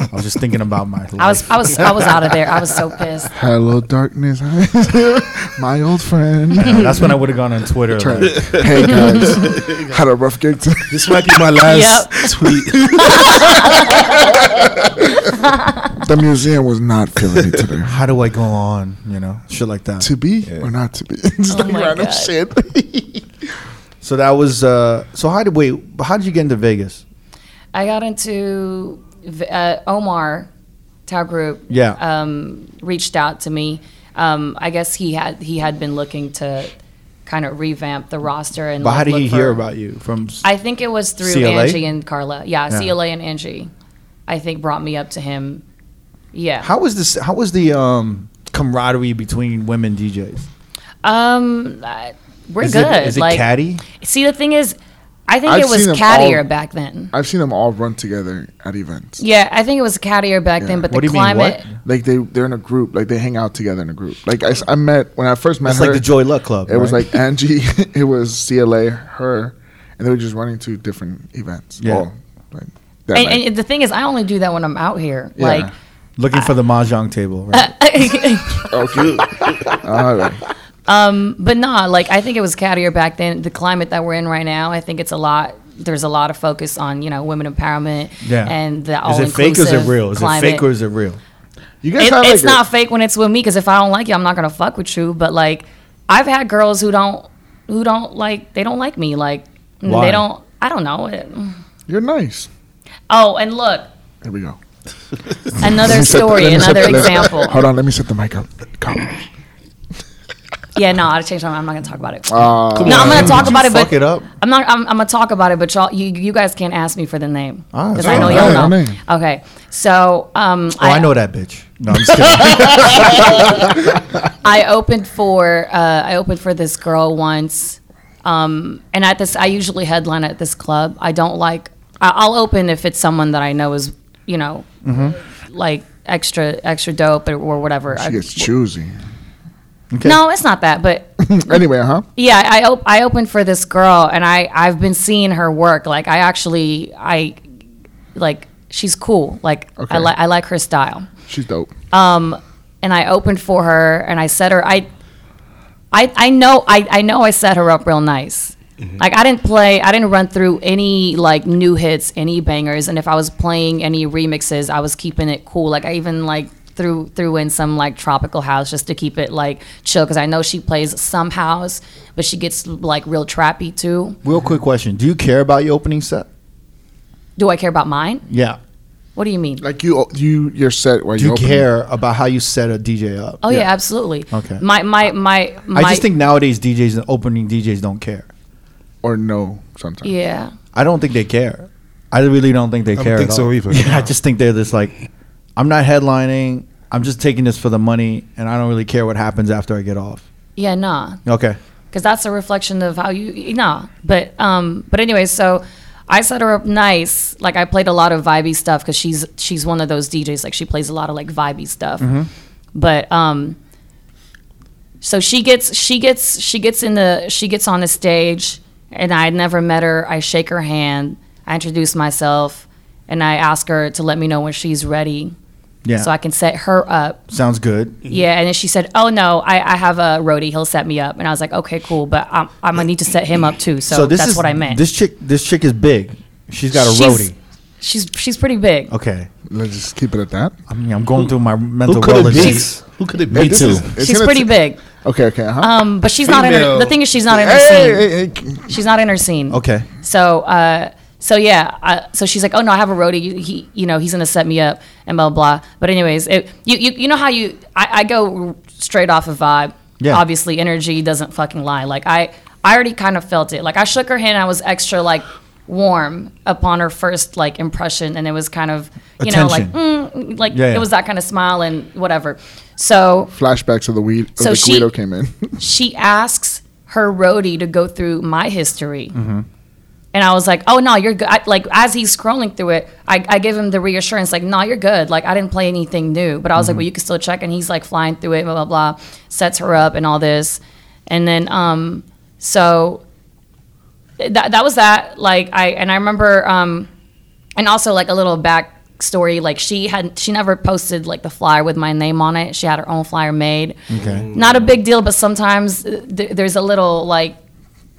S1: I was just thinking about my. Life.
S4: I was I was I was out of there. I was so pissed.
S3: Hello, darkness, my old friend.
S1: That's when I would have gone on Twitter.
S3: Turn.
S1: like,
S3: hey guys, had a rough gig. today.
S2: this might be my last tweet.
S3: the museum was not feeling it today.
S1: how do I go on? You know, shit like that.
S3: To be or not to be? It's
S4: Oh
S3: like
S4: my
S3: random
S4: God.
S3: shit.
S1: So that was. uh So how did wait? How did you get into Vegas?
S4: I got into V- uh, Omar Tao Group
S1: Yeah.
S4: um, reached out to me. Um, I guess he had he had been looking to kind of revamp the roster and.
S1: But
S4: like,
S1: how did
S4: look
S1: he hear
S4: for-
S1: about you from? s-
S4: I think it was through
S1: CLA?
S4: Angie and Carla. Yeah,
S1: Yeah.
S4: CLA and Angie, I think brought me up to him. Yeah.
S1: How was this? How was the um, camaraderie between women DJs?
S4: Um, I- we're
S1: is
S4: good.
S1: It, is it
S4: like,
S1: catty?
S4: See, the thing is, I think
S3: I've
S4: it was
S3: seen 'em
S4: cattier
S3: all-
S4: back then.
S3: I've seen them all run together at events.
S4: Yeah, I think it was cattier back then, but
S1: What do
S4: the
S1: you mean?
S4: climate.
S1: What?
S3: Like they they're in a group. Like they hang out together in a group. Like I, s- I met when I first met
S1: It's
S3: her.
S1: like the Joy Luck Club.
S3: it was
S1: right?
S3: like Angie. it was CLA. Her, and they were just running to different events.
S1: Yeah.
S3: all, like, that
S4: And,
S3: night.
S4: and the thing is, I only do that when I'm out here.
S3: Yeah.
S4: Like,
S1: looking for the mahjong table. Right?
S3: All right.
S4: but nah, like I think it was cattier back then. The climate that we're in right now, I think it's a lot. There's a lot of focus on you know women empowerment
S1: Yeah.
S4: and the all
S1: is it fake or is it real? Is it
S4: climate.
S1: fake or is it real?
S3: You guys
S4: It-
S3: have like
S4: it's
S3: a-
S4: not fake when it's with me because if I don't like you, I'm not gonna fuck with you. But like, I've had girls who don't who don't like they don't like me. Like
S1: Why?
S4: they don't. I don't know. It,
S3: You're nice.
S4: oh, and look,
S3: Here we go.
S4: another story,
S3: Let me set
S4: another
S3: the- let-
S4: example.
S3: Hold on. Let me set the mic up. Come.
S4: Yeah, no, I changed my mind. I'm not gonna talk about it.
S3: Uh,
S4: no, I'm gonna talk
S1: Did you
S4: about it,
S1: fuck
S4: but
S1: it up? Oh,
S4: I'm not. I'm, I'm gonna talk about it, but y'all, you, you guys can't ask me for the name
S1: Ah,
S4: because
S1: it's
S4: I know
S1: fine.
S3: Yeah, I
S4: y'all know.
S3: mean.
S4: Okay, so um,
S1: Oh, I, know that bitch. No, I'm just kidding.
S4: I opened for uh, I opened for this girl once, um, and at this I usually headline at this club. I don't like I, I'll open if it's someone that I know is you know like extra extra dope or, or whatever. I-
S3: Mm-hmm. she gets choosy.
S4: no, it's not that, but
S3: Hmm. anyway, huh?
S4: yeah, I op- I opened for this girl, and I I've been seeing her work. Like I actually I like she's cool. Like
S3: Okay.
S4: I like I like her style.
S3: She's dope.
S4: Um, and I opened for her and I set her I I, I know I, I know I set her up real nice.
S1: Mm-hmm.
S4: Like I didn't play I didn't run through any like new hits, any bangers, and if I was playing any remixes, I was keeping it cool. Like I even like threw threw in some like tropical house just to keep it like chill because I know she plays some house, but she gets like real trappy too.
S1: Real quick question: Do you care about your opening set?
S4: Do I care about mine?
S1: Yeah.
S4: What do you mean?
S3: Like you, you, your set where
S1: Do
S3: you
S1: you
S3: open-
S1: care about how you set a DJ up?
S4: Oh yeah, absolutely.
S1: Okay.
S4: My my my, my
S1: I just think nowadays DJs and opening DJs don't care.
S3: or no sometimes.
S4: yeah.
S1: I don't think they care. I really don't think they
S2: don't
S1: care.
S2: think
S1: at
S2: so
S1: all.
S2: either.
S1: Yeah, I just think they're just like, I'm not headlining. I'm just taking this for the money, and I don't really care what happens after I get off.
S4: Yeah, nah.
S1: Okay.
S4: because that's a reflection of how you nah but um but anyway so i set her up nice like i played a lot of vibey stuff because she's she's one of those djs like she plays a lot of like vibey stuff but um so she gets she gets she gets in the she gets on the stage and i had never met her i shake her hand i introduce myself and i ask her to let me know when she's ready
S1: Yeah.
S4: so i can set her up
S1: Sounds good.
S4: yeah, and then she said, "Oh no, I, I have a roadie. He'll set me up." And I was like, "Okay, cool, but I'm, I'm gonna need to set him up too." So, that's
S1: is
S4: what I meant.
S1: This chick. This chick is big. She's got a
S4: She's-
S1: roadie.
S4: She's she's pretty big.
S1: Okay.
S3: Let's just keep it at that.
S1: I mean, I'm going through my
S2: Who
S1: mental
S2: could
S1: well.
S2: it be? Who could it be?
S3: This
S5: too.
S3: is- it's
S4: she's
S3: gonna
S4: pretty
S3: t-
S4: big.
S3: Okay, okay, huh?
S4: Um, but she's not in her.
S2: Female.
S4: The thing is, she's not in her
S3: hey,
S4: scene.
S3: hey, hey, c-
S4: She's not in her scene.
S1: Okay.
S4: So, uh, so yeah. Uh, so she's like, "Oh no, I have a roadie. You- He, you know, he's gonna set me up and blah blah." blah. But anyways, it, you, you you know how you I, I go straight off of vibe.
S1: Yeah.
S4: Obviously, energy doesn't fucking lie. Like I I already kind of felt it. Like I shook her hand. I was extra like warm upon her first like impression, and it was kind of you know like mm, like
S1: Yeah, yeah.
S4: it was that kind of smile and whatever. So
S3: flashbacks of the weed. Of
S4: So
S3: the
S4: she-
S3: Guido came in.
S4: she asks her roadie to go through my history. And I was like, oh, no, you're good. I, like, as he's scrolling through it, I, I give him the reassurance, like, no, you're good. Like, I didn't play anything new. But I was like, well, you can still check. And he's like flying through it, blah, blah, blah, sets her up and all this. And then, um, so that, that was that. Like, I, and I remember, um, and also like a little back story like she had she never posted like the flyer with my name on it she had her own flyer made
S1: Okay.
S4: not a big deal, but sometimes uh, th- there's a little like, y-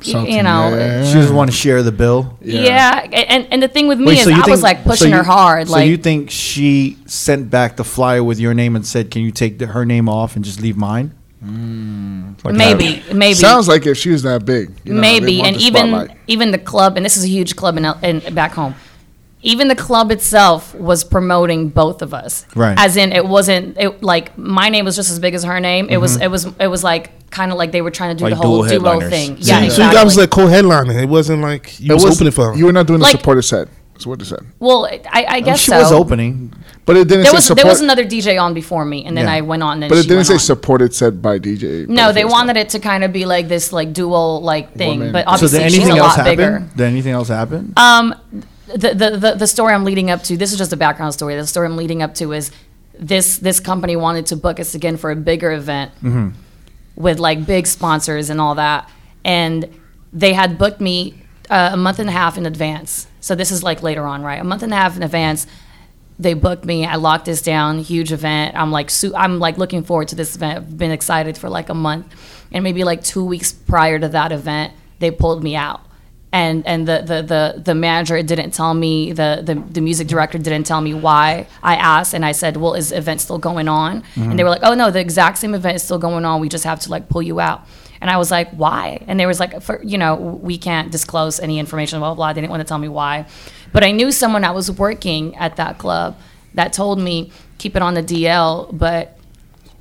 S4: you
S3: Something,
S4: know,
S3: yeah.
S1: She doesn't want to share the bill.
S4: yeah. And and the thing with Mm. me is,
S1: so
S4: I
S1: you
S4: was
S1: think-
S4: like
S1: so
S4: pushing
S1: you-
S4: her hard,
S1: So
S4: like
S1: you think she sent back the flyer with your name and said, "Can you take the, her name off and just leave mine?"
S2: Like
S4: maybe, maybe,
S3: Sounds like if she was that big. you know, they
S4: maybe,
S3: want
S4: and
S3: the
S4: even
S3: spotlight.
S4: even the club, and this is a huge club in, L- in back home. even the club itself was promoting both of us.
S1: Right.
S4: As in, it wasn't it like my name was just as big as her name. It was it was it was like kind of like they were trying to do
S5: Like
S4: the whole
S5: dual
S4: duo
S5: headliners.
S4: thing.
S5: So-
S4: Yeah.
S2: So you
S4: exactly.
S2: guys was like co-headlining. It wasn't like you was, opening for.
S3: You were not doing
S4: Like-
S3: the supporter set. That's what it said.
S4: well, I, I guess
S1: Oh, she
S4: so.
S1: was opening.
S3: But it didn't say
S4: There was
S3: support.
S4: there was another DJ on before me, and then
S1: Yeah.
S4: I went on. And
S3: but it
S4: she
S3: didn't
S4: went
S3: say
S4: on.
S3: supported set by DJ.
S4: No, they
S3: Boniface.
S4: wanted it to kind of be like this, like dual like thing.
S3: Woman.
S4: But
S3: So
S1: So
S4: obviously,
S1: did
S4: she's a
S1: anything else
S4: lot
S1: happen?
S4: bigger.
S1: Did anything else happen?
S4: Um, the, the, the, the story I'm leading up to, this is just a background story. The story I'm leading up to is this, this company wanted to book us again for a bigger event
S3: Mm-hmm.
S4: with like big sponsors and all that. And they had booked me uh, a month and a half in advance. So this is like later on, right? A month and a half in advance. They booked me. I locked this down. Huge event. I'm like, su- I'm like looking forward to this event. I've been excited for like a month, and maybe like two weeks prior to that event, they pulled me out and and the the the, the manager didn't tell me the, the the music director didn't tell me why I asked and I said well is the event still going on and they were like oh no the exact same event is still going on we just have to like pull you out and I was like why and they was like for, you know we can't disclose any information blah blah blah they didn't want to tell me why but I knew someone that was working at that club that told me keep it on the DL but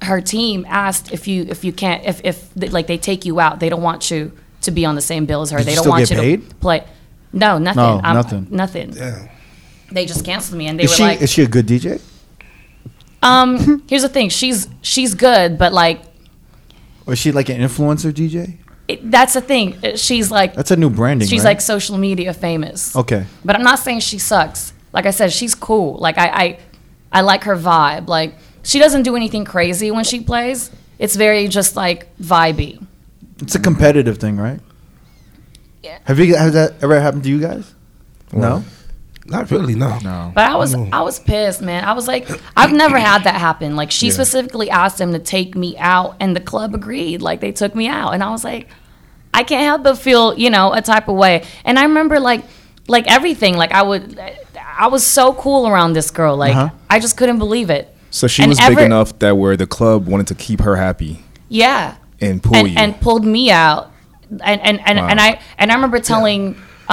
S4: her team asked if you if you can't if if like they take you out they don't want you to be on the same bill as her
S1: Did you
S4: they don't
S1: still
S4: want
S1: get
S4: you to
S1: paid?
S4: play no nothing
S1: No,
S4: I'm-
S1: nothing.
S4: nothing
S2: Damn.
S4: they just canceled me and they
S1: Is
S4: were
S1: she
S4: like
S1: is she a good DJ?
S4: um here's the thing she's she's good but like
S1: Or is she like an influencer DJ?
S4: it, that's the thing Uh, she's like
S1: That's a new branding.
S4: she's
S1: right?
S4: like social media famous
S1: Okay.
S4: but I'm not saying she sucks like I said she's cool like I I, I like her vibe like she doesn't do anything crazy when she plays it's very just like vibey
S1: It's a competitive thing, right?
S4: Yeah.
S1: Have you has that ever happened to you guys? No.
S2: Not really. No.
S4: But I was
S2: Mm.
S4: I was pissed, man. I was like, I've never had that happen. Like she specifically asked them to take me out, and the club agreed. Like they took me out, and I was like, I can't help but feel, you know, a type of way. And I remember like like everything. Like I would, I was so cool around this girl. Like
S1: Uh-huh.
S4: I just couldn't believe it.
S5: So she
S4: And
S5: was big
S4: ever-
S5: enough that where the club wanted to keep her happy
S4: Yeah.
S5: and pull
S4: and,
S5: you.
S4: and pulled me out and and and,
S5: Wow.
S4: and i and i remember telling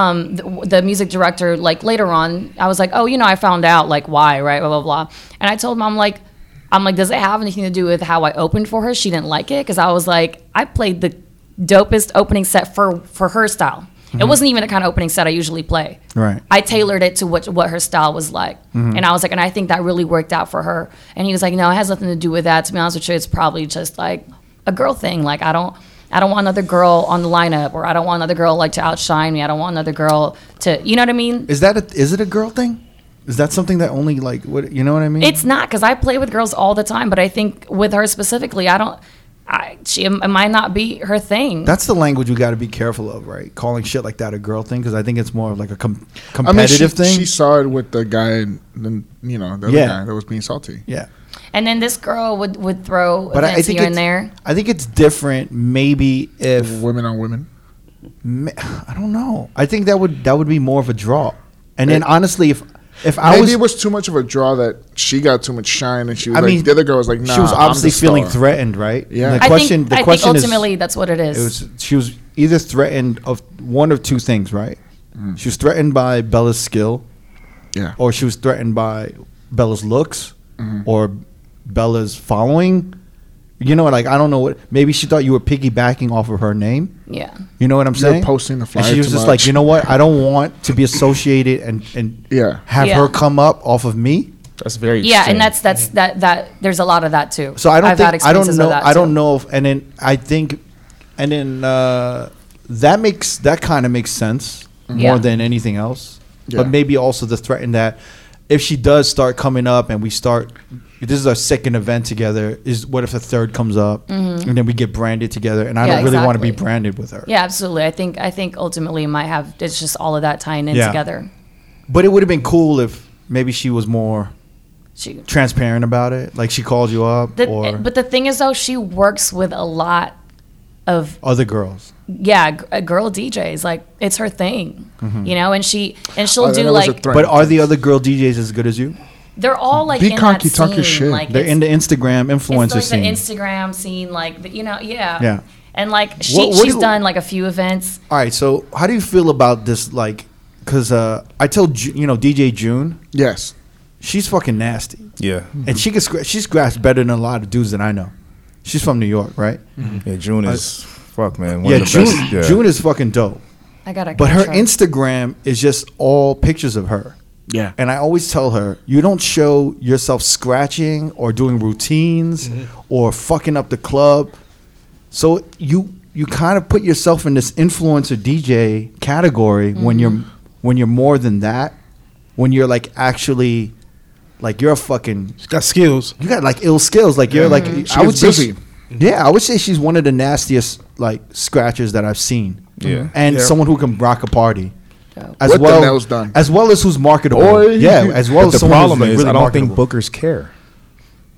S4: um the, the music director like later on i was like oh you know i found out like why right blah blah blah and i told him i'm like i'm like does it have anything to do with how i opened for her she didn't like it because i was like i played the dopest opening set for for her style
S5: Mm-hmm.
S4: it wasn't even the kind of opening set i usually play
S1: Right. Mm-hmm.
S4: I tailored it to what what her style was like. And I was like, and I think that really worked out for her. And he was like, no, it has nothing to do with that. To be honest with you, it's probably just like a girl thing. Like I don't. I don't want another girl on the lineup, or I don't want another girl like to outshine me. I don't want another girl to, you know what I mean?
S1: Is that a, is it a girl thing? Is that something that only like what you know what I mean?
S4: It's not because I play with girls all the time, but I think with her specifically, I don't. I, she it might not be her thing.
S1: that's the language we got to be careful of, right? Calling shit like that a girl thing because I think it's more of like a com-
S3: I mean, she,
S1: competitive thing.
S3: she saw it with the guy, and then you know the
S1: Yeah.
S3: other guy that was being salty.
S1: yeah,
S4: and then this girl would would throw
S1: but I, I
S4: events
S1: think
S4: here and
S1: it's-
S4: there.
S1: I think it's different. Maybe if
S3: Women on women.
S1: ma- I don't know. I think that would that would be more of a draw. And then honestly, if if I
S3: Maybe
S1: was,
S3: it was too much of a draw that she got too much shine, and she was
S1: I
S3: like
S1: mean,
S3: the other girl was like, nah,
S1: she was
S3: I'm
S1: obviously
S3: the
S1: feeling
S3: star.
S1: threatened, right?
S3: Yeah.
S1: And
S4: I
S1: The question.
S4: think,
S1: the
S4: I think
S1: question
S4: ultimately
S1: is,
S4: that's what it is.
S1: it was she was either threatened of one of two things, right? She was threatened by Bella's skill,
S3: Mm-hmm. Yeah. Mm-hmm.
S1: or she was threatened by Bella's looks, or Bella's following. You know, like I don't know what. Maybe she thought you were piggybacking off of her name.
S4: yeah.
S1: You know what I'm
S3: You're
S1: saying?
S3: posting the flyer
S1: And she was
S3: too
S1: just
S3: much.
S1: like, you know what? I don't want to be associated and and
S3: Yeah.
S1: have
S4: Yeah.
S1: her come up off of me.
S5: That's very
S4: yeah and that's that's that that there's a lot of that too
S1: So I don't
S4: I've had
S1: think I don't
S4: experiences
S1: know
S4: of that,
S1: I don't
S4: too.
S1: know if and then I think and then uh, that makes that kind of makes sense more
S4: Mm-hmm. Yeah.
S1: than anything else.
S3: Yeah.
S1: But maybe also the threat in that if she does start coming up and we start this is our second event together is what if the third comes up and then we get branded together and I
S4: Mm-hmm. Yeah,
S1: don't really want to be
S4: exactly.
S1: branded with her.
S4: yeah absolutely i think i think ultimately it might have it's just all of that tying in
S1: Yeah.
S4: together
S1: But it would have been cool if maybe she was more
S4: she
S1: transparent about it. Like she called you up
S4: the, eh,
S1: or
S4: but the thing is though she works with a lot of
S1: other girls.
S4: yeah g- uh, girl djs like it's her thing
S1: Mm-hmm.
S4: you know and she and she'll
S3: Oh, then
S4: do
S3: it was a
S4: like
S3: threat.
S1: But are the other girl DJs as good as you?
S4: they're all like
S3: Be
S4: in
S3: cocky,
S4: that
S3: talk your shit.
S4: scene. like
S1: They're
S4: it's-
S1: in the Instagram influencer
S4: it's like
S1: scene.
S4: the instagram scene like the, you know yeah
S1: Yeah.
S4: and like she,
S1: What- what
S4: she's
S1: do-
S4: done like a few events
S1: All right, so how do you feel about this like because uh, I told Ju- you know DJ June,
S3: Yes.
S1: she's fucking nasty,
S5: Yeah.
S1: and she can scratch. She scratches better than a lot of dudes that I know. She's from New York, right?
S5: Yeah, June is fuck man. One
S1: yeah,
S5: of the
S1: June.
S5: best. Yeah.
S1: June is fucking dope,
S4: I got a
S1: but her
S4: contract.
S1: Instagram is just all pictures of her.
S7: Yeah.
S1: And I always tell her, you don't show yourself scratching or doing routines or fucking up the club. So you you kind of put yourself in this influencer DJ category when you're when you're more than that. When you're like actually like you're a fucking
S2: She's got skills.
S1: you got like ill skills. Like you're like
S3: She
S1: Mm-hmm. I would
S3: gets
S1: say
S3: busy.
S1: she- yeah, I would say she's one of the nastiest like scratchers that I've seen. Mm-hmm.
S5: Yeah.
S1: and
S2: Yeah.
S1: someone who can rock a party.
S4: Dope.
S1: As
S3: With the
S1: well,
S3: nails done.
S1: as well as who's marketable.
S3: Or-
S1: yeah, as well
S5: But
S1: as
S5: the
S1: someone
S5: problem
S1: who's, like,
S5: is,
S1: really
S5: I don't think
S1: marketable.
S5: bookers care.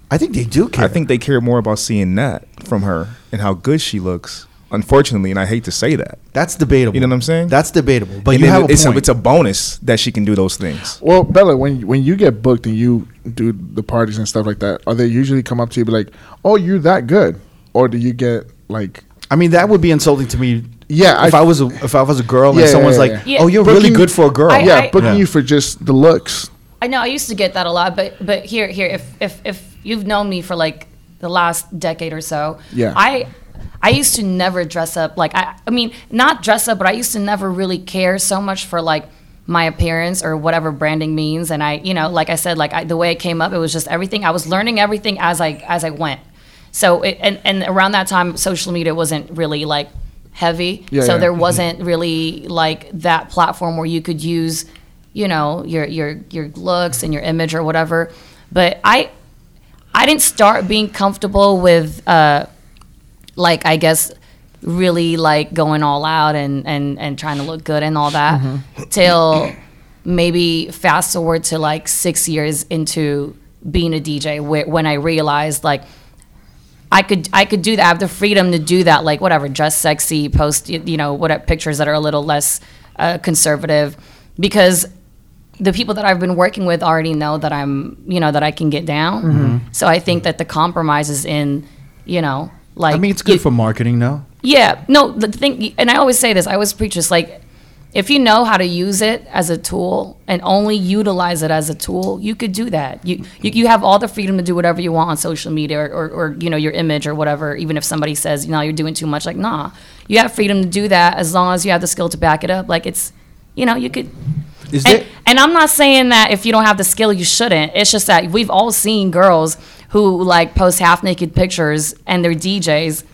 S1: I think they do care.
S5: I think they care more about seeing that from her and how good she looks. Unfortunately, and I hate to say that,
S1: that's debatable.
S5: You know what I'm saying?
S1: That's debatable. But
S5: And
S1: you
S5: then
S1: have a
S5: it's
S1: point.
S5: it's a bonus that she can do those things.
S3: Well, Bella, when when you get booked and you do the parties and stuff like that, are they usually come up to you and be like, "Oh, you're that good," or do you get like,
S1: I mean, that would be insulting to me.
S3: Yeah,
S1: if I,
S3: I-
S1: was a, if I was a girl
S3: Yeah,
S1: and
S3: yeah,
S1: someone's
S3: yeah,
S1: like,
S4: yeah.
S1: "Oh, you're
S4: But
S1: really
S4: you-
S1: good for a girl."
S4: I-
S3: yeah,
S4: I-
S3: booking
S1: Yeah.
S3: you for just the looks?
S4: I know I used to get that a lot, but but here here if if if you've known me for like the last decade or so,
S3: Yeah.
S4: I I used to never dress up like I I mean not dress up, but I used to never really care so much for like my appearance or whatever branding means and I you know like I said like I, the way it came up it was just everything I was learning everything as I as I went. So it, and and around that time social media wasn't really like heavy.
S3: Yeah, Mm-hmm.
S4: so
S3: yeah.
S4: there wasn't really like that platform where you could use you know your your your looks and your image or whatever but i i didn't start being comfortable with uh like i guess really like going all out and and and trying to look good and all that
S3: Mm-hmm.
S4: till maybe fast forward to like 6 years into being a dj wh- when i realized like I could I could do that. I have the freedom to do that. Like whatever, dress sexy, post y- you know what pictures that are a little less uh, conservative, because the people that I've been working with already know that I'm you know that I can get down. So I think that the compromise is in you know like
S1: I mean, it's good
S4: you-
S1: for marketing, though.
S4: yeah. No, the thing, and I always say this. I always preach this. Like, if you know how to use it as a tool and only utilize it as a tool, you could do that. You you, you have all the freedom to do whatever you want on social media or, or, or you know your image or whatever. Even if somebody says you know you're doing too much, like nah, you have freedom to do that as long as you have the skill to back it up. Like it's, you know, you could
S1: Is
S4: and,
S1: there?
S4: and I'm not saying that if you don't have the skill, you shouldn't. It's just that we've all seen girls who like post half naked pictures and they're DJs,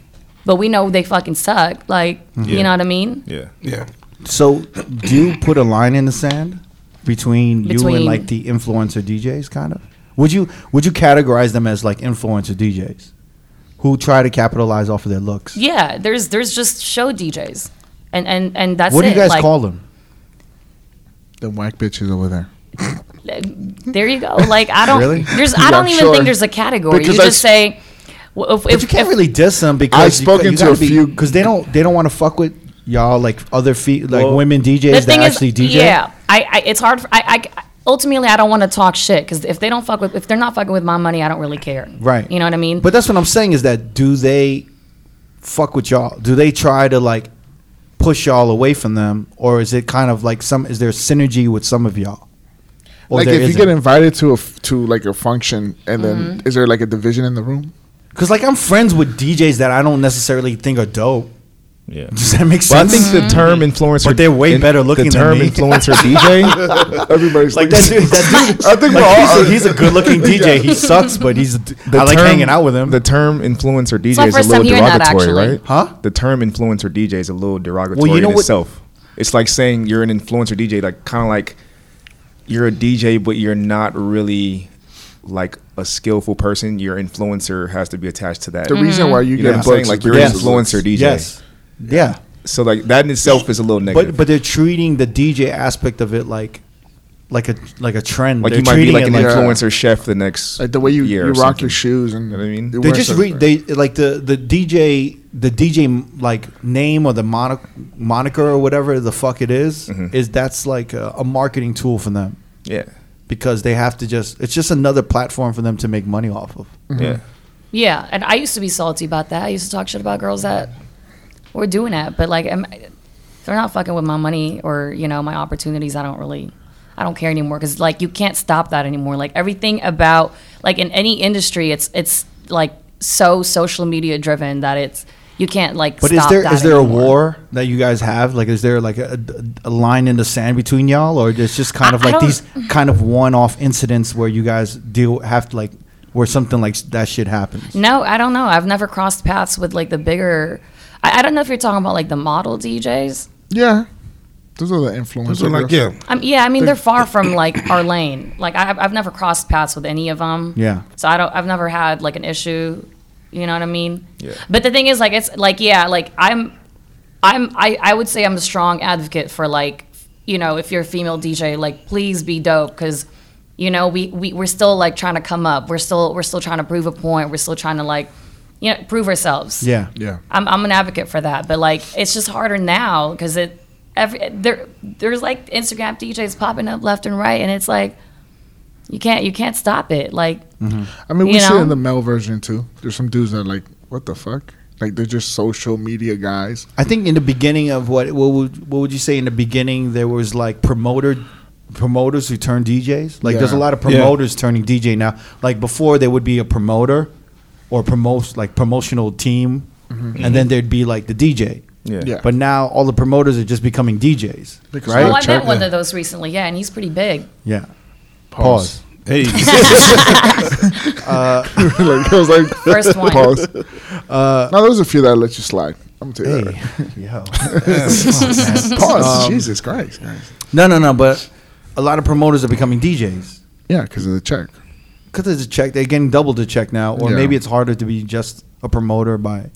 S4: but we know they fucking suck. Like, you know what I mean?
S5: Yeah.
S2: Yeah.
S1: So, do you put a line in the sand between, you and
S4: Between-
S1: like the influencer DJs, kind of? Would you would you categorize them as like influencer DJs who try to capitalize off of their looks?
S4: Yeah, there's there's just show DJs, and and and that's
S1: what do
S4: it.
S1: you guys
S4: like,
S1: call them?
S3: The whack bitches over there.
S4: There you go. Like I don't.
S1: Really?
S4: There's
S3: Yeah,
S4: I don't even
S3: sure.
S4: think there's a category.
S3: Because
S4: you
S3: I
S4: just
S3: s-
S4: say. Well, if,
S1: But
S4: if,
S1: you can't
S4: if-
S1: really diss them because
S3: I've spoken to a few-
S1: because they don't they don't want to fuck with y'all like other feet like
S5: Well-
S1: women DJs that actually DJ.
S4: Yeah, I, I it's hard. For, I, I ultimately I don't want to talk shit because if they don't fuck with if they're not fucking with my money, I don't really care.
S1: Right.
S4: You know what I mean?
S1: But that's what I'm saying is that do they fuck with y'all? Do they try to like push y'all away from them, or is it kind of like some? Is there synergy with some of y'all? Or
S3: like
S1: there
S3: if you get
S1: isn't?
S3: invited to a f- to like a function and then
S4: Mm-hmm.
S3: is there like a division in the room?
S1: Cause like I'm friends with DJs that I don't necessarily think are dope.
S5: Yeah.
S1: Does that make
S5: But I
S1: sense?
S5: think the term influencer,
S1: Mm. But they're way better looking
S5: The
S1: than
S5: term
S1: me.
S5: influencer DJ,
S3: Everybody's
S1: like
S3: like,
S1: that dude. That dude
S3: I think
S1: like,
S3: we're all.
S1: he's, a, he's a good looking DJ. He sucks, but he's. I like
S5: term-
S1: hanging out with him.
S5: The term influencer DJ
S4: my
S5: is a
S4: first time
S5: little
S4: hearing that,
S5: derogatory,
S4: actually.
S5: right?
S1: Huh?
S5: The term influencer DJ is a little derogatory
S1: Well, you know
S5: in
S1: what-
S5: itself. It's like saying you're an influencer DJ, like kind of like you're a DJ, but you're not really like a skillful person. Your influencer has to be attached to that.
S3: the reason
S4: Mm-hmm.
S3: why you,
S5: you know
S3: get
S5: what I'm
S3: booked
S5: saying?
S3: is
S5: Like you're an
S3: because
S1: Yes.
S3: of looks.
S5: influencer DJ.
S1: Yes. Yeah.
S5: So like that in itself is a little negative.
S1: But but they're treating the DJ aspect of it like like a like a trend.
S5: like
S1: they're
S5: you might be
S1: treating
S5: like
S1: it uh,
S5: an
S3: like-
S5: influencer chef the next
S3: Like the way you,
S5: year
S3: you
S5: or
S3: rock your
S5: something.
S3: shoes and
S5: You know what I mean?
S3: you
S1: they
S3: wear
S1: just
S3: something.
S1: read they like the the DJ the DJ like name or the mono, moniker or whatever the fuck it is, is that's like a, a marketing tool for them
S5: Yeah.
S1: because they have to just it's just another platform for them to make money off of.
S5: Yeah.
S4: yeah, and I used to be salty about that. I used to talk shit about girls that were doing that, but like, am, if they're not fucking with my money or you know my opportunities, I don't really, I don't care anymore because like you can't stop that anymore. Like everything about like in any industry, it's it's like so social media driven that it's you can't like.
S1: But is
S4: stop
S1: there
S4: that
S1: is there a
S4: anymore.
S1: war that you guys have? Like, is there like a, a- a line in the sand between y'all, or it's just kind
S4: I-
S1: of
S4: I
S1: like
S4: don't-
S1: these kind of one-off incidents where you guys deal have to like where something like that shit happens?
S4: No, I don't know. I've never crossed paths with like the bigger. I, I don't know if you're talking about like the model DJs.
S3: Yeah. Those are the influencers.
S2: So like, yeah,
S4: Um, yeah, I mean they're far from like our lane. Like I, I've never crossed paths with any of them.
S1: Yeah.
S4: So I don't. I've never had like an issue. You know what I mean?
S5: Yeah.
S4: But the thing is, like, it's like yeah, like I'm, I'm, I, I would say I'm a strong advocate for like, you know, if you're a female DJ, like, please be dope because. You know, we, we, we're still like trying to come up. We're still we're still trying to prove a point. We're still trying to like, you know, prove ourselves.
S1: Yeah.
S3: Yeah.
S4: I'm, I'm an advocate for that, but like it's just harder now because it every there there's like Instagram DJs popping up left and right, and it's like you can't you can't stop it. Like
S3: I mean, we
S4: You
S3: see
S4: know?
S3: it in the male version too. There's some dudes that are like, what the fuck? Like they're just social media guys.
S1: I think in the beginning of what what would what would you say in the beginning there was like promoter promoters who turned DJs. Like there's a
S3: Yeah.
S1: lot of
S2: Yeah.
S1: promoters turning DJ now. Like before there would be a promoter or promote like promotional team and then there'd be like the DJ.
S5: Yeah.
S3: Mm-hmm. Yeah.
S1: But now all the promoters are just becoming DJs.
S3: Because
S1: right?
S4: oh, I
S3: check
S4: met one
S3: that.
S4: of those recently, yeah, and he's pretty big.
S1: yeah. Pause.
S2: hey,
S3: like, I was like,
S4: First one.
S3: Pause.
S5: Uh,
S3: now there's a few that let you slide. I'm gonna tell you.
S1: Hey, yo.
S3: that.
S5: Um,
S3: Pause. Jesus Christ, guys.
S1: No, no, no. But a lot of promoters are becoming DJs
S3: Yeah, because of the check.
S1: because there's a check. They're getting double the check now, or
S3: Yeah.
S1: maybe it's harder to be just a promoter by,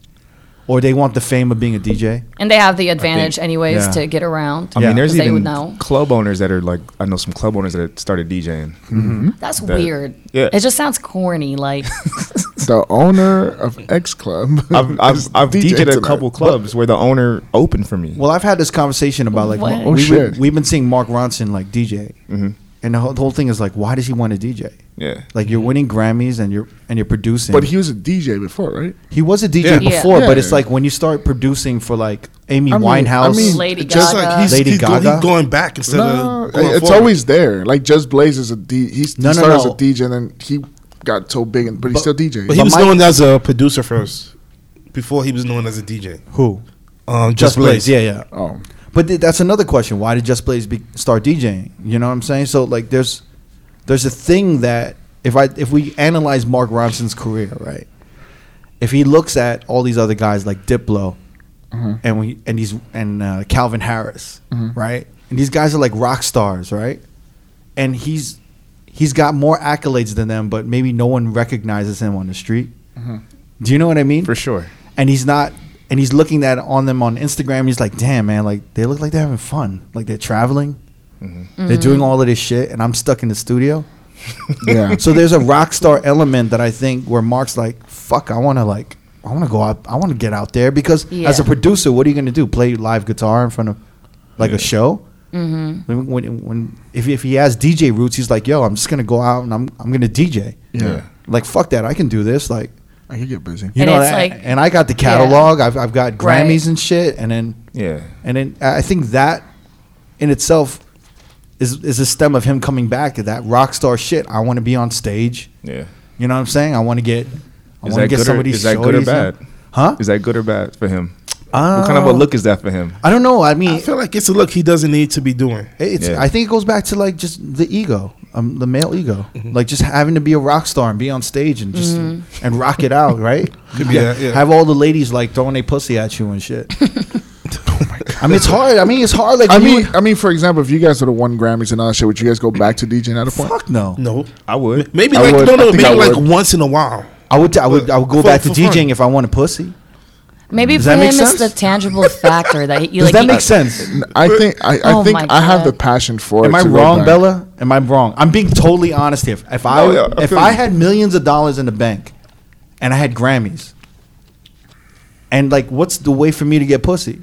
S1: or they want the fame of being a DJ.
S4: And they have the advantage, anyways,
S1: yeah.
S4: to get around.
S5: I mean, there's
S4: They would
S5: even
S4: know.
S5: club owners that are like I know some club owners that started DJing.
S1: Mm-hmm.
S4: That's
S5: that-
S4: weird.
S5: yeah.
S4: It just sounds corny. Like
S3: The owner of X Club.
S5: I've
S3: is
S5: I've, I've
S3: DJ
S5: DJed at a
S3: tonight.
S5: couple clubs where the owner opened for me.
S1: Well, I've had this conversation about like
S4: What?
S1: we-
S4: Oh,
S1: we,
S3: shit. Mm-hmm.
S1: have been seeing Mark Ronson like DJ, and the whole, the whole thing is like, why does he want to DJ?
S5: yeah,
S1: Like you're winning Grammys and you're and you're producing,
S3: But he was a DJ before, right?
S1: He was a
S2: Yeah.
S1: DJ
S4: Yeah.
S1: before. But
S3: Yeah.
S1: it's like when you start producing for like Amy
S3: I mean- I
S1: Winehouse,
S3: mean-
S4: Lady
S2: just
S4: Gaga.
S2: like he's,
S1: Lady
S2: he's, go-
S1: Gaga.
S2: he's going back instead
S3: No,
S2: of going
S3: it's
S2: forward.
S3: always there. Like Just Blaze is a D. He's,
S1: No, no,
S3: he started
S1: no.
S3: as a DJ and then he got so big, and, but, he's still DJ.
S2: But he
S1: But
S2: was
S1: my-
S2: known as a producer first, before he was known as a DJ.
S1: who?
S2: Um, Just, Blaze.
S1: Yeah, yeah.
S3: oh,
S1: But th- that's another question. Why did Just Blaze be- start DJing? You know what I'm saying? So like, there's there's a thing that if I if we analyze Mark Ronson's career, right? If he looks at all these other guys like Diplo,
S2: Mm-hmm.
S1: and we and these and uh, Calvin Harris, right? And these guys are like rock stars, right? And he's he's got more accolades than them, but maybe no one recognizes him on the street.
S2: Mm-hmm.
S1: Do you know what I mean?
S5: for sure.
S1: and he's not and he's looking at on them on Instagram. He's like, "Damn, man! Like they look like they're having fun. Like they're traveling, they're doing all of this shit, and I'm stuck in the studio."
S3: yeah.
S1: so there's a rock star element that I think where Mark's like, "Fuck, I want to like, I want to go out, I want to get out there." Because as a
S4: Yeah.
S1: producer, what are you gonna do? Play live guitar in front of like a show?
S4: mm-hmm.
S1: When, when, when if if he has DJ roots, he's like, "Yo, I'm just gonna go out and I'm I'm gonna DJ."
S3: yeah.
S1: Like fuck that, I can do this. Like
S3: I could get busy.
S1: you
S4: And
S1: know,
S4: it's
S1: and, I,
S4: like-
S1: and I got the catalog. I've, I've got
S4: Right.
S1: Grammys and shit, and then
S5: Yeah,
S1: and then I I think that in itself is is a stem of him coming back to that rock star shit. I want to be on stage.
S5: yeah.
S1: You know what I'm saying? I want to get. I
S5: Is
S1: want to
S5: that
S1: get
S5: good or-
S1: somebody's.
S5: is that good or bad?
S1: Huh?
S5: Is that good or bad for him?
S1: Uh,
S5: what kind of a look is that for him?
S1: I don't know. I
S2: I
S1: mean,
S2: feel like it's a look he doesn't need to be doing.
S1: it's.
S5: Yeah.
S1: I think it goes back to like just the ego, um, the male ego, like just having to be a rock star and be on stage and just and rock it out, right?
S2: Could be that, yeah.
S1: Have all the ladies like throwing their pussy at you and shit. I mean, it's hard. I mean, it's hard. Like
S3: I
S1: you
S3: mean,
S1: would-
S3: I mean, for example, if you guys would have won Grammys and all that shit, would you guys go back to DJing at a point?
S1: fuck no.
S2: No,
S5: I would.
S2: maybe
S3: I
S2: like
S3: would.
S2: no,
S3: I
S2: no,
S3: think
S2: maybe
S3: I
S2: like
S3: would.
S2: onts in a while.
S1: I would. I would. I would go
S2: For-
S1: back to
S2: for
S1: DJing
S2: fun.
S1: if I want a pussy.
S4: maybe
S1: Does
S4: for
S1: that
S4: him
S1: make
S4: it's the
S1: sense?
S4: tangible factor that he, you,
S1: Does
S4: like
S1: that
S4: he-
S1: make sense?
S3: I think I, I
S4: Oh
S3: think
S4: my
S3: I have the
S4: God.
S3: passion for it.
S1: Am I
S3: to go
S1: wrong,
S3: back.
S1: Bella? Am I wrong? I'm being totally honest here. If I
S5: No, yeah, I
S1: if
S5: feel
S1: I
S5: you.
S1: had millions of dollars in the bank, and I had Grammys, and like, what's the way for me to get pussy?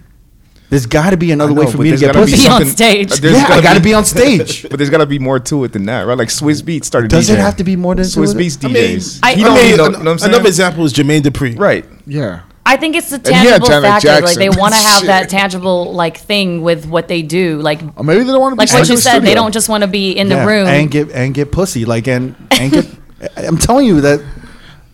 S1: There's got to be another
S5: I
S1: way
S5: know,
S1: for
S5: but
S1: me to
S5: there's
S1: get
S5: gotta be
S1: pussy.
S4: Be on
S5: something-
S4: stage.
S5: uh, there's
S1: Yeah, I got to
S5: gotta
S1: be on stage.
S5: But there's got to be more to it than that, right? Like Swiss Beats started.
S1: Does it
S5: DJing.
S1: have to be more than two
S5: Swiss
S1: of it?
S5: Beats
S1: I
S5: DJs?
S4: I-
S5: he
S4: I
S5: don't
S2: mean,
S5: need no-
S2: an-
S5: know what I'm saying?
S2: another example is Jermaine Dupri.
S5: Right.
S3: Yeah.
S4: I think it's the
S3: he had
S4: tangible
S3: Janet
S4: factor. Like
S3: Jackson.
S4: they want to have that
S3: Shit.
S4: tangible like thing with what they do. Like
S3: Or maybe they don't want to be
S4: like
S3: stuck
S4: what
S3: in
S4: you
S3: the
S4: said, they
S3: studio.
S4: don't just want to be in
S1: Yeah,
S4: the room.
S1: and get and get pussy like and and get. I'm telling you that.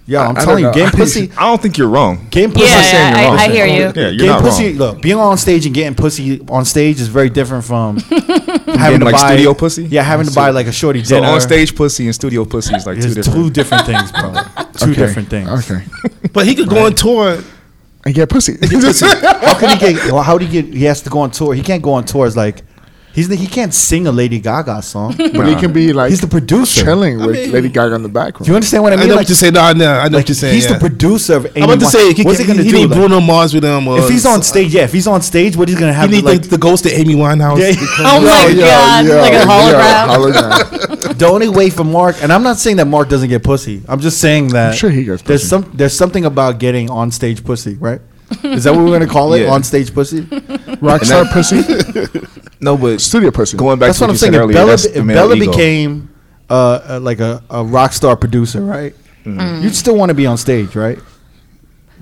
S1: Yeah, I'm
S3: I- I
S1: telling you,
S3: don't know.
S1: getting pussy,
S5: I don't think you're wrong.
S1: getting
S4: yeah,
S1: pussy.
S5: saying you're
S4: I,
S5: wrong.
S4: I hear you.
S5: Yeah, you're
S1: getting
S5: not
S1: pussy.
S5: wrong.
S1: Look, being on stage and getting pussy on stage is very different from having
S5: Getting,
S1: to
S5: like,
S1: buy
S5: studio pussy?
S1: Yeah, having to buy like a shorty
S5: So
S1: dinner
S5: on stage pussy and studio pussy is like two
S1: It's
S5: different.
S1: two different things, bro. two different things.
S3: Okay.
S2: But he could go on tour.
S3: And get pussy.
S1: How can he get? Well, how do he get? He has to go on tour. He can't go on tours like. He's the, he can't sing a Lady Gaga song.
S3: but he can be like
S1: He's the producer.
S3: chilling with
S2: mean-
S3: Lady Gaga in the background.
S1: Do you understand what I
S2: I
S1: mean?
S2: know
S1: Like-
S2: what you're saying. Nah, nah, I know
S1: like,
S2: what you're saying.
S1: he's
S2: yeah.
S1: the producer of.
S2: I'm about
S1: 81.
S2: to say, he,
S1: what's
S2: can,
S1: he gonna
S2: he
S1: do?
S2: need
S1: Like,
S2: Bruno Mars with him. Or
S1: if he's on stage, yeah. If he's on stage, what he's gonna
S2: he
S1: have?
S2: need
S1: to, like
S2: the, the ghost of Amy Winehouse.
S1: Yeah.
S4: Oh my god, like a hologram.
S3: hologram.
S1: the only way for Mark, and I'm not saying that Mark doesn't get pussy. I'm just saying that
S3: I'm sure he gets
S1: There's
S3: pussy.
S1: some there's something about getting on stage pussy, right? Is that what we're gonna call it?
S5: Yeah.
S1: On stage pussy.
S3: Rockstar pussy.
S5: No, but
S3: Studio pussy.
S5: going back
S1: that's
S5: to
S1: what
S5: what,
S1: I'm saying.
S5: you said
S1: If
S5: earlier,
S1: Bella,
S5: that's the
S1: if
S5: male
S1: Bella
S5: ego.
S1: became uh, uh, like a, a rock star producer, right?
S5: Mm-hmm.
S4: Mm.
S1: You'd still want to be on stage, right?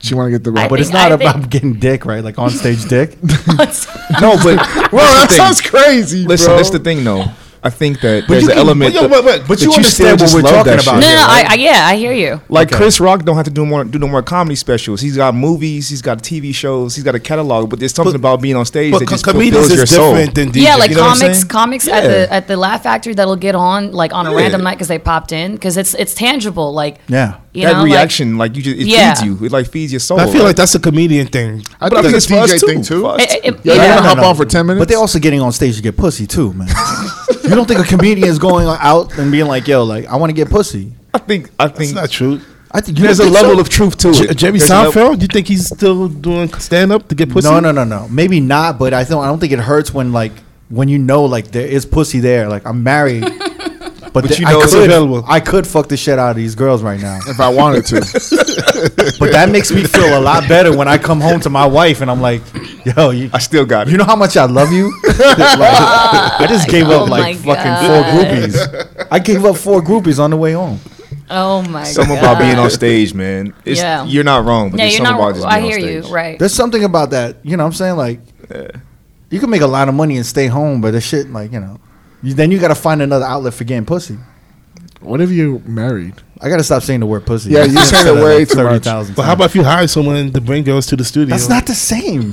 S3: She want to get the
S4: I
S3: rap.
S1: But
S4: think-
S1: it's not
S4: I
S1: about
S4: think-
S1: getting dick, right? Like on stage dick.
S5: no,
S3: Bro,
S5: but that's the
S3: that
S5: thing.
S3: sounds crazy,
S5: Listen,
S3: bro.
S5: that's the thing, though. I think that there's
S2: you
S5: an
S2: can-
S5: element.
S2: but yo, but- but-
S1: but
S5: that
S1: you
S5: still
S1: understand what
S5: just
S1: we're
S5: love
S1: talking
S5: that
S1: about
S4: No,
S5: shit.
S4: no, no, I,
S1: right?
S4: I yeah, I hear you.
S5: Like
S1: Okay.
S5: Chris Rock don't have to do more do no more comedy specials. He's got movies, he's got TV shows, he's got a catalog. But there's something
S2: But-
S5: about being on stage
S2: But
S5: that
S2: co-
S5: just
S2: comedians
S5: fulfills your
S2: is
S5: soul.
S2: different than DJ.
S4: yeah, like
S2: you know what I'm
S4: comics,
S2: saying?
S4: comics at the at the Laugh Factory that'll get on like on a random
S5: Yeah.
S4: night because they popped in because it's it's tangible. Like
S1: Yeah.
S4: you
S5: that
S4: know, like-
S5: reaction, like, you just it
S4: Yeah.
S5: feeds you. It like feeds your soul.
S2: I feel like that's a comedian thing.
S3: I
S5: But I
S3: think
S5: think
S3: it's
S5: it's for us
S3: DJ
S5: too.
S3: thing too.
S5: For us.
S4: it- it-
S3: Yeah,
S4: yeah.
S3: you're gonna hop on for ten minutes.
S1: But they're also getting on stage to get pussy too, man. you don't think a comedian is going out and being like, "Yo, like I want to get pussy."
S5: I think I
S2: It's
S5: think
S2: not true.
S1: I think you
S5: there's a
S1: don't think
S5: level
S1: so?
S5: of truth to
S2: J-
S5: it.
S2: Jerry
S5: There's a level-
S2: Seinfeld, you think he's still doing stand up to get pussy?
S1: No, no, no, no. Maybe not, but I don't. I don't think it hurts when like when you know like there is pussy there. Like I'm married, but, th-
S5: you know
S1: I
S5: it's
S1: could,
S2: available.
S1: I could fuck the shit out of these girls right now.
S3: if I wanted to.
S1: but that makes me feel a lot better when I come home to my wife and I'm like, yo, you,
S5: I still got it.
S1: you know how much I love you. Like, I just gave
S4: Oh
S1: up
S4: my
S1: like fucking four
S4: God.
S1: groupies. I gave up four groupies on the way home.
S4: oh my
S5: something
S4: god,
S5: about being on stage, man. It's,
S4: Yeah.
S5: You're not wrong, but
S4: Yeah,
S5: there's
S4: you're
S5: something about
S4: not.
S5: just
S4: I
S5: being
S4: hear
S5: on
S4: you.
S5: stage.
S4: Right.
S1: There's something about that. You know what I'm saying? Like, you can make a lot of money and stay home, but the shit, like, you know, you, then you got to find another outlet for getting pussy.
S3: What if you married?
S1: I got to stop saying the word pussy.
S3: Yeah, you say it way too much.
S1: 30,000
S2: But how about if you hire someone to bring girls to the studio?
S1: That's not the same.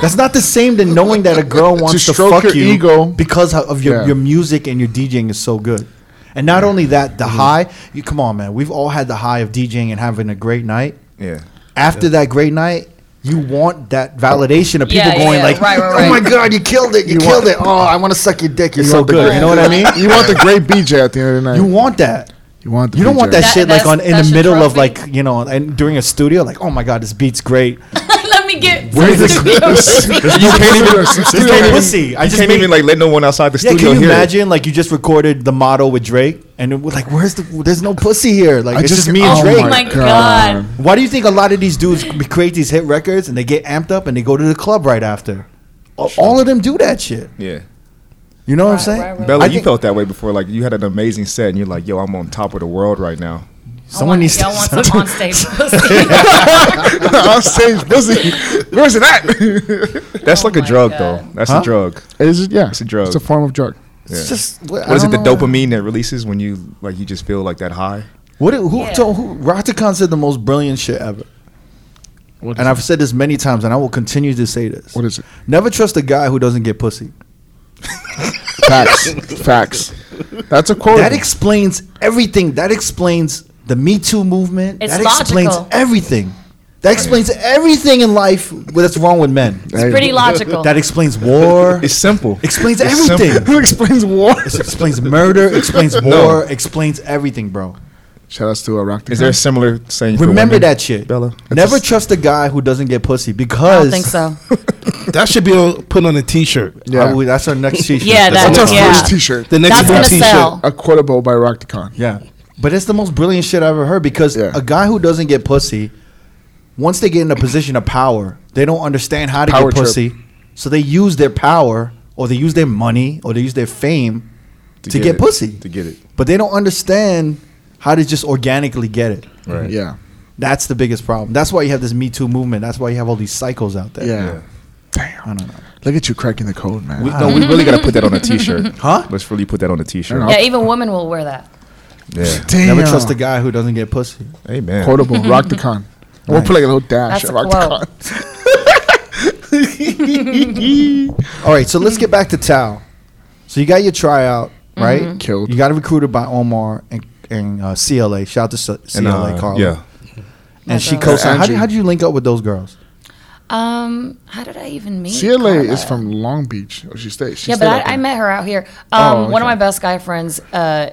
S1: That's not the same than knowing that a girl wants to,
S3: stroke
S1: fuck
S3: your
S1: you
S3: ego.
S1: because ho- of your,
S3: Yeah.
S1: your music and your DJing is so good. And not only that, the high. You come on, man. We've all had the high of DJing and having a great night.
S5: Yeah.
S1: After that great night, you want that validation of people
S4: Yeah, yeah,
S1: going
S4: yeah.
S1: like,
S4: Right, right,
S1: "Oh my
S4: right."
S1: god, you killed it! You, killed it! Oh, I want to suck your dick. You're so
S3: want the
S1: good.
S3: great-
S1: You know what I mean?
S3: You want the great BJ at the end of the night.
S1: You want that.
S3: You want the
S1: You don't want that,
S3: BJ.
S4: That-
S1: shit like
S4: that's-
S1: on in the
S4: that's your
S1: middle of like
S4: trophy?
S1: you know and during a studio like oh my god this beat's great
S4: Let me get.
S1: Where's this-
S4: There's
S5: You can't even.
S1: There's
S5: you
S1: no
S5: can't even-
S1: pussy. I
S5: you
S1: just
S5: can't
S1: made-
S5: even like let no one outside the
S1: Yeah,
S5: studio
S1: can you
S5: hear it.
S1: imagine? Like you just recorded the model with Drake, and it was like, "Where's the? There's no pussy here. Like
S3: I
S1: it's just,
S3: just-
S1: me and
S3: oh
S1: Drake."
S4: Oh my
S3: God.
S4: god.
S1: Why do you think a lot of these dudes be- create these hit records and they get amped up and they go to the club right after? A- All of them do that shit.
S5: Yeah.
S1: You know what I'm
S4: Right,
S1: saying?
S4: right, right.
S5: Bella,
S1: I
S5: you
S1: think
S5: felt that way before. Like you had an amazing set, and you're like, "Yo, I'm on top of the world right now."
S1: someone needs
S4: Y'all want some on stage pussy.
S3: on stage pussy. Where's it at?
S5: That's like a
S4: Oh my
S5: drug,
S4: God.
S5: though. That's
S1: Huh?
S5: a drug.
S3: Is it? Yeah,
S5: It's a drug.
S3: It's a form of drug.
S5: Yeah.
S1: It's just what,
S5: What is it? The dopamine that releases when you like you just feel like that high.
S1: What? Who
S4: Yeah.
S1: told? Who? Ratakan said the most brilliant shit ever. and I've said this many times, and I will continue to say this.
S3: What is it?
S1: Never trust a guy who doesn't get pussy.
S3: Facts. Facts. That's a quote.
S1: That explains everything. That explains the Me Too movement.
S4: It's
S1: that
S4: logical.
S1: explains everything. That explains everything in life that's wrong with men.
S3: Hey,
S4: Pretty logical.
S1: That explains war.
S5: It's simple.
S1: explains
S5: It's
S1: everything.
S3: Who explains war?
S1: It explains murder. Explains war. Explains everything, bro.
S3: Shout outs to uh, Iraq.
S5: Is there a similar saying? for
S1: Remember
S5: women,
S1: that shit.
S5: Bella?
S1: Never trust a guy who doesn't get pussy
S4: I
S1: because
S4: don't think so.
S2: That should be on, put on a t shirt.
S1: I
S3: Yeah.
S1: would- that's our next t-shirt.
S4: Yeah, that-
S1: That's
S3: That's
S1: our
S3: our
S4: Yeah.
S3: first T-shirt.
S2: The next
S4: That's gonna
S2: t
S4: sell.
S2: shirt.
S3: A quotable by Rockticon.
S1: Yeah. But it's the most brilliant shit I've ever heard because
S3: Yeah.
S1: a guy who doesn't get pussy, once they get in a position of power, they don't understand how to
S3: Power
S1: get
S3: trip.
S1: pussy. So they use their power or they use their money or they use their fame to, get,
S5: it.
S1: pussy.
S5: To get it.
S1: But they don't understand how to just organically get it.
S5: Right.
S3: Yeah.
S1: That's the biggest problem. That's why you have this Me Too movement. That's why you have all these cycles out there.
S3: Yeah. Damn.
S1: I don't know.
S3: Look at you cracking the code, man. Ah,
S5: We, no, we really gotta put that on a T-shirt.
S1: Huh?
S5: Let's really put that on a T-shirt.
S4: Yeah, even women will wear that.
S5: Yeah.
S3: Damn.
S1: Never trust a guy who doesn't get pussy.
S5: Amen.
S3: Quotable. Rock the con. We'll put like a little dash.
S4: That's
S3: of
S4: a
S3: rock
S4: quote.
S3: the
S1: All right, so let's get back to Tal. So you got your tryout,
S4: Mm-hmm.
S1: right?
S3: Killed.
S1: You got recruited by Omar and, and uh, CLA. Shout out to C-
S5: And,
S1: CLA,
S5: uh,
S1: Carla.
S5: Yeah.
S1: And she
S4: That's all.
S1: co-signed. How, did-
S3: Angie.
S1: how did you link up with those girls?
S4: Um, how did I even meet?
S3: CLA is
S4: Carla?
S3: from Long Beach. Oh, she stayed. She
S4: yeah,
S3: stayed
S4: but
S3: out
S4: I, I
S3: there.
S4: met her out here. Um,
S3: Oh,
S4: One of
S3: okay.
S4: my best guy friends uh,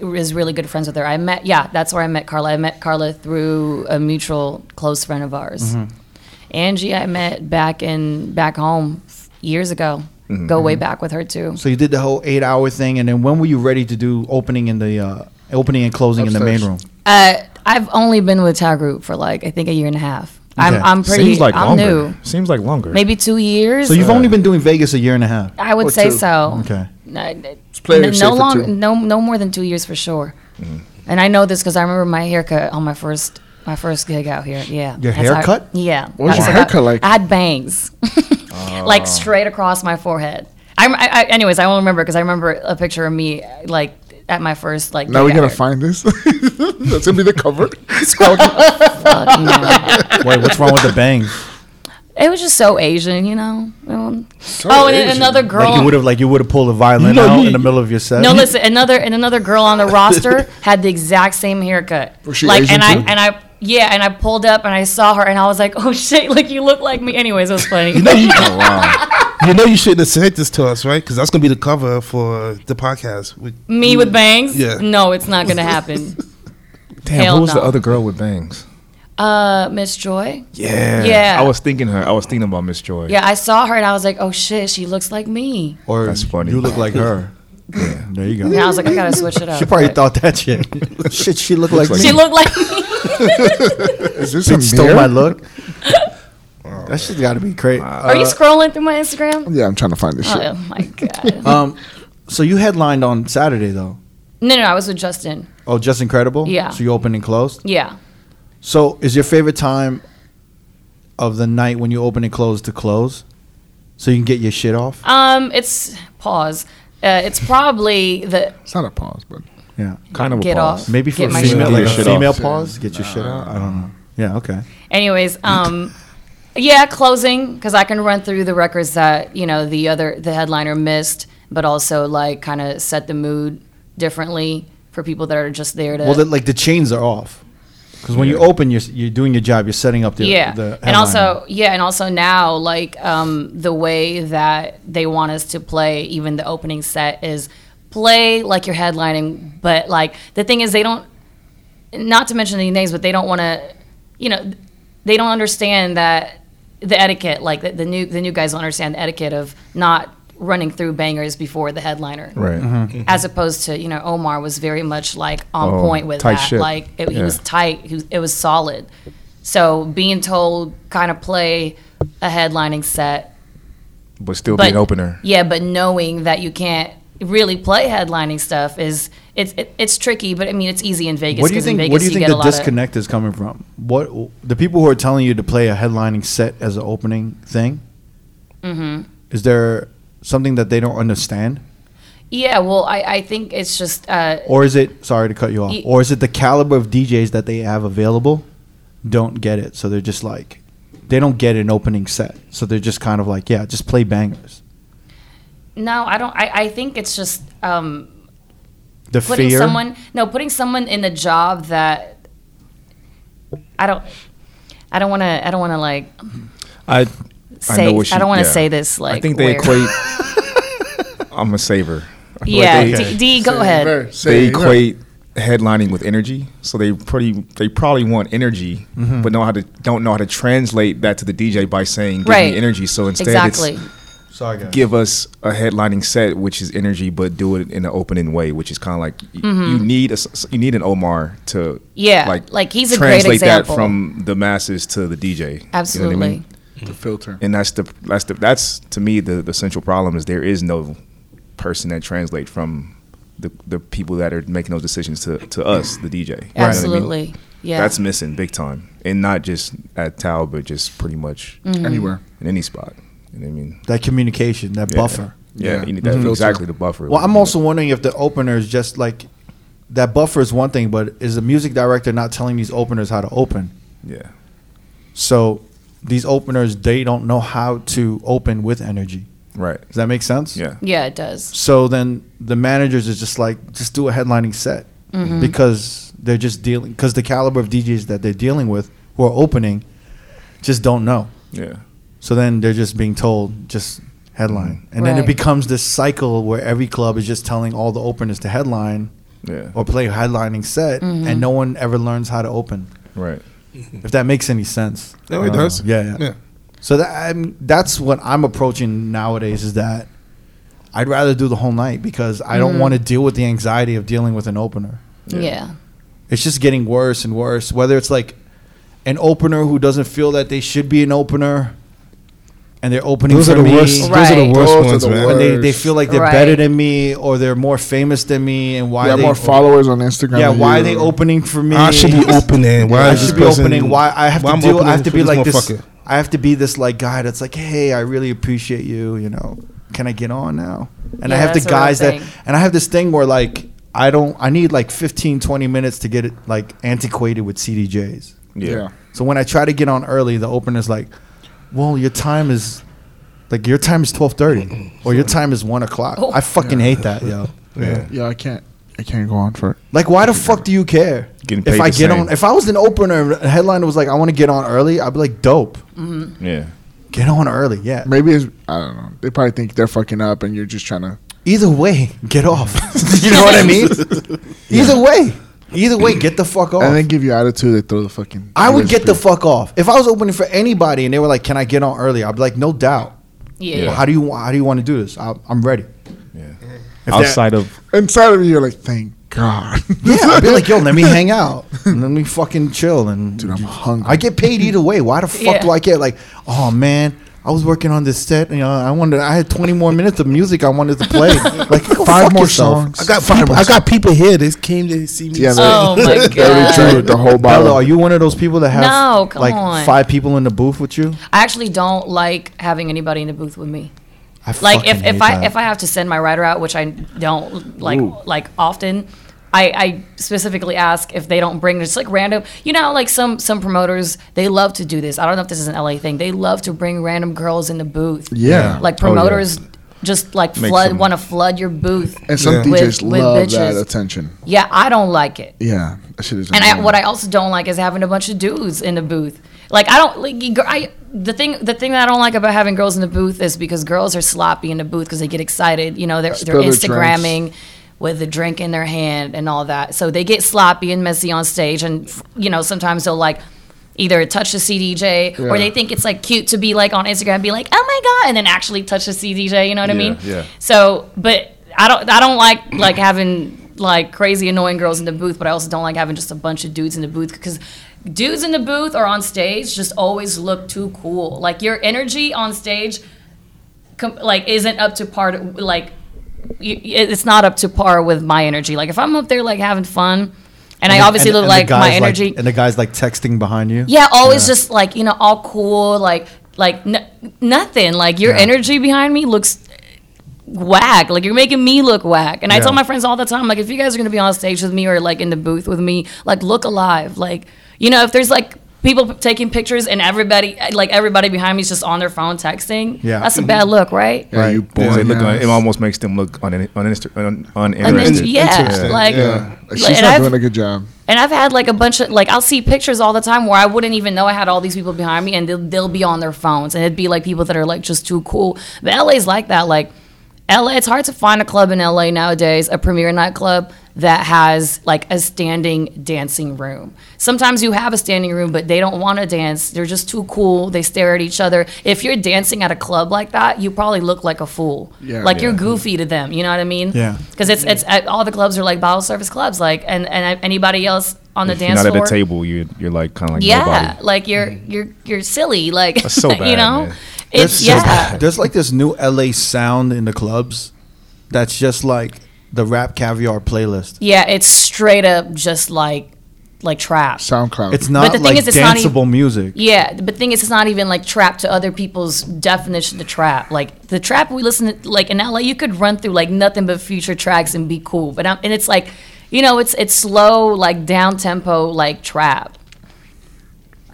S4: is really good friends with her. I met, yeah, that's where I met Carla. I met Carla through a mutual close friend of ours, Angie. I met back in back home f- years ago. Go way back with her too.
S1: So you did the whole eight-hour thing, and then when were you ready to do opening in the uh, opening and closing in the main room?
S3: Upstairs.
S4: Uh, I've only been with Tao Group for like I think a year and a half. I'm
S1: Okay.
S4: I'm pretty.
S5: Seems like
S4: I'm
S5: longer.
S4: new.
S5: Seems like longer.
S4: Maybe two years.
S1: So you've only been doing Vegas a year and a half.
S4: I would
S3: Or
S4: say
S3: two.
S4: so.
S1: Okay.
S4: No,
S3: play
S4: no,
S3: it safe
S4: no
S3: for
S4: long,
S3: two.
S4: no, no more than two years for sure.
S3: Mm-hmm.
S4: And I know this because I remember my haircut on my first, my first gig out here. Yeah,
S1: Your
S4: That's how-
S1: haircut?
S4: yeah.
S3: What was
S4: That's
S3: your
S4: how-
S3: haircut like? Oh.
S4: I had bangs, like straight across my forehead. I, I, I anyways, I won't remember because I remember a picture of me like at my first like.
S3: Now
S4: gig
S3: we gotta
S4: out
S3: find this. That's gonna be the cover.
S4: here. Fuck, no.
S1: Wait, what's wrong with the bangs?
S4: It was just so Asian, you know. Um,
S3: So
S4: oh, and
S3: Asian.
S4: then another girl.
S1: Like you would have, like you would have pulled a violin
S2: You know,
S1: out
S2: you-
S1: in the middle of your set.
S4: No, listen. Another and another girl on the roster had the exact same haircut.
S3: Was she
S4: like,
S3: Asian
S4: and
S3: too?
S4: I and I yeah, and I pulled up and I saw her and I was like, oh shit, like you look like me. Anyways, it was funny.
S2: You know you, you know you shouldn't have said this to us, right? Because that's gonna be the cover for the podcast. We-
S4: me with bangs?
S2: Yeah.
S4: No, it's not gonna happen.
S5: Damn,
S4: Hell
S5: who was
S4: no.
S5: the other girl with bangs?
S4: Uh, Miss Joy.
S5: Yeah.
S4: Yeah.
S5: I was thinking her. I was thinking about Miss Joy.
S4: Yeah, I saw her and I was like, oh shit, she looks like me.
S1: or
S5: That's funny.
S1: You look like her.
S5: Yeah.
S1: There you go.
S4: And I was like, I gotta switch it up.
S1: She probably
S4: but-
S1: thought that shit. shit, she looked like,
S5: like
S1: me.
S4: she looked like me.
S3: Is this a
S1: Bitch stole
S3: mirror?
S1: my look. that shit's got to be crazy.
S4: Are you scrolling through my Instagram?
S3: Yeah, I'm trying to find this shit.
S4: Oh my god.
S1: Um, so you headlined on Saturday though.
S4: No, no, I was with Justin.
S1: Oh, just incredible.
S4: Yeah.
S1: So you opened and closed.
S4: Yeah.
S1: So is your favorite time of the night when you open and close to close, so you can get your shit off?
S4: Um, it's pause. Uh, it's probably the
S3: It's not a pause, but
S1: Yeah.
S5: Kind of a
S4: Get
S5: pause.
S4: off.
S1: Maybe for
S4: Get my
S1: female,
S5: shit
S1: like a
S5: off.
S1: female
S5: Yeah.
S1: pause, get your shit off. I don't know. Yeah. Okay.
S4: Anyways, um, yeah, closing because I can run through the records that you know the other the headliner missed, but also like kind of set the mood differently for people that are just there to.
S1: Well, the, like the chains are off. Because when you
S5: Yeah.
S1: open, you're, s- you're doing your job. You're setting up the
S4: yeah,
S1: the
S4: and
S1: headliner.
S4: also yeah, and also now like um, the way that they want us to play, even the opening set is play like you're headlining, but like the thing is they don't not to mention any names, but they don't want to, you know, they don't understand that the etiquette, like the, the new the new guys don't understand the etiquette of not running through bangers before the headliner,
S5: Right.
S1: Mm-hmm.
S4: as opposed to you know Omar was very much like on
S5: Oh,
S4: point with
S5: tight
S4: that,
S5: shit.
S4: like it, he
S5: Yeah.
S4: was tight, he was, it was solid. So being told kind of play a headlining set,
S5: But still
S4: but
S5: be an opener.
S4: yeah, but knowing that you can't really play headlining stuff is. It's, it, it's tricky, but I mean it's easy in Vegas.
S1: What do you
S4: 'cause in
S1: think?
S4: Vegas
S1: What do you
S4: you
S1: think
S4: get a
S1: the
S4: lot of-
S1: disconnect is coming from? What the people who are telling you to play a headlining set as an opening thing?
S4: Mm-hmm.
S1: Is there something that they don't understand,
S4: Yeah, well, I, I think it's just uh,
S1: or is it? Sorry to cut you off.
S4: Ye-
S1: Or is it the caliber of DJs that they have available don't get it, so they're just like they don't get an opening set, so they're just kind of like, yeah, just play bangers.
S4: no, I don't. I, I think it's just um,
S1: The
S4: putting
S1: fear.
S4: someone no putting someone in a job that I don't. I don't want to. I don't want to like
S5: I
S4: say. I,
S5: know what she-
S4: don't want to
S5: yeah.
S4: say this. Like
S5: I think they
S4: weird.
S5: equate. I'm a saver. I feel like
S4: Yeah,
S5: they-
S4: D, D, go ahead.
S5: they equate headlining with energy. So they pretty they probably want energy, but know how to don't know how to translate that to the DJ by saying give
S4: Right.
S5: me energy. So instead
S4: Exactly.
S5: it's
S1: Sorry, guys.
S5: give us a headlining set which is energy, but do it in an opening way, which is kind of like y
S4: Mm-hmm.
S5: you need a s- you need an Omar to
S4: Yeah, like, he's a great
S5: translate
S4: example.
S5: that from the masses to the DJ. You know what I mean?
S4: Absolutely.
S3: the
S1: Mm.
S3: filter.
S5: and that's the that's the that's to me the the central problem is there is no person that translates from the the people that are making those decisions to to us the DJ. You know what I mean?
S4: Absolutely. Yeah.
S5: That's missing big time, and not just at Tao, but just pretty much
S4: Mm.
S3: anywhere.
S5: in any spot. You know what I mean,
S1: That communication, that
S5: Yeah.
S1: buffer.
S5: yeah,
S3: Yeah.
S5: you need that
S3: Mhm.
S5: exactly the buffer.
S1: Mm-hmm. Well,
S5: Like,
S1: I'm also wondering if the opener is just like that buffer is one thing, but is the music director not telling these openers how to open?
S5: yeah,
S1: So these openers, they don't know how to open with energy.
S5: right,
S1: Does that make sense?
S5: yeah,
S4: Yeah, it does.
S1: So then the managers is just like, just do a headlining set because they're just dealing, because the caliber of DJs that they're dealing with who are opening just don't know.
S5: yeah.
S1: So then they're just being told just headline, and then it
S4: Right.
S1: becomes this cycle where every club is just telling all the openers to headline
S5: Yeah.
S1: or play a headlining set, and no one ever learns how to open.
S5: Right.
S1: If that makes any sense. Um,
S2: No, it does.
S1: Yeah, yeah.
S2: Yeah.
S1: So that I'm, that's what I'm approaching nowadays is that I'd rather do the whole night because I
S2: Mm.
S1: don't want to deal with the anxiety of dealing with an opener.
S4: Yeah.
S1: It's just getting worse and worse. Whether it's like an opener who doesn't feel that they should be an opener, and they're opening
S2: Those
S1: for
S2: are the
S1: me,
S2: worst. Those are the
S4: Right.
S2: worst
S3: Those are
S2: ones,
S3: the
S2: man.
S1: when they,
S3: worst.
S1: they feel like they're
S4: Right.
S1: better than me or they're more famous than me and why
S3: yeah,
S1: they
S3: more followers on Instagram.
S1: yeah
S3: than
S1: why are
S3: you.
S1: they opening for me
S2: I should be opening. Why
S1: I
S2: is this
S1: should be
S2: person-
S1: opening why I have
S2: why
S1: to
S2: I'm
S1: deal I
S2: opening
S1: have to
S2: for
S1: be
S2: this
S1: like this
S2: motherfucker?
S1: I have to be this like guy that's like hey I really appreciate you you know can I get on now and I
S4: Yeah,
S1: have the
S4: that's a real
S1: guys that
S4: thing.
S1: and I have this thing where like I don't I need like 15 20 minutes to get it like antiquated with CDJs
S5: Yeah.
S3: Yeah.
S1: so when I try to get on early, the opener's like, "Well, your time is like your time is twelve thirty, or your time is one o'clock."
S4: Oh.
S1: I fucking hate that, yo.
S5: Yeah.
S3: Yeah, I can't. I can't go on for it.
S1: Like, why the fuck do you care?
S5: Getting
S1: if
S5: paid
S1: I
S5: the
S1: get
S5: same.
S1: on, if I was an opener, and a headliner was like, "I want to get on early," I'd be like, "Dope,
S5: Yeah.
S1: get on early." Yeah.
S3: Maybe it's, I don't know. They probably think they're fucking up, and you're just trying to.
S1: Either way, get off. you know what I mean? Either way, either way, get the fuck off.
S3: And they give you attitude. They throw the fucking.
S1: I would get the
S3: USB.
S1: fuck off if I was opening for anybody, and they were like, "Can I get on early?" I'd be like, "No doubt."
S4: Yeah.
S5: Yeah.
S1: How do you how do you want to do this? I, I'm ready.
S5: Yeah.
S1: If that-
S5: Outside of
S3: Inside of you, you're like, thank God.
S1: Yeah, I'd be like, yo, let me hang out. And let me fucking chill. And
S3: Dude, I'm hungry.
S1: I get paid either way. Why the fuck
S4: Yeah.
S1: do I care? Like, oh man, I was working on this set. You know, I wanted. I had 20 more minutes of music I wanted to play. Like, go
S3: Five
S1: fuck
S3: more
S1: yourself.
S3: songs.
S2: I got people, I got people here. They came to see me.
S3: Yeah,
S2: Yeah,
S3: they-
S4: Oh my
S3: Dirty
S4: god.
S3: drink with the whole
S1: Bello, are
S3: bottle.
S1: you one of those people that have
S4: No, come
S1: like
S4: on.
S1: five people in the booth with you?
S4: I actually don't like having anybody in the booth with me.
S1: I
S4: Like
S1: fucking
S4: if, if
S1: hate
S4: I
S1: that.
S4: if I have to send my rider out, which I don't like like often, I, I specifically ask if they don't bring just like random you know, like some some promoters, they love to do this. I don't know if this is an LA thing. They love to bring random girls in the booth.
S3: Yeah.
S4: Like
S5: Oh, yeah.
S4: promoters just like
S5: Makes
S4: flood
S5: them-
S4: want to flood your booth.
S3: And some
S2: Yeah.
S3: DJs
S4: With- with
S3: love that
S4: bitches.
S3: attention.
S4: Yeah, I don't like it.
S3: Yeah, that shit is.
S4: And I,
S3: annoying.
S4: what I also don't like is having a bunch of dudes in the booth. Like I don't like you gir- I the thing the thing that I don't like about having girls in the booth is because girls are sloppy in the booth because they get excited. You know, they're
S3: Spill
S4: they're
S3: their
S4: Instagramming with a drink in their hand and all that. So they get sloppy and messy on stage, and you know sometimes they'll like. Either touch the CDJ, or
S3: Yeah.
S4: they think it's like cute to be like on Instagram, and be like, "Oh my god," and then actually touch the CDJ. You know what I
S5: Yeah,
S4: mean?
S5: yeah.
S4: So, but I don't I don't like like having like crazy annoying girls in the booth, but I also don't like having just a bunch of dudes in the booth because dudes in the booth or on stage just always look too cool. Like your energy on stage com- like isn't up to par to, like y- y- it's not up to par with my energy. Like if I'm up there like having fun and, I
S1: And-
S4: obviously
S1: and-
S4: look
S1: and the
S4: like my
S1: guys,
S4: energy
S1: and the guys like texting behind you.
S4: yeah, always just like you know, all cool, like like n- nothing. Like your energy behind me looks whack. Like you're making me look whack. And I
S1: Yeah.
S4: tell my friends all the time, like if you guys are gonna be on stage with me or like in the booth with me, like look alive. Like you know, if there's like people p- taking pictures and everybody eh, like everybody behind me is just on their phone texting,
S1: Yeah.
S4: that's a bad look, right?
S3: Yeah, you
S5: they
S3: boring
S5: look on-
S3: ass.
S5: it almost makes them look un, uninter, un,
S4: And then
S5: uninterested.
S4: yeah,
S2: Interesting.
S4: like
S3: Yeah, like, she's
S4: and
S3: not
S4: I've-
S3: doing a good job.
S4: And I've had like a bunch of like I'll see pictures all the time where I wouldn't even know I had all these people behind me, and they'll, they'll be on their phones, and it'd be like people that are like just too cool. But LA's like that. Like LA, it's hard to find a club in LA nowadays, a premier nightclub that has like a standing dancing room. Sometimes you have a standing room, but they don't want to dance. They're just too cool. They stare at each other. If you're dancing at a club like that, you probably look like a fool.
S3: Yeah.
S4: like
S3: Yeah.
S4: you're goofy to them. You know what I mean?
S1: Yeah.
S4: Because it's it's uh, all the clubs are like bottle service clubs, like and and anybody else on the
S5: If you're
S4: dance
S5: not
S4: floor.
S5: at a table, you're you're like kind of like
S4: yeah,
S5: nobody. Mm-hmm.
S4: like you're you're you're silly, like
S5: That's so
S4: you
S5: bad,
S4: know.
S5: man.
S4: It's
S1: There's
S4: yeah,
S1: just- there's like this new LA sound in the clubs that's just like the rap caviar playlist.
S4: yeah. It's straight up just like like trap.
S3: SoundCloud.
S1: It's not
S4: the thing
S1: like
S4: is, it's not e-
S1: danceable
S4: even-
S1: music.
S4: Yeah, but the thing is, it's not even like trap to other people's definition of trap. Like the trap we listen to, like in LA, you could run through like nothing but future tracks and be cool. But I'm, and it's like, you know, it's it's slow, like down tempo, like trap.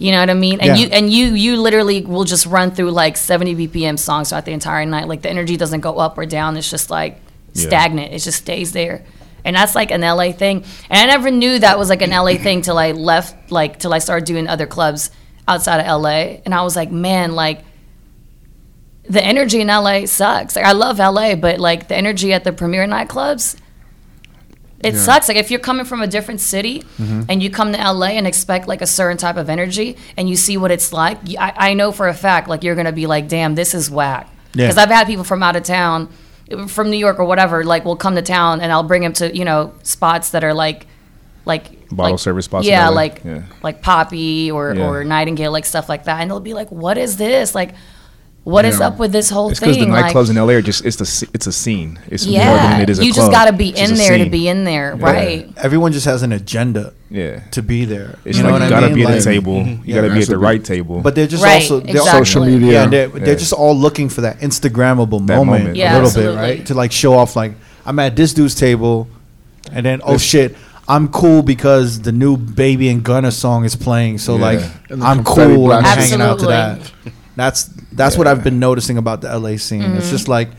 S4: You know what I mean? And
S1: Yeah.
S4: you and you you literally will just run through like 70 BPM songs throughout the entire night. Like the energy doesn't go up or down. It's just like stagnant. It just stays there. And that's like an LA thing. And I never knew that was like an LA thing till I left like till I started doing other clubs outside of LA. And I was like, man, like the energy in LA sucks. Like I love LA, but like the energy at the premier nightclubs it sucks. Like if you're coming from a different city and you come to LA and expect like a certain type of energy and you see what it's like, y- I, I know for a fact like you're gonna be like, damn, this is whack.
S1: Yeah.
S4: Because I've had people from out of town, from New York or whatever, like will come to town and I'll bring them to you know spots that are like, like
S5: Bottle
S4: like-
S5: service spots in
S4: Yeah,
S5: LA?
S4: like
S5: Yeah.
S4: like Poppy or
S5: Yeah.
S4: or Nightingale, like stuff like that, and they'll be like, what is this? Like, what is
S3: Yeah.
S4: up with this whole
S5: It's
S4: thing?
S5: because the
S4: like,
S5: nightclubs in LA are just it's the sce- it's a scene. It's more
S4: yeah,
S5: than it is a
S4: you
S5: club.
S4: just gotta be
S5: It's just
S4: in
S5: a
S4: there to
S5: scene.
S4: be in there,
S5: Yeah.
S4: right?
S1: Everyone just has an agenda
S5: Yeah,
S1: to be there.
S5: it's
S1: you know
S5: like
S1: what
S5: you
S1: I
S5: gotta
S1: mean?
S5: be at
S1: Like-
S5: the table. You gotta be at the
S3: absolutely.
S5: right table.
S1: But they're just
S4: Right,
S1: also they're
S4: exactly.
S3: social media.
S1: Yeah, and they're,
S5: Yeah.
S1: they're just all looking for that Instagrammable
S5: That
S1: moment,
S5: moment.
S4: Yeah,
S1: a little
S4: absolutely.
S1: bit, right? To like show off, like I'm at this dude's table, and then oh
S5: This-
S1: shit, I'm cool because the new Baby and Gunna song is playing. So
S5: Yeah.
S1: like
S3: And the
S1: I'm
S3: confetti
S1: cool, I'm
S3: blasts.
S1: hanging out to that.
S4: Absolutely.
S1: That's that's what I've been noticing about the LA scene.
S4: Mm-hmm.
S1: It's just like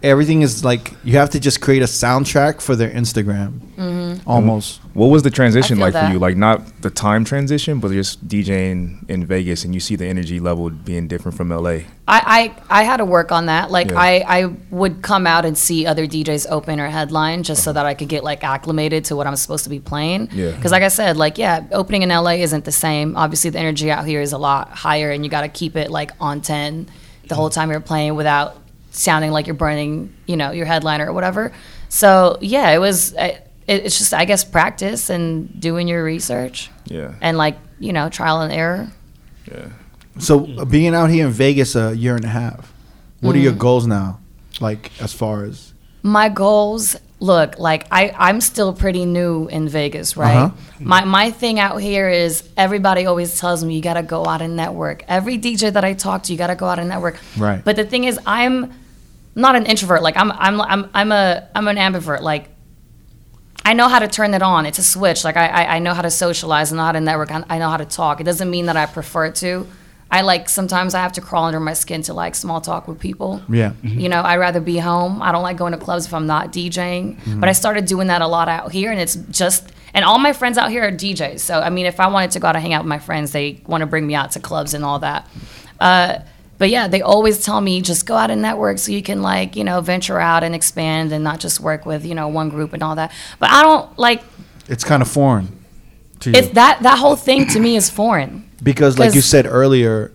S1: everything is like you have to just create a soundtrack for their Instagram,
S4: Mm-hmm.
S1: almost.
S5: What was the transition
S4: I feel
S5: like for
S4: that.
S5: you? Like not the time transition, but just DJing in Vegas, and you see the energy level being different from LA.
S4: I, I, I had to work on that. Like
S5: Yeah.
S4: I, I would come out and see other DJs open or headline just
S5: Uh-huh.
S4: so that I could get like acclimated to what I'm supposed to be playing.
S5: Yeah.
S4: Because like I said, like yeah, opening in LA isn't the same. Obviously, the energy out here is a lot higher, and you got to keep it like on ten the whole time you're playing without sounding like you're burning, you know, your headliner or whatever. So yeah, it was. I- It, it's just I guess practice and doing your research
S5: Yeah,
S4: and like you know trial and error.
S1: So uh, being out here in Vegas a year and a half, what are your
S4: Mm-hmm.
S1: goals now? Like as far as
S4: my goals look like I, i'm still pretty new in vegas right
S1: Uh-huh.
S4: my, my thing out here is everybody always tells me you gotta go out and network every dj that i talk to you gotta go out and network
S1: Right.
S4: but the thing is i'm not an introvert like i'm i'm i'm, I'm a i'm an ambivert like I know how to turn it on. It's a switch. Like I, I, I know how to socialize, I know how to network, I, I know how to talk. It doesn't mean that I prefer to. I like sometimes I have to crawl under my skin to like small talk with people.
S1: Yeah.
S4: Mm-hmm. You know, I'd rather be home. I don't like going to clubs if I'm not DJing.
S1: Mm-hmm.
S4: But I started doing that a lot out here, and it's just and all my friends out here are DJs. So I mean, if I wanted to go out and hang out with my friends, they want to bring me out to clubs and all that. Uh, but yeah, they always tell me just go out and network so you can like you know venture out and expand and not just work with you know one group and all that. But I don't like
S1: it's kind of foreign to you
S4: it's that that whole thing to me is foreign.
S1: because, like you
S4: 'cause-
S1: said earlier,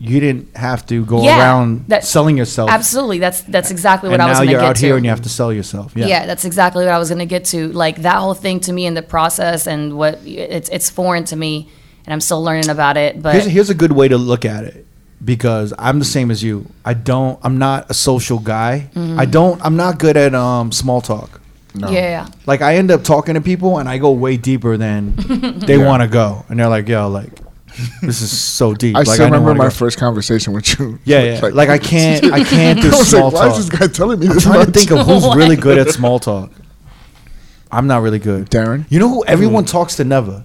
S1: you didn't have to go
S4: Yeah,
S1: around
S4: that-
S1: selling yourself.
S4: Absolutely, that's that's exactly what
S1: Oh. And
S4: I was
S1: now
S4: going to
S1: you're
S4: get
S1: out
S4: to.
S1: here and you have to sell yourself. Yeah.
S4: Yeah. that's exactly what I was going to get to. Like that whole thing to me in the process and what it's it's foreign to me and I'm still learning about it, but
S1: Here's, here's a good way to look at it because I'm the same as you. I don't. I'm not a social guy.
S4: Mm-hmm.
S1: I don't. I'm not good at um small talk.
S4: yeah, yeah.
S1: Like I end up talking to people and I go way deeper than they want to go, and they're like, "Yo, like this is so deep."
S3: I
S1: like,
S3: still
S1: don't
S3: remember
S1: wanna
S3: my
S1: go."
S3: first conversation with you.
S1: Yeah,
S3: It's
S1: yeah. Like, I can't, I can't do
S3: I was
S1: small
S3: like, why
S1: talk.
S3: is this guy telling me this?
S1: trying to
S3: much?
S1: think of who's
S4: Why?
S1: really good at small talk. I'm not really good.
S3: Darren? Hmm.
S1: You know who everyone talks to never?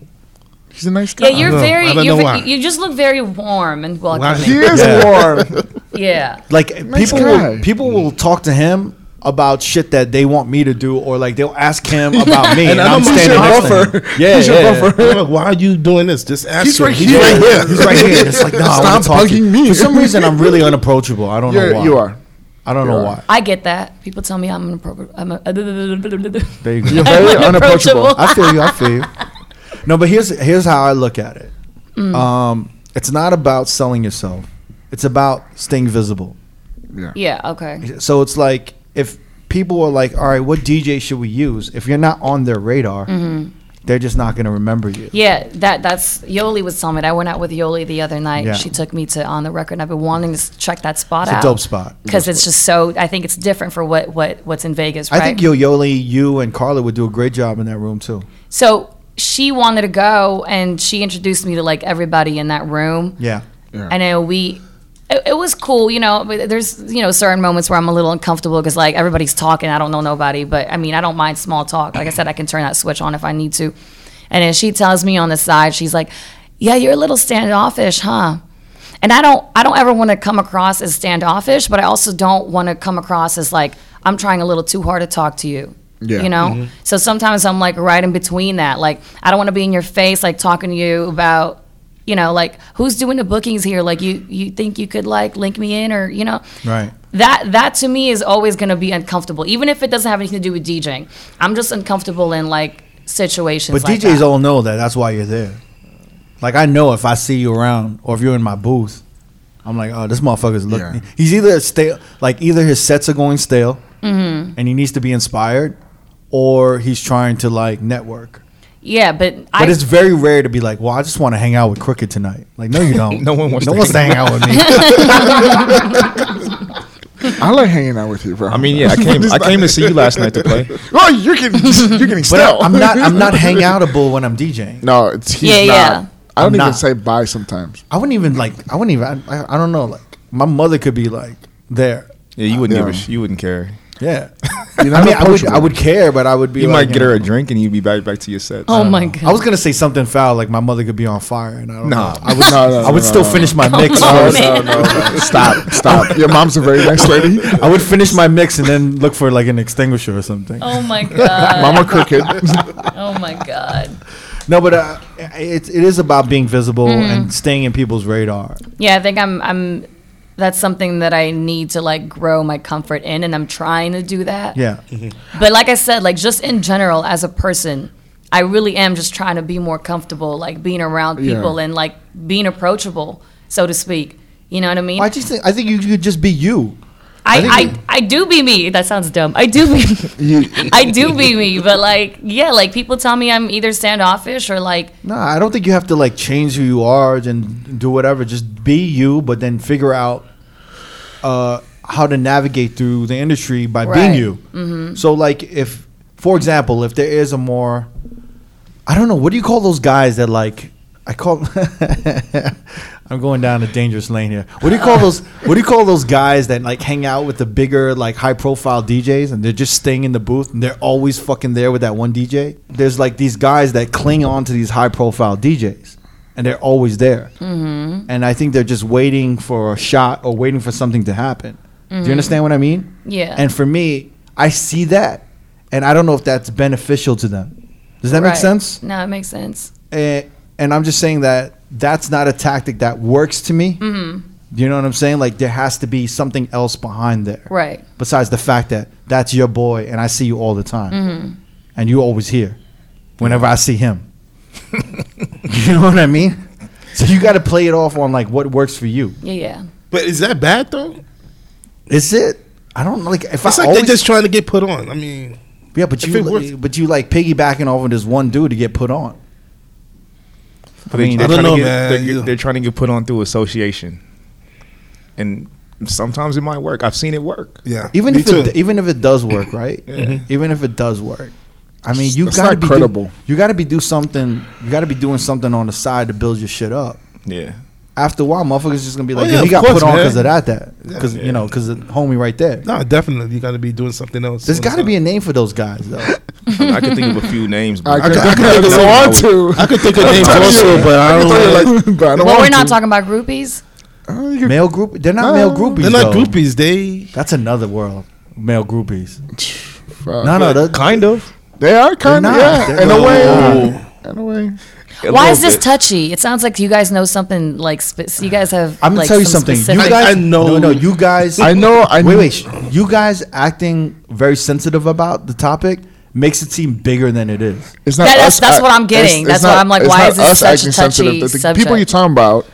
S3: He's a nice
S4: Yeah,
S3: guy.
S4: you're
S2: know.
S4: very
S2: I don't
S4: you're,
S2: know
S4: ve-
S2: why.
S4: you just look very warm and
S3: he
S4: welcoming.
S3: is
S1: Yeah.
S3: warm.
S4: Yeah.
S1: Like
S3: Nice
S1: people will,
S3: guy. Hmm.
S1: people will talk to him about shit that they want me to do or like they'll ask him about me and,
S2: And I
S1: I'm
S2: know he's
S1: standing
S2: your
S1: next to him.
S3: buffer.
S1: Yeah,
S3: He's your
S1: yeah.
S3: buffer.
S2: I'm like, why are you doing this? Just ask
S3: He's
S2: him.
S3: right
S2: He's
S3: here.
S2: right
S3: Yeah.
S1: He's right here. And it's like, no, I
S3: Stop
S1: want to talk to you.
S3: bugging me.
S1: For some reason, I'm really unapproachable. I don't know
S3: You're,
S1: why.
S3: you are.
S1: I don't know why.
S4: I get that. People tell me I'm inappropriate. I'm a,
S1: There you go.
S3: You're very
S4: I'm
S3: unapproachable.
S1: I feel you. I feel you. No, but here's here's how I look at it. Um, it's not about selling yourself. It's about staying visible.
S4: yeah, okay.
S1: So it's like if people are like, "All right, what DJ should we use?" If you're not on their radar, they're just not going to remember you.
S4: Yeah, that that's Yoli was telling me. that. I went out with Yoli the other night.
S1: Yeah.
S4: She took me to on the record. and I've been wanting to s- check that spot
S1: It's a
S4: out.
S1: dope spot.
S4: because it's just so. I think it's different for what what what's in Vegas.
S1: I
S4: Right?
S1: think Yo Yoli, you and Carla would do a great job in that room too.
S4: So she wanted to go, and she introduced me to like everybody in that room.
S1: Yeah.
S4: I know we. It, it was cool, you know. But there's you know certain moments where I'm a little uncomfortable because like everybody's talking, I don't know nobody. But I mean, I don't mind small talk. Like I said, I can turn that switch on if I need to. And then she tells me on the side, she's like, "Yeah, you're a little standoffish, huh?" And I don't, I don't ever want to come across as standoffish, but I also don't want to come across as like I'm trying a little too hard to talk to you.
S3: Yeah.
S4: You know,
S1: Mm-hmm.
S4: so sometimes I'm like right in between that. Like I don't want to be in your face, like talking to you about you know like who's doing the bookings here like you you think you could like link me in or you know
S1: Right.
S4: that that to me is always going to be uncomfortable even if it doesn't have anything to do with djing i'm just uncomfortable in like situations
S1: But
S4: like
S1: DJs
S4: that.
S1: all know that. That's why you're there. Like I know if I see you around or if you're in my booth, I'm like, oh, this motherfucker's looking.
S3: Yeah.
S1: He's either stale, like either his sets are going stale,
S4: Mm-hmm.
S1: and he needs to be inspired, or he's trying to like network.
S4: yeah but,
S1: But
S4: i
S1: it's very rare to be like, well, I just want to hang out with Crooked tonight. Like, no, you don't.
S5: No one wants to
S1: wants to hang out with me.
S3: I like hanging out with you, bro.
S5: I mean, yeah, I came. I came to see you last night to play.
S3: oh, you're getting you're getting
S1: but
S3: stale.
S1: I, am not. I'm not hangoutable when I'm DJing.
S3: No, it's he's
S4: Yeah,
S3: not.
S4: yeah.
S3: I don't
S1: I'm
S3: even
S1: not.
S3: say bye sometimes.
S1: I wouldn't even like. I wouldn't even. I, I- I don't know. Like, my mother could be like there.
S5: Yeah, you wouldn't
S3: Yeah.
S5: give a sh- You wouldn't care.
S1: Yeah.
S3: You're not
S1: I mean, I would.
S3: approachable.
S1: I would care, but I would be.
S5: You
S1: like,
S5: might get her a drink and you'd be back back to your set.
S4: oh my god
S1: I was gonna say something foul, like my mother could be on fire, and I don't
S5: Nah.
S1: know. I would,
S3: No, no,
S1: I would
S3: no,
S1: still
S3: no,
S1: finish my mix.
S4: on,
S1: first.
S4: man.
S3: stop, stop. Your mom's a very nice lady.
S1: I would finish my mix and then look for like an extinguisher or something.
S4: oh my god
S3: Mama crooked.
S4: oh my god
S1: No, but uh, it, it is about being visible
S4: Mm-hmm.
S1: and staying in people's radar.
S4: yeah i think i'm i'm that's something that i need to like grow my comfort in and i'm trying to do that
S1: Yeah,
S4: But like I said, like just in general as a person, I really am just trying to be more comfortable, like being around
S3: Yeah.
S4: people and like being approachable, so to speak. You know what I mean?
S1: I just think I think you could just be you.
S4: I,
S1: think
S4: I,
S1: you-
S4: I do be me. That sounds dumb. I do be
S3: You-
S4: I do be me, but like yeah, like people tell me I'm either standoffish or like
S1: No, I don't think you have to like change who you are and do whatever. Just be you, but then figure out uh, how to navigate through the industry by being
S4: Right. Mm-hmm.
S1: you. So, like, if, for example, if there is a more, I don't know, what do you call those guys that like? I call. I'm going down a dangerous lane here. What do you call those? What do you call those guys that like hang out with the bigger, like high-profile DJs, and they're just staying in the booth and they're always fucking there with that one DJ? There's like these guys that cling on to these high-profile DJs, and they're always there.
S4: Mm-hmm.
S1: And I think they're just waiting for a shot or waiting for something to happen. Do you understand what I mean?
S4: Mm-hmm. Yeah.
S1: And for me, I see that, and I don't know if that's beneficial to them. Does that make
S4: Right.
S1: sense?
S4: No, it makes sense.
S1: and, Eh, and I'm just saying that that's not a tactic that works to me. Do you know what I'm saying? Like there has to be something else behind there,
S4: Right.
S1: Besides the fact that that's your boy and I see you all the time,
S4: Mm. Mm-hmm.
S1: and you always here whenever I see him. you know what I mean? So you got to play it off on like what works for you.
S4: Yeah, yeah.
S2: But is that bad though?
S1: Is it? I don't know, like if
S2: It's
S1: I
S2: like
S1: always
S2: they're just trying to get put on. I mean,
S1: yeah, but
S2: if it
S1: you
S2: works-
S1: but you like piggybacking off of this one dude to get put on. I mean,
S2: I don't
S5: trying to
S2: know,
S5: get-
S2: man.
S5: They're,
S2: You-
S5: they're trying to get put on through association, and sometimes it might work. I've seen it work.
S2: yeah.
S1: even
S2: me
S1: if
S2: too.
S1: it, even if it does work, right? Even if it does work, I mean, you
S3: That's
S1: gotta
S3: not
S1: be
S3: credible.
S1: Do, you gotta be do something. You gotta be doing something on the side to build your shit up.
S5: Yeah.
S1: After a while, motherfuckers just gonna be like,
S2: Oh, yeah,
S1: "Yo, he
S2: of
S1: got put
S2: course,
S1: on
S2: man."
S1: because of that, that, because you know, because homie right there."
S2: no, definitely you got to be doing something else.
S1: There's
S2: all the
S1: got to
S2: time.
S1: be a name for those guys, though.
S5: I, mean, I could think of a few names, but
S3: I
S5: I,
S3: could,
S5: I,
S3: I could,
S5: could
S3: go on
S5: think of
S3: to.
S2: I could think of names
S3: I'm
S2: also,
S3: sure,
S2: but I
S3: could
S2: don't.
S3: throw
S2: Really,
S3: you like- but I don't
S4: Well, we're
S3: want
S4: not
S3: to.
S4: talking about groupies.
S3: Uh, you could-
S1: male group? They're not male
S3: No,
S1: groupies.
S2: they're not
S1: though.
S2: groupies. They
S1: That's another world. Male groupies.
S2: Uh,
S3: fuck.
S1: No, no, those-
S5: kind of.
S3: They are kind of
S1: not.
S3: yeah.
S1: They're
S3: In a
S1: not.
S3: way, in a way.
S5: A
S4: Why
S5: little
S4: is this
S5: bit.
S4: touchy? It sounds like you guys know something like spe- you guys have
S1: I'm gonna
S4: like
S1: tell you
S4: some
S1: something.
S4: specific-
S1: You guys,
S2: I- I know-
S1: No, no, you guys.
S3: I know- I
S1: wait,
S3: kn-
S1: wait. sh- You guys acting very sensitive about the topic makes it seem bigger than it is.
S3: It's not
S4: That- that's-
S3: us
S4: that's
S3: a-
S4: what I'm getting.
S3: it's-
S4: That's
S3: it's
S4: why
S3: not-
S4: I'm like,
S3: it's
S4: why
S3: not
S4: is this
S3: us
S4: such a
S3: acting sensitive.
S4: touchy
S3: The- The people
S4: subject?
S3: you're talking about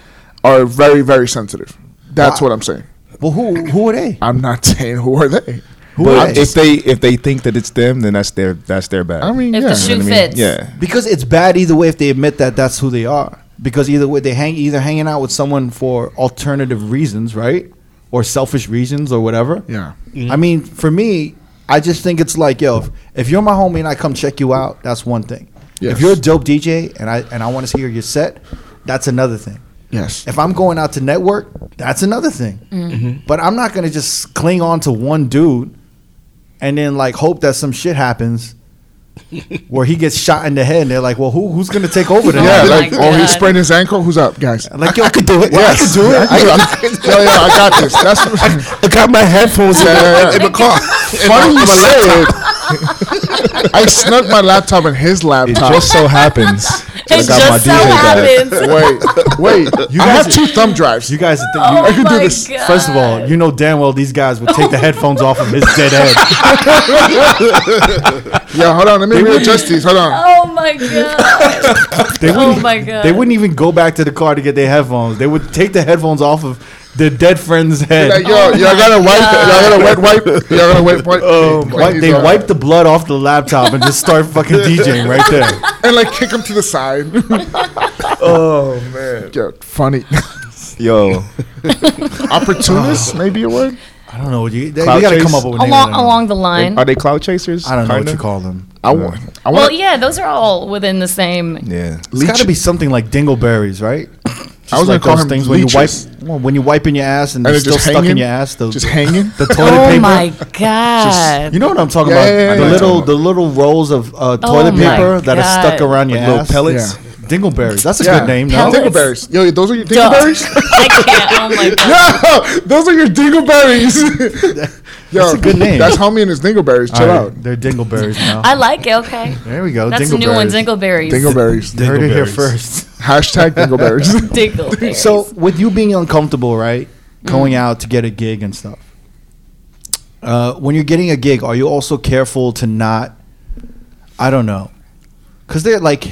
S3: are very, very sensitive. That's
S1: Why?
S3: what I'm saying.
S1: Well, who who are they?
S3: I'm not saying who are they.
S1: Who
S5: But
S1: are
S3: I'm
S1: they?
S5: if they if they think that it's them, then that's their that's their bad.
S3: I mean,
S4: If
S3: yeah.
S4: the shoe
S5: I mean,
S4: fits,
S5: Yeah.
S1: Because it's bad either way if they admit that that's who they are. Because either way, they hang either hanging out with someone for alternative reasons, right, or selfish reasons or whatever.
S3: Yeah.
S1: I mean, for me, I just think it's like, yo, if, if you're my homie and I come check you out, that's one thing.
S3: Yes.
S1: If you're a dope DJ and I and I want to hear your set, that's another thing.
S3: Yes.
S1: If I'm going out to network, that's another thing.
S4: Mm-hmm.
S1: But I'm not gonna just cling on to one dude and then like hope that some shit happens where he gets shot in the head and they're like, Well who who's gonna take over tonight?
S3: yeah,
S4: Oh my
S3: like or he
S4: God.
S3: sprained his ankle. Who's up, guys?
S1: Like yo, I could do it. I could do it.
S3: I, I- yo, yo, I got this. That's
S2: I got my headphones in,
S3: Yeah.
S2: in the car.
S3: funny you say it. I snuck my laptop in his
S5: It
S3: laptop.
S5: just so happens.
S4: It just so happens.
S3: wait, wait. You I
S1: guys
S3: have two thumb drives.
S1: You guys, think, you,
S4: Oh
S1: I could do
S4: my
S1: this. First of all,
S4: God.
S1: you know damn well these guys would take the headphones off of his dead head.
S3: yeah, hold on. Let me readjust these. Hold on.
S4: Oh my god.
S1: They
S4: Oh
S1: wouldn't,
S4: my God.
S1: They wouldn't even go back to the car to get their headphones. They would take the headphones off of their dead friend's
S3: Like, oh
S1: head.
S3: yo, y'all gotta wipe. Y'all gotta wet wipe. Y'all gotta wet wipe. Oh,
S1: Wipe- they wipe the blood off the laptop and just start fucking DJing right there.
S3: and like kick him to the side.
S5: Oh man.
S3: Yo, funny.
S5: Yo,
S3: Opportunist,
S1: Oh.
S3: maybe a word.
S1: I don't know. You, they, you
S5: Cloud
S1: gotta
S5: chase?
S1: come up with a name
S4: along
S1: for them.
S4: along the line.
S5: are they cloud chasers?
S1: I don't know what
S5: Kinda?
S1: you call them.
S3: I want. I
S4: well,
S3: want.
S4: yeah, those are all within the same.
S5: Yeah.
S1: It's gotta be something like dingleberries, right? Just
S3: I was
S1: like
S3: gonna call
S1: those
S3: him
S1: things when you wipe
S3: leeches.
S1: well, when you wiping your ass and,
S3: And
S1: they're
S3: it
S1: still
S3: just
S1: stuck in
S3: hanging?
S1: your ass. The,
S3: Just hanging.
S1: the toilet
S4: Oh
S1: paper.
S4: my god.
S1: You know what I'm talking
S3: Yeah,
S1: about?
S3: yeah, yeah,
S1: the
S3: yeah.
S1: little the little rolls of uh,
S4: Oh
S1: toilet
S4: my
S1: paper that are stuck
S4: God.
S1: around your
S5: Little
S1: ass.
S5: pellets.
S3: Yeah.
S1: Dingleberries. That's a
S3: Yeah.
S1: good name.
S4: Pellets.
S1: No,
S3: Dingleberries. Yo, those are your
S4: Duh.
S3: dingleberries.
S4: I can't. Oh my god.
S3: Yo, those are your dingleberries. Yo,
S1: That's a good name.
S3: That's homie and his dingleberries. Chill
S1: All
S3: out.
S1: right, They're dingleberries now.
S4: I like it. Okay.
S1: there we go.
S4: That's
S1: dingleberries.
S4: a new one. Dingleberries.
S3: Dingleberries.
S1: You Heard it here
S2: Dingleberries.
S1: first.
S3: Hashtag dingleberries.
S4: Dingleberries.
S1: So with you being uncomfortable, right, going out to get a gig and stuff. Uh, when you're getting a gig, are you also careful to not? I don't know, because they're like,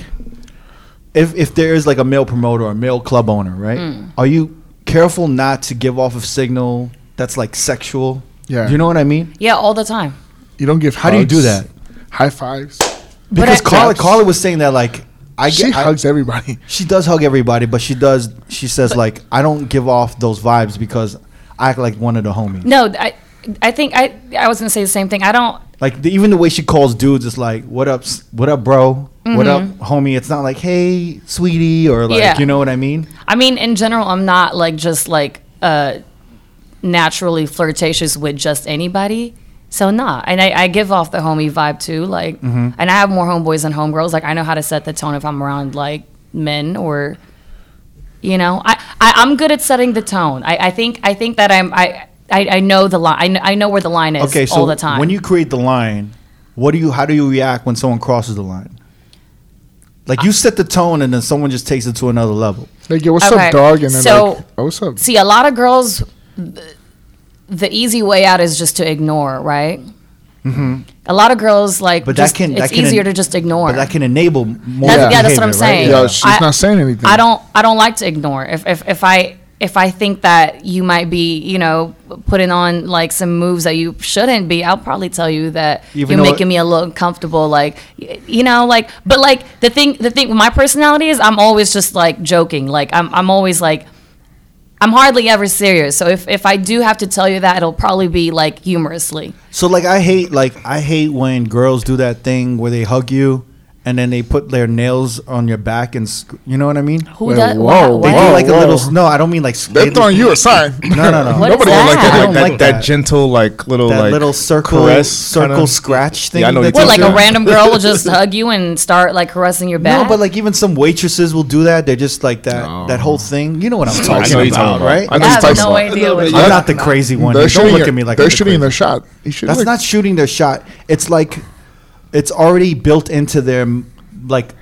S1: if if there is like a male promoter or a male club owner, right? Are you careful not to give off a signal that's like sexual?
S3: Yeah.
S1: you know what I mean.
S4: yeah, all the time.
S3: you don't give.
S1: How do you do
S3: hugs,
S1: that?
S3: High fives.
S1: Because
S4: I-
S1: Carla Carla was saying that like I
S3: she
S1: get I-
S3: hugs everybody.
S1: She does hug everybody, but she does. She says like, I don't give off those vibes because I act like one of the homies.
S4: No, I, I think I, I was gonna say the same thing. I don't.
S1: Like the, even the way she calls dudes, it's like, what up, s- what up, bro, what up, homie. It's not like, hey, sweetie, or like,
S4: Mm-hmm. Yeah.
S1: you know what I mean?
S4: I mean, in general, I'm not like just like uh, naturally flirtatious with just anybody. So nah, and I, I give off the homie vibe too. Like,
S1: Mm-hmm.
S4: and I have more homeboys than homegirls. Like, I know how to set the tone if I'm around like men or, you know, I, I I'm good at setting the tone. I, I think I think that I'm I. I, I know the line. I know, I know where the line is
S1: Okay, so
S4: all the time.
S1: when you create the line, what do you? How do you react when someone crosses the line? Like you set the tone, and then someone just takes it to another level.
S3: Like, yo, what's
S4: Okay,
S3: up, dog? And then
S4: so-
S3: like, oh, what's up?
S4: see a lot of girls th- the easy way out is just to ignore right a lot of girls like
S1: Mm-hmm. But
S4: just,
S1: that can
S4: it's
S1: that can
S4: easier
S1: en-
S4: to just ignore
S1: But that can enable more.
S4: That's- yeah, that's what
S1: behavior,
S4: I'm
S1: right?
S4: saying.
S1: Yeah.
S3: Yo, she's
S4: I-
S3: not saying anything.
S4: i don't i don't like to ignore if if, if i if I think that you might be, you know, putting on like some moves that you shouldn't be, I'll probably tell you that
S1: Even
S4: you're
S1: though-
S4: making me a little uncomfortable. Like, y- you know, like, but like the thing, the thing, my personality is I'm always just like joking. Like, I'm, I'm always like, I'm hardly ever serious. So if, if I do have to tell you that, it'll probably be like humorously.
S1: So like I hate like I hate when girls do that thing where they hug you and then they put their nails on your back and sc- you know what I mean?
S4: Who
S3: Wait,
S4: does?
S3: whoa,
S4: what-
S1: They do
S5: Oh,
S3: whoa.
S1: like a little no, I don't mean like
S3: They're throwing you a sign.
S1: No, no, no.
S4: What
S5: Nobody
S4: is
S5: don't like
S4: that? I
S5: that.
S1: don't
S5: Like that,
S1: like
S5: that.
S1: that.
S5: gentle, like little,
S1: that
S5: like
S1: little circle
S5: caress
S1: circle
S5: kinda.
S1: scratch thing.
S5: Yeah, I know
S1: that
S5: you
S1: they
S4: What, like
S1: do.
S4: a random girl will just hug you and start like caressing your back?
S1: No, but like even some waitresses will do that. They're just like that that whole thing. You know what I'm
S5: I
S1: talking
S5: know
S1: about,
S5: you're talking
S1: right?
S5: about.
S4: I
S5: know
S4: have
S5: you're
S4: no
S5: talking
S4: idea what
S1: I'm
S4: you're
S1: not the
S4: talking about.
S1: crazy one.
S3: They're
S1: Don't
S3: shooting.
S1: look
S3: their-
S1: at me like
S3: they're
S1: I'm the
S3: shooting
S1: crazy
S3: their shot. You should
S1: That's
S3: look.
S1: not shooting their shot. It's like it's already built into their m- like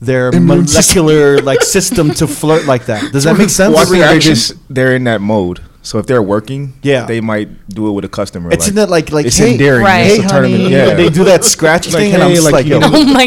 S1: their
S3: Immune system.
S1: molecular like system to flirt like that. Does that make sense?
S5: Well, I think they're
S3: reaction.
S5: just they're in that mode. So if they're working,
S1: Yeah.
S5: they might do it with a customer.
S1: It's in that like like
S5: it's
S1: hey,
S5: endearing.
S4: Right.
S5: It's
S1: Hey,
S5: a tournament.
S1: honey,
S5: Yeah,
S1: they do that scratch
S5: Like,
S1: thing, and I'm
S5: hey,
S1: just
S5: like,
S1: like,
S5: yo.
S1: yo,
S4: Oh my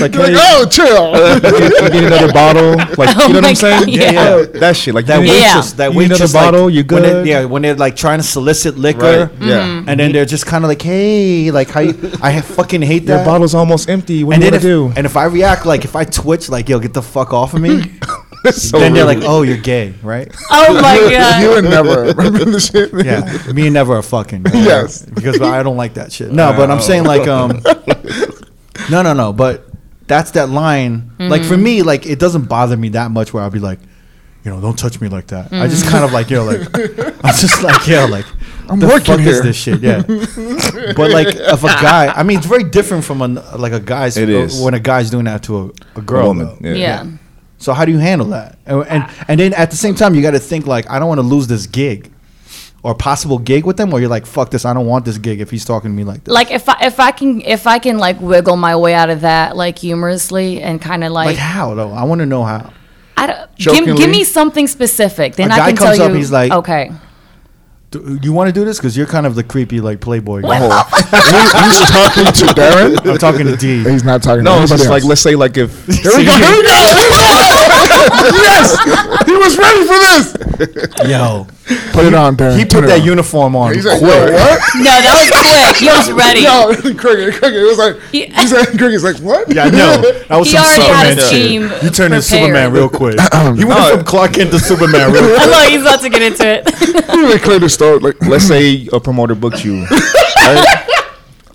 S5: Like,
S3: You're
S5: hey,
S3: like, oh, chill.
S5: you need- you need another bottle. Like
S4: Oh
S5: you know what
S4: my
S5: I'm saying?
S4: God, yeah.
S1: Yeah, yeah.
S5: that shit. Like
S1: that
S5: you need-
S4: Yeah.
S1: waitress, that
S5: You need another
S1: waitress,
S5: bottle?
S1: like,
S5: You
S1: when they're-
S5: good?
S1: yeah, when they're like trying to solicit liquor,
S5: Right.
S4: Mm-hmm.
S5: Yeah.
S1: and then they're just kind of like, hey, like how you, I ha- fucking hate
S5: Your
S1: that.
S5: bottle's almost empty. What
S1: and
S5: do you
S1: then
S5: want
S1: if,
S5: to do?
S1: and if I react like if I twitch like yo get the fuck off of me,
S5: So
S1: then they're
S5: rude.
S1: like oh you're gay right?
S4: oh my
S3: you
S4: god!
S3: would never remember this shit.
S1: Yeah, me and never are fucking. right?
S3: Yes.
S1: Oh. because I don't like that shit. No, but I'm saying like um, no, no, no, but that's that line. Like for me, like it doesn't bother me that much where I'll be like, you know, don't touch me like that. I just kind of like, yo, like I'm just like, yo, like
S3: I'm
S1: the
S3: working
S1: fuck
S3: here.
S1: is this shit? Yeah. but like if a guy, I mean, it's very different from an, like a guy's uh,
S5: It is.
S1: when a guy's doing that to a, a girl.
S5: woman,
S1: though.
S5: Yeah.
S4: yeah.
S1: So how do you handle that? And and, and then at the same time, you got to think like, I don't want to lose this gig. Or possible gig with them, or you're like, fuck this, I don't want this gig if he's talking to me like this.
S4: Like if I if I can if I can like wiggle my way out of that like humorously and kind of
S1: Like
S4: like,
S1: how though? I want to know how.
S4: I don't give,
S3: Jokingly.
S4: give me something specific then
S1: A guy
S4: I can
S1: comes
S4: tell
S1: up,
S4: you
S1: he's like-
S4: okay
S1: Do you want to do this? Because you're kind of the creepy like playboy. guy.
S3: He's talking to Darren.
S1: I'm talking to D.
S3: He's not talking to
S5: No, it's
S3: anybody
S5: just like
S3: else.
S5: let's say like if
S3: Here we go. Here we go. yes, he was ready for this.
S1: Yo,
S3: Put it on, Darren.
S1: he put
S3: Turn it
S1: that
S3: on.
S1: uniform on.
S3: He's like,
S1: quick.
S3: "Yo, what?
S4: no that was quick he was ready
S3: No, cricket, cricket. It was like
S4: Yeah.
S3: he's like cricket's like what?
S1: Yeah, I know. That was
S4: He
S1: some
S4: already had
S1: Superman
S4: his
S1: shit.
S4: team
S1: You turned into Superman
S4: prepared.
S1: real quick. you went
S5: No.
S1: from Clark Kent to Superman real quick.
S4: I know he's about to get into it
S3: He like cleared the store. Like
S5: let's say a promoter booked you. right?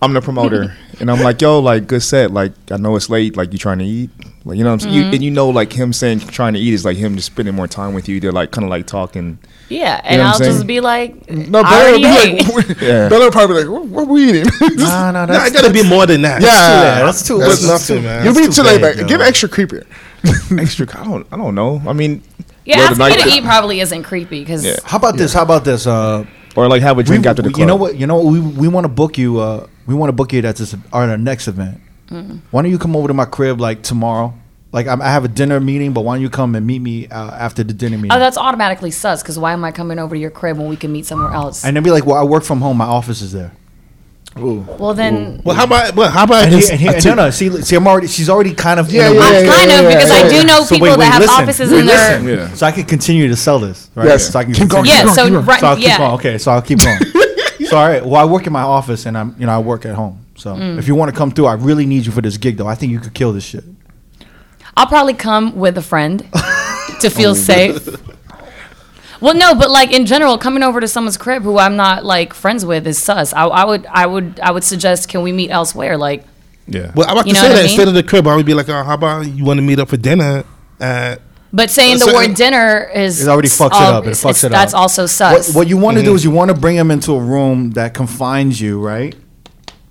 S5: I'm the promoter, and I'm like, yo, like good set. Like I know it's late. Like you trying to eat. Like you know what I'm saying.
S4: Mm-hmm.
S5: You, and you know, like him saying trying to eat is like him just spending more time with you. They're like kind of like talking.
S4: yeah and
S5: know what
S4: I'll
S5: I'm saying?
S4: just be like
S3: no, Bella
S4: I
S3: would
S4: already
S3: be
S4: ate.
S3: like,
S5: Yeah.
S3: Bella would probably be like, what, what we eating?
S1: Nah, nah,
S2: Nah,
S1: that's
S2: it gotta be more than that.
S1: yeah, that's too.
S3: That's
S1: that's
S2: nothing,
S1: too-
S2: man.
S3: you
S1: that's too
S3: be too laid
S1: vague,
S3: back.
S1: yo.
S3: Give extra creepier.
S5: Extra. I don't. I don't know. I mean,
S4: yeah
S5: Well,
S4: asking
S5: tonight-
S4: me to eat probably isn't creepy because
S5: Yeah.
S1: How about this? How about this? Uh,
S5: or like have a drink after the club.
S1: You know what? You know what? we we want to book you. Uh, we want to book you at this at our next event.
S4: Mm.
S1: Why don't you come over to my crib like tomorrow? Like I'm, I have a dinner meeting, but why don't you come and meet me uh, after the dinner meeting?
S4: oh that's automatically sus because why am I coming over to your crib when we can meet somewhere else
S1: and then be like, well, I work from home. My office is there.
S4: well then
S2: Well, how about well, how about
S1: And,
S2: this?
S1: he, and he, and no, no. See, see, I'm already. She's already kind of. in
S3: Yeah,
S1: a
S3: yeah,
S1: way-
S4: I kind of
S3: yeah,
S4: because I
S3: yeah.
S4: do know
S1: So
S4: people
S1: wait, wait,
S4: that have
S1: listen.
S4: offices
S1: Wait,
S4: in their
S5: Yeah.
S1: So I can continue to sell this, right?
S3: Yes.
S1: So I can
S3: Keep going,
S1: continue-
S3: keep
S4: yeah
S3: going, keep
S4: so
S3: going.
S4: right
S1: So I'll keep
S4: yeah
S1: going. Okay, so I'll keep going. so all right. Well, I work in my office, and I'm you know I work at home. So
S4: Mm.
S1: if you want to come through, I really need you for this gig, though. I think you could kill this shit.
S4: I'll probably come with a friend to
S1: Oh,
S4: feel safe. Well, no, but like in general, coming over to someone's crib who I'm not like friends with is sus. I, I would, I would, I would suggest can we meet elsewhere? Like,
S5: Yeah.
S2: well, I'm about
S4: You
S2: to
S4: know
S2: say
S4: what
S2: that
S4: I mean?
S2: instead of the crib, I would be like, uh, how about you want to meet up for dinner at
S4: but saying
S2: So-
S4: the word dinner is
S1: It already fucks it
S4: all-
S1: up. It
S4: it's-
S1: fucks
S4: it's-
S1: it
S4: That's
S1: up.
S4: also
S1: What,
S4: sus.
S1: what you want to do is you want to bring him into a room that confines you, right?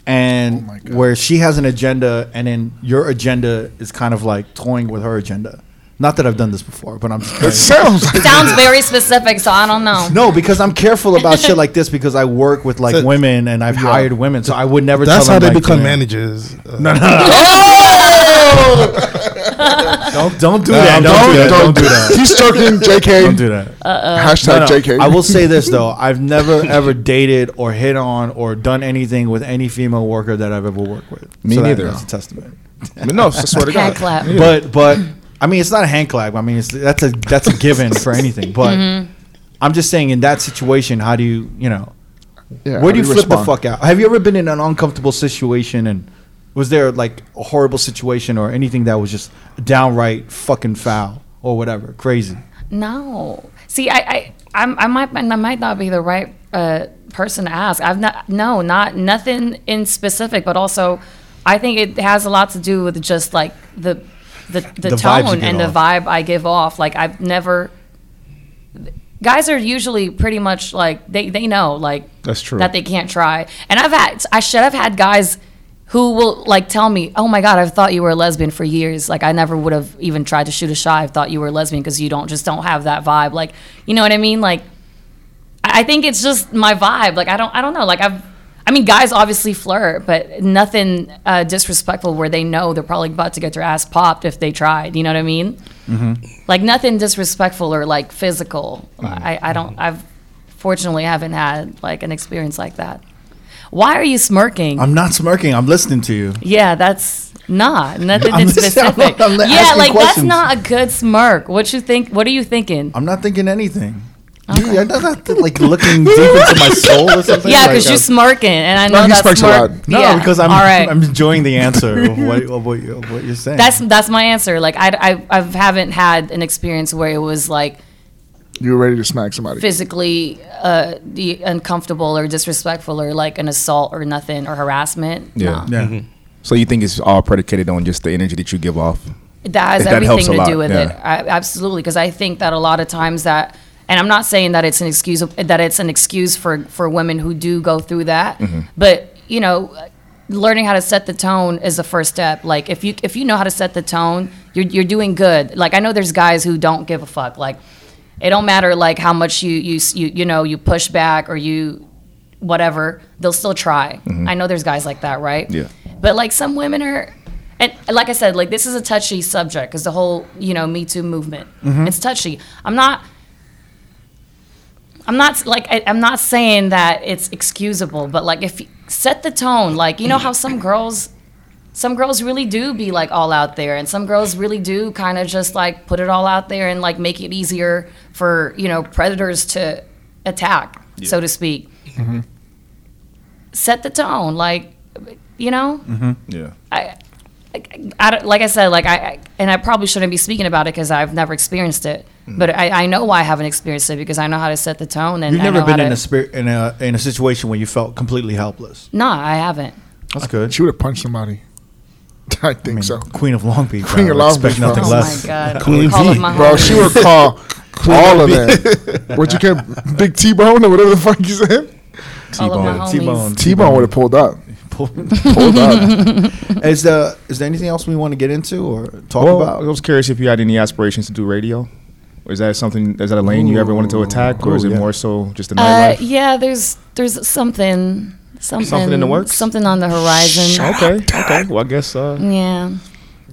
S1: And where she has an agenda, and then your agenda is kind of like toying with her agenda. Not that I've done this before, but I'm just
S3: It sounds like
S4: Sounds very specific, so I don't know.
S1: No, because I'm careful about shit like this because I work with like
S2: So-
S1: women and I've hired women, so I would never.
S2: That's
S1: tell
S2: how
S1: them,
S2: they
S1: like,
S2: become
S1: you know,
S2: managers. no, no,
S1: Don't don't do
S2: Nah,
S1: that.
S2: don't
S1: Don't do that. Don't do
S2: do that,
S1: that.
S3: he's joking. JK.
S1: Don't do that.
S3: Hashtag
S1: No, no.
S3: JK.
S1: I will say this though: I've never ever dated or hit on or done anything with any female worker that I've ever worked with.
S5: Me
S1: So that-
S5: neither.
S1: that's a testament.
S5: no, I swear to
S4: Hand
S5: God.
S4: clap.
S1: But but I mean, it's not a hand clap. I mean, it's, that's a that's a given for anything. But I'm just saying, in that situation, how do you you know
S3: Yeah,
S1: where do
S3: how
S1: you flip
S3: respond?
S1: the fuck out? Have you ever been in an uncomfortable situation and was there like a horrible situation or anything that was just downright fucking foul or whatever, crazy?
S4: No. See, I, I, I'm, I might, I might not be the right uh, person to ask. I've not, no, not nothing in specific, but also, I think it has a lot to do with just like the, the, the,
S1: The vibes you
S4: tone
S1: get
S4: and
S1: off.
S4: the vibe I give off. Like I've never. Guys are usually pretty much like they, they know like
S5: That's true.
S1: Hmm.
S4: that they can't try. And I've had I should have had guys who will like tell me, "Oh my god, I've thought you were a lesbian for years. Like I never would have even tried to shoot a shot. I've thought you were a lesbian because you don't just don't have that vibe. Like you know what I mean? Like I I think it's just my vibe. Like I don't I don't know. Like I've I mean, guys obviously flirt, but nothing uh, disrespectful where they know they're probably about to get their ass popped if they tried. You know what I mean? Like nothing disrespectful or like physical.
S1: Mm-hmm.
S4: I, I don't. I've fortunately haven't had like an experience like that. Why are you smirking?
S1: I'm not smirking. I'm listening to you.
S4: yeah, that's not nothing
S1: I'm just-
S4: specific.
S1: I'm not
S4: yeah,
S1: asking
S4: like
S1: questions.
S4: that's not a good smirk. What you think? What are you thinking?
S1: I'm not thinking anything. You, you're not, not, like looking deep into my soul or something.
S4: Yeah,
S1: Like,
S4: because
S1: uh,
S4: you're smirking, and I
S3: No,
S4: know
S3: he
S4: that's
S3: smirks a
S4: smirk.
S3: lot.
S1: No,
S4: yeah.
S1: because I'm
S4: all right.
S1: I'm enjoying the answer of what of what, you- of what you're saying.
S4: that's that's my answer. Like I I I haven't had an experience where it was like
S3: You were ready to smack somebody.
S4: physically uh, the uncomfortable or disrespectful or like an assault or nothing or harassment.
S5: Yeah.
S4: No.
S1: yeah.
S5: So you think it's all predicated on just the energy that you give off?
S4: that has
S5: That helps
S4: everything
S5: a
S4: to
S5: lot,
S4: do with
S5: yeah.
S4: it I, absolutely because i think that a lot of times that and i'm not saying that it's an excuse that it's an excuse for for women who do go through that
S5: Mm-hmm.
S4: but you know learning how to set the tone is the first step like if you if you know how to set the tone you're, you're doing good like i know there's guys who don't give a fuck like it don't matter like how much you you you, you know you push back or you whatever they'll still try i know there's guys like that right
S5: Mm-hmm. Yeah.
S4: but like some women are and like i said like this is a touchy subject because the whole you know me too movement it's touchy i'm not i'm not like I, i'm not saying that it's excusable but like if you set the tone like you know how some girls some girls really do be like all out there and some girls really do kind of just like put it all out there and like make it easier for you know predators to attack so to speak set the tone like you know
S5: Yeah.
S4: I, I, I don't- like I said, like I, I and I probably shouldn't be speaking about it because I've never experienced it.
S3: Mm.
S4: But I, I know why I haven't experienced it because I know how to set the tone. And
S1: You've
S4: I
S1: never
S4: know
S1: been
S4: how
S1: in
S4: to-
S1: a spirit in a in a situation where you felt completely helpless.
S4: Nah, I haven't.
S1: That's good.
S3: She would have punched somebody. I think
S1: I mean,
S3: so.
S1: Queen of Long Beach.
S3: Queen
S1: I would
S3: of Long
S1: expect
S3: Beach,
S1: nothing
S3: bro.
S4: Oh
S1: less.
S4: my god!
S2: Queen
S4: Call
S2: V.
S4: up my
S3: Bro, she
S4: homies.
S3: would call all of that. What you get? Big T Bone or whatever the fuck you said?
S4: Call up my homies.
S1: T-Bone.
S3: T Bone would have pulled up. Pulled up.
S1: is there is there anything else we want to get into or talk
S5: Well, I
S1: about?
S5: was curious if you had any aspirations to do radio. Or is that something? Is that a lane you ever wanted to attack, or is
S1: Ooh,
S5: it
S1: yeah.
S5: more so just a
S4: Uh,
S5: nightlife?
S4: yeah, there's there's something something
S5: Something in the works?
S4: Something on the horizon.
S5: okay, okay. Well, I guess uh,
S4: Yeah.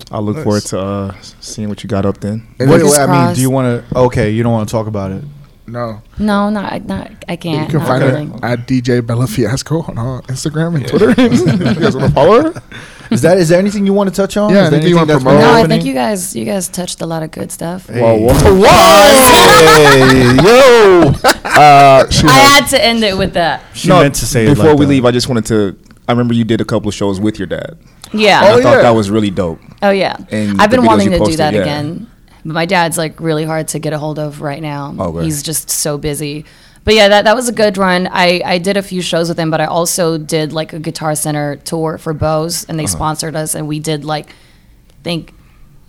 S5: I'll look forward to uh, s- seeing what you got up then.
S1: Wait, wait,
S4: Fingers
S1: I mean,
S4: crossed.
S1: do you want to? Okay, you don't want to talk about it.
S3: No.
S4: No, not not I
S3: You
S4: can't.
S3: can
S4: not
S3: find
S4: really.
S3: her at DJ Bella Fiasco on uh, Instagram and Twitter. you guys want to follow her?
S1: Is that is there anything you want to touch on?
S3: Yeah,
S1: Is there
S3: anything you wanna
S1: that's been
S3: promote?
S4: No, I
S1: happening?
S4: think you guys you guys touched a lot of good stuff.
S1: Hey.
S5: Whoa, whoa.
S1: Hey, yo!
S5: Uh,
S3: She
S4: I
S3: had-
S4: had to end it with that.
S1: She meant to say it
S5: before
S1: like
S5: we
S1: that.
S5: leave. I just wanted to. I remember you did a couple of shows with your dad.
S4: Yeah.
S5: I
S3: Oh,
S5: thought
S3: yeah.
S5: that was really dope.
S4: Oh yeah,
S5: and
S4: I've
S5: the
S4: been
S5: videos
S4: wanting
S5: you
S4: to do
S5: posted,
S4: that
S5: yeah.
S4: again, but my dad's like really hard to get a hold of right now.
S5: Okay.
S4: He's just so busy. But yeah, that, that was a good run. I, I did a few shows with him, but I also did like a Guitar Center tour for Bose, and they
S5: Uh-huh.
S4: sponsored us, and we did like I think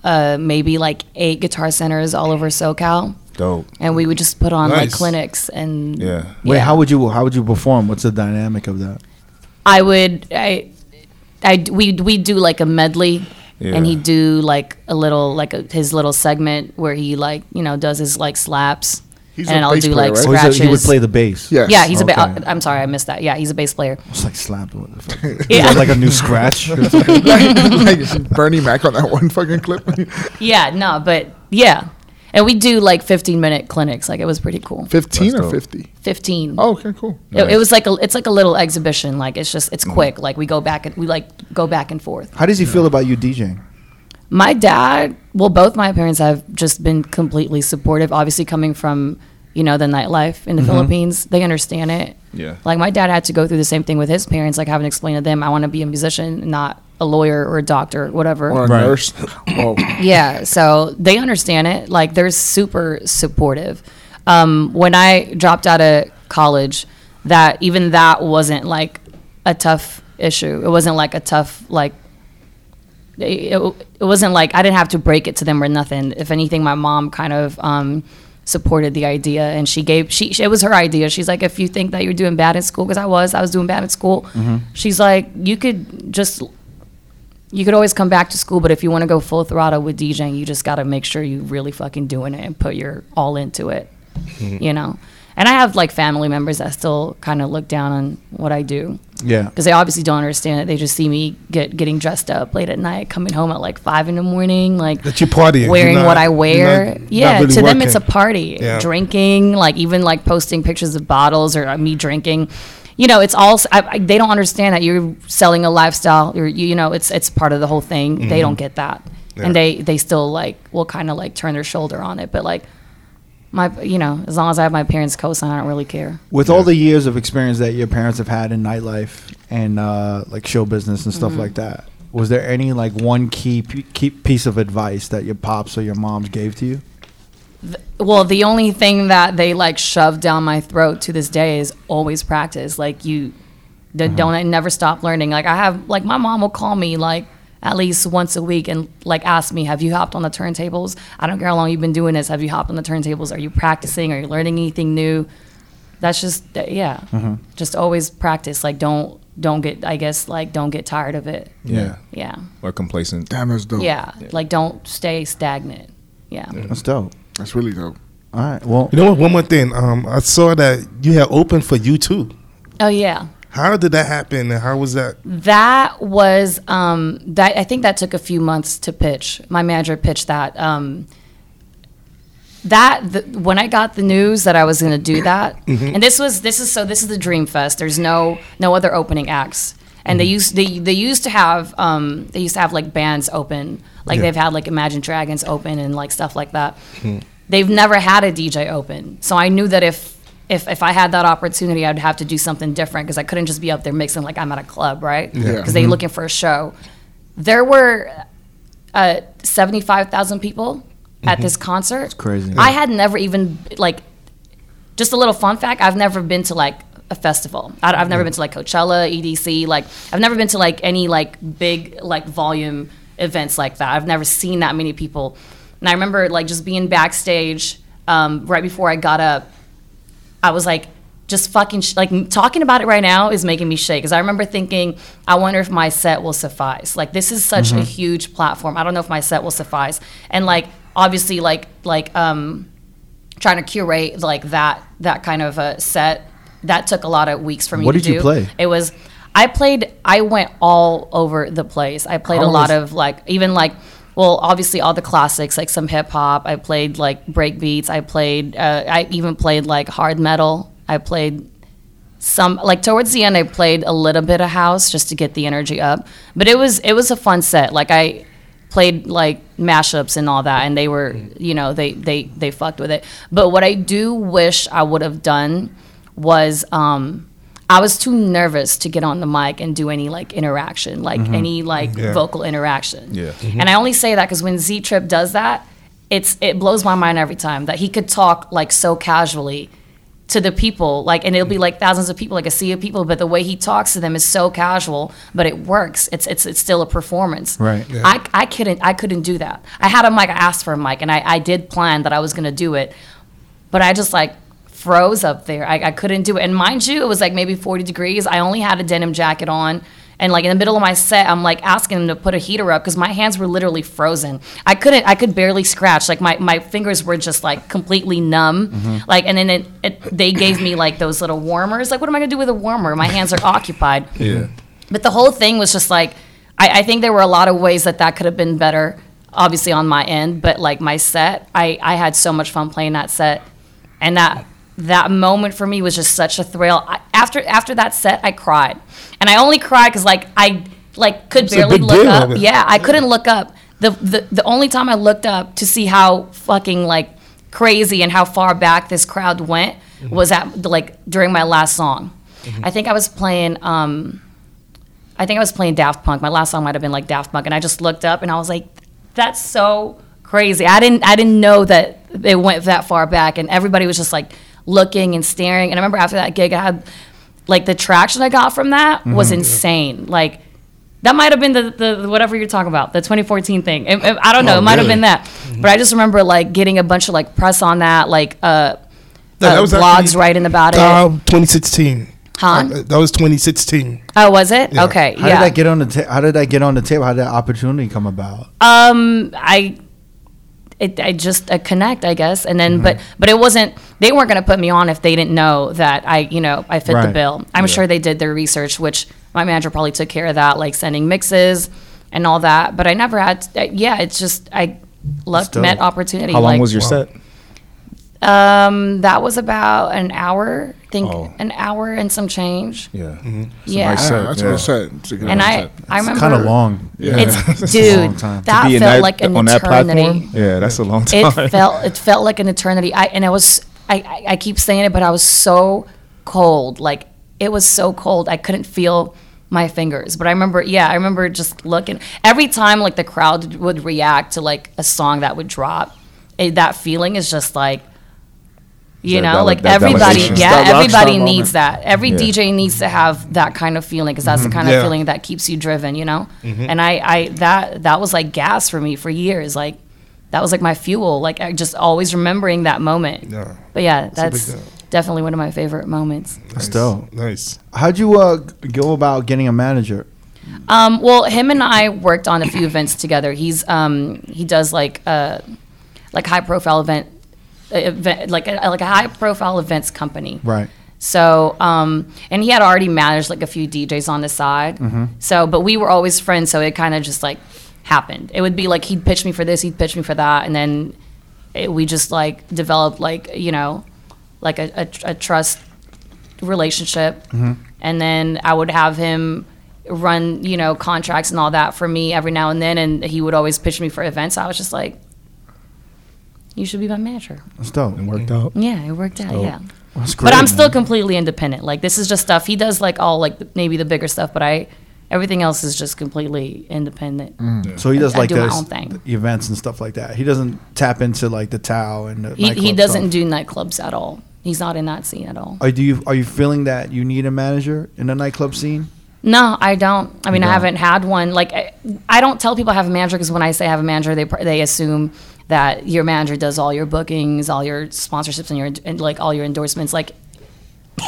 S4: uh, maybe like eight Guitar Centers all over SoCal,
S5: Dope.
S4: and we would just put on like
S2: Nice.
S4: clinics and
S5: Yeah.
S1: Wait, how would you how would you perform? What's the dynamic of that?
S4: I would I I we we do like a medley
S5: Yeah.
S4: and he do like a little like a, his little segment where he like you know does his like slaps
S3: He's
S4: and
S3: a
S4: I'll
S3: bass
S4: do
S3: player,
S4: like
S3: right?
S1: Oh, he's a-
S4: scratches.
S1: he would play the bass.
S3: Yes.
S4: yeah, he's a
S1: Okay.
S4: ba- I'm sorry, I missed that. Yeah, he's a bass player.
S1: It's like slap. What the fuck? Is
S4: Yeah.
S1: that like a new scratch. or something?
S3: like, like Bernie Mac on that one fucking clip.
S4: Yeah, no, but yeah. And we do like 15 minute clinics. Like it was pretty cool.
S3: 15
S5: That's
S3: or
S5: dope.
S3: 50?
S4: 15.
S3: Oh, okay, cool.
S4: It, it was like a, it's like a little exhibition. Like it's just it's
S1: Mm.
S4: quick. Like we go back and we like go back and forth.
S1: How does he feel about you DJing?
S4: my dad well both my parents have just been completely supportive obviously coming from you know the nightlife
S1: Mm-hmm.
S4: in the philippines they understand it
S5: Yeah.
S4: like my dad had to go through the same thing with his parents like having to explain to them i want to be a musician not a lawyer or a doctor whatever
S3: Or a
S1: Right.
S3: nurse. Oh,
S4: yeah so they understand it like they're super supportive um, when i dropped out of college that even that wasn't like a tough issue it wasn't like a tough like it, it wasn't like i didn't have to break it to them or nothing if anything my mom kind of um, supported the idea and she gave she it was her idea she's like if you think that you're doing bad in school because i was i was doing bad at school she's like you could just you could always come back to school, but if you want to go full throttle with DJing, you just got to make sure you really fucking doing it and put your all into it,
S2: Mm-hmm.
S4: you know. And I have like family members that still kind of look down on what I do
S1: Yeah.
S4: because they obviously don't understand it. They just see me get getting dressed up late at night, coming home at like five in the morning, like
S2: That you partying, you're
S4: wearing
S2: not-
S4: what I
S2: you're
S4: wear.
S2: not- not
S4: yeah,
S2: really
S4: to them it's a
S2: working.
S4: party,
S2: Yeah.
S4: drinking, like even like posting pictures of bottles or uh, me drinking. You know, it's all. I, I, they don't understand that you're selling a lifestyle. You're, you, you know, it's it's part of the whole thing. They don't get that,
S2: Mm-hmm. Yeah.
S4: and they they still like will kind of like turn their shoulder on it. But like my, you know, as long as I have my parents' cosign, I don't really care.
S1: With all the years of experience that your parents have had in nightlife and uh, like show business and
S4: Mm-hmm.
S1: stuff like that, was there any like one key, p- key piece of advice that your pops or your moms gave to you?
S4: well the only thing that they like shove down my throat to this day is always practice like you that don't never stop learning. Like I have like my mom will call me like at least once a week and like ask me, have you hopped on the turntables? I don't care how long you've been doing this. Have you hopped on the turntables? Are you practicing? Are you learning anything new? That's just th- yeah. Just always practice. Like don't don't get I guess like don't get tired of it.
S1: Yeah.
S4: Yeah.
S5: or complacent.
S3: Damn, that's dope.
S4: Yeah. Like don't stay stagnant. Yeah.
S1: That's dope.
S3: That's really dope.
S1: All right. Well,
S2: You know what? One more thing. Um, I saw that you had opened for you too.
S4: Oh yeah.
S2: How did that happen? And how was that?
S4: That was um, that. I think that took a few months to pitch. My manager pitched that. Um, that the, when I got the news that I was going to do that, and this was this is so this is the Dream Fest. There's no no other opening acts, and they used they, they used to have um, they used to have like bands open, like they've had like Imagine Dragons open and like stuff like that. They've never had a DJ open, so I knew that if if, if I had that opportunity, I'd have to do something different because I couldn't just be up there mixing like I'm at a club, right? Because they're looking for a show. There were uh, 75,000 people at this concert. It's
S1: crazy.
S4: I had never even, like, just a little fun fact I've never been to, like, a festival. I, I've never been to, like, Coachella, EDC. Like, I've never been to, like, any, like, big, like, volume events like that. I've never seen that many people. And I remember, like, just being backstage um, right before I got up. I was like, just fucking sh- like m- talking about it right now is making me shake. Because I remember thinking, I wonder if my set will suffice. Like this is such
S1: Mm-hmm.
S4: a huge platform. I don't know if my set will suffice. And like obviously, like like um, trying to curate like that that kind of a set that took a lot of weeks for me
S1: What
S4: to
S1: did you
S4: do.
S1: play?
S4: It was I played I went all over the place. I played a lot of like even like well obviously all the classics like some hip hop. I played like break beats. I played uh, I even played like hard metal. I played some like towards the end I played a little bit of house just to get the energy up. But it was it was a fun set. Like I played like mashups and all that and they were you know they they they fucked with it. But what I do wish I would have done was um I was too nervous to get on the mic and do any like interaction, like any like vocal interaction.
S5: Yeah.
S4: And I only say that because when Z Trip does that, it's it blows my mind every time that he could talk like so casually to the people, like, and it'll be like thousands of people, like a sea of people, but the way he talks to them is so casual, but it works. It's it's it's still a performance.
S1: Right. Yeah.
S4: I, I couldn't I couldn't do that. I had a mic. I asked for a mic, and I I did plan that I was gonna do it, but I just like froze up there. I, I couldn't do it. And mind you, it was like maybe 40 degrees. I only had a denim jacket on. And like in the middle of my set, I'm like asking him to put a heater up because my hands were literally frozen. I couldn't, I could barely scratch. Like my, my fingers were just like completely numb. Like, and then it, it, they gave me like those little warmers. Like, what am I gonna do with a warmer? My hands are occupied.
S2: Yeah.
S4: But the whole thing was just like, I, I think there were a lot of ways that that could have been better, obviously on my end. But like my set, I, I had so much fun playing that set, and that that moment for me was just such a thrill. I, after after that set, I cried, and I only cried because like I like could
S2: a
S4: barely
S2: big
S4: look
S2: deal.
S4: up. Yeah, I couldn't look up. The, the the only time I looked up to see how fucking like crazy and how far back this crowd went
S2: Mm-hmm.
S4: was at like during my last song. I think I was playing um, I think I was playing Daft Punk. My last song might have been like Daft Punk, and I just looked up and I was like, "That's so crazy." I didn't I didn't know that it went that far back, and everybody was just like looking and staring. And I remember after that gig, I had like the traction I got from that
S2: Mm-hmm.
S4: was insane. Like that might have been the, the, the whatever you're talking about, the 2014 thing. It- it- I don't know.
S2: Oh,
S4: it might have
S2: really?
S4: been that, but I just remember like getting a bunch of like press on that, like uh,
S2: No,
S4: uh,
S2: that was
S4: blogs
S2: actually-
S4: writing about it.
S2: Uh, 2016.
S4: Huh?
S2: Uh, that was 2016.
S4: Oh, was it?
S2: Yeah.
S4: Okay.
S1: how
S4: yeah.
S1: did I get on the ta- how did I get on the table? How did that opportunity come about?
S4: Um, I, it, I just I connect, I guess, and
S5: Mm-hmm.
S4: then but but it wasn't. They weren't going to put me on if they didn't know that I, you know, I fit the
S1: Right.
S4: bill. I'm sure they did their research, which my manager probably took care of that, like sending mixes and all that. But I never had. uh, yeah, it's just I luck
S1: Still.
S4: met opportunity.
S5: How long
S4: like,
S5: was your set?
S4: Um, that was about an hour. I think
S5: Oh.
S4: an hour and some change.
S5: Yeah.
S4: yeah.
S5: nice set.
S3: Yeah, that's
S5: Yeah.
S3: what I said. It's a good
S4: and I,
S3: set.
S4: I remember
S1: Kind of long.
S4: It's
S1: a
S4: dude,
S1: long time. To
S4: that
S5: Be
S4: felt
S5: in that-
S4: like an
S5: on that
S4: eternity.
S5: platform? Yeah, that's a long time.
S4: it felt it felt like an eternity. I and I was I, I I keep saying it, but I was so cold. Like it was so cold. I couldn't feel my fingers. But I remember, yeah, I remember just looking every time like the crowd would react to like a song that would drop. It, that feeling is just like You
S5: That-
S4: know,
S5: that-
S4: like
S5: that
S4: everybody,
S5: validation.
S4: yeah,
S3: That rock
S4: everybody
S3: star moment.
S4: needs that. Every
S5: Yeah.
S4: DJ needs to have that kind of feeling because that's the kind
S2: Yeah.
S4: of
S2: Mm-hmm.
S4: feeling that keeps you driven. You know, and I, I that that was like gas for me for years. Like that was like my fuel. Like I just always remembering that moment.
S2: Yeah.
S4: But yeah,
S2: a big
S4: that's
S2: deal.
S4: definitely one of my favorite moments.
S1: That's dope.
S2: Nice.
S1: How'd you uh, g- go about getting a manager?
S4: Um, well, him and I worked on a few events together. He's um, he does like uh, like high profile event, uh, event like a, like a high profile events company.
S1: Right.
S4: So, um, and he had already managed like a few DJs on the side. So, but we were always friends. So it kind of just like happened. It would be like he'd pitch me for this, he'd pitch me for that, and then it, we just like developed like you know, like a, a, a trust relationship. And then I would have him run you know contracts and all that for me every now and then, and he would always pitch me for events. I was just like, you should be my manager.
S1: That's dope.
S2: Worked out.
S4: Yeah, it worked out. Yeah.
S1: That's great.
S4: But I'm still completely independent. Like this is just stuff he does, like all like the- maybe the bigger stuff, but I everything else is just completely independent.
S1: So he does
S4: I
S1: like
S4: do my
S1: this-
S4: own thing.
S1: the events and stuff like that. He doesn't tap into like the Tao and the
S4: He he
S1: nightclub
S4: doesn't
S1: stuff.
S4: do nightclubs at all. He's not in that scene at all.
S1: Are do you are you feeling that you need a manager in the nightclub scene?
S4: No, I don't. I mean, I
S1: don't.
S4: haven't had one. Like I, I don't tell people I have a manager because when I say I have a manager, they pr- they assume that your manager does all your bookings, all your sponsorships, and your and like all your endorsements. Like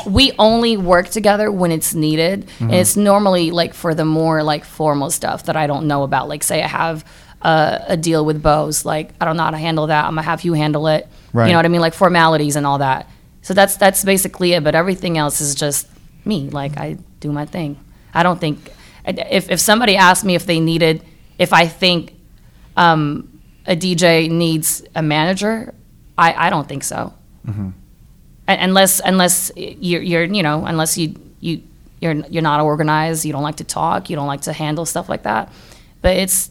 S4: we only work together when it's needed
S1: Mm-hmm.
S4: and it's normally like for the more like formal stuff that i don't know about like say i have uh, a deal with bose like i don't know how to handle that i'm gonna have you handle it
S1: Right.
S4: you know what i mean like formalities and all that so that's that's basically it but everything else is just me like i do my thing i don't think if, if somebody asked me if they needed if i think um, a dj needs a manager i, I don't think so Un- unless unless you're, you're you know unless you you you're you're not organized you don't like to talk you don't like to handle stuff like that but it's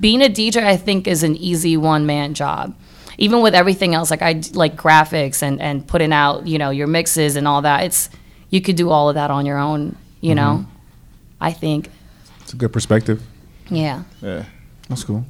S4: being a dj i think is an easy one man job even with everything else like i d- like graphics and and putting out you know your mixes and all that it's you could do all of that on your own you know i think
S5: It's a good perspective.
S4: yeah
S5: Yeah.
S1: That's cool.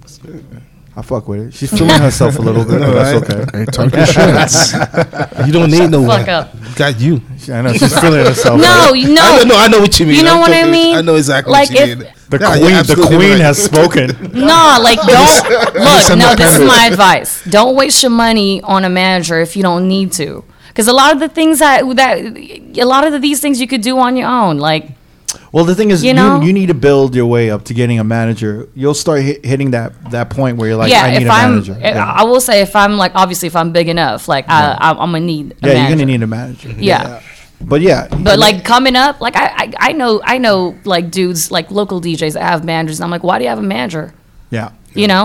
S1: I fuck with it. She's fooling herself a little bit, but that's okay.
S3: Hey, talk your shit.
S2: You don't need no
S4: fuck
S2: one.
S4: up
S2: Got you.
S1: I know she's feeling herself.
S4: no you
S2: I
S4: know
S2: know, no, I know what you mean.
S4: You know
S2: I'm
S4: what I
S2: talking-
S4: mean?
S2: I know exactly
S4: Like,
S2: what you
S4: if-
S2: mean.
S1: The
S2: Yeah, you're
S1: queen, the
S2: absolutely
S1: queen
S2: right.
S1: has spoken.
S4: No, like don't look.
S2: I'm
S4: No,
S2: not
S4: this is
S2: gonna-
S4: my advice. Don't waste your money on a manager if you don't need to, because a lot of the things that that a lot of these things you could do on your own. Like
S1: Well, the thing is,
S4: You
S1: you,
S4: know?
S1: you need to build your way up to getting a manager. You'll start hit, hitting that that point where you're like,
S4: yeah,
S1: I need
S4: if
S1: a
S4: I'm,
S1: manager.
S4: I- I will say if I'm like obviously if I'm big enough, like I, I'm, I'm gonna need. A
S1: yeah,
S4: manager.
S1: you're gonna need a manager.
S4: Yeah.
S1: but yeah,
S4: But like coming up, like I, I, I know I know like dudes like local DJs that have managers, and I'm like, why do you have a manager?
S1: yeah,
S4: you know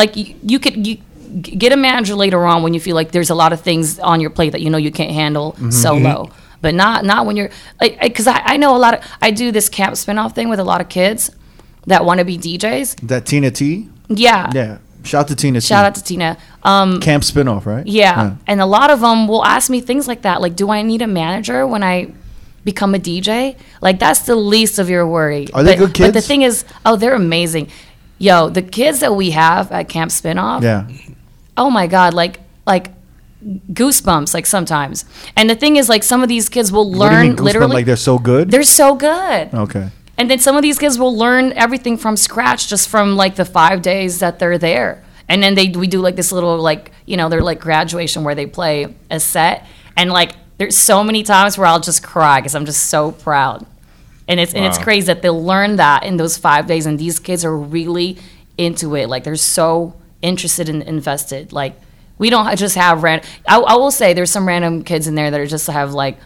S4: like you, you could you g- get a manager later on when you feel like there's a lot of things on your plate that you know you can't handle
S1: Mm-hmm.
S4: solo but not not when you're like because I, I know a lot of i do this camp spinoff thing with a lot of kids that want to be djs
S1: that Tina T.
S4: yeah,
S1: Yeah, shout to Tina.
S4: Uh, shout
S1: T.
S4: out to tina um
S1: Camp spinoff, right?
S4: yeah. and a lot of them will ask me things like that like do i need a manager when i become a dj like that's the least of your worry
S1: Are they
S4: but,
S1: good
S4: but the
S1: kids?
S4: thing is oh they're amazing yo the kids that we have at camp spinoff
S1: yeah.
S4: oh my god like like goosebumps like sometimes and the thing is like some of these kids will
S1: What do you
S4: learn
S1: mean goosebump?
S4: literally
S1: like they're so good.
S4: they're so good
S1: okay.
S4: and then some of these kids will learn everything from scratch just from like the five days that they're there and then they we do like this little like you know they're like graduation where they play a set and like there's so many times where i'll just cry because i'm just so proud and it's and it's crazy that they'll learn that in those five days and these kids are really into it like they're so interested and invested like we don't just have random I, I will say there's some random kids in there that are just have like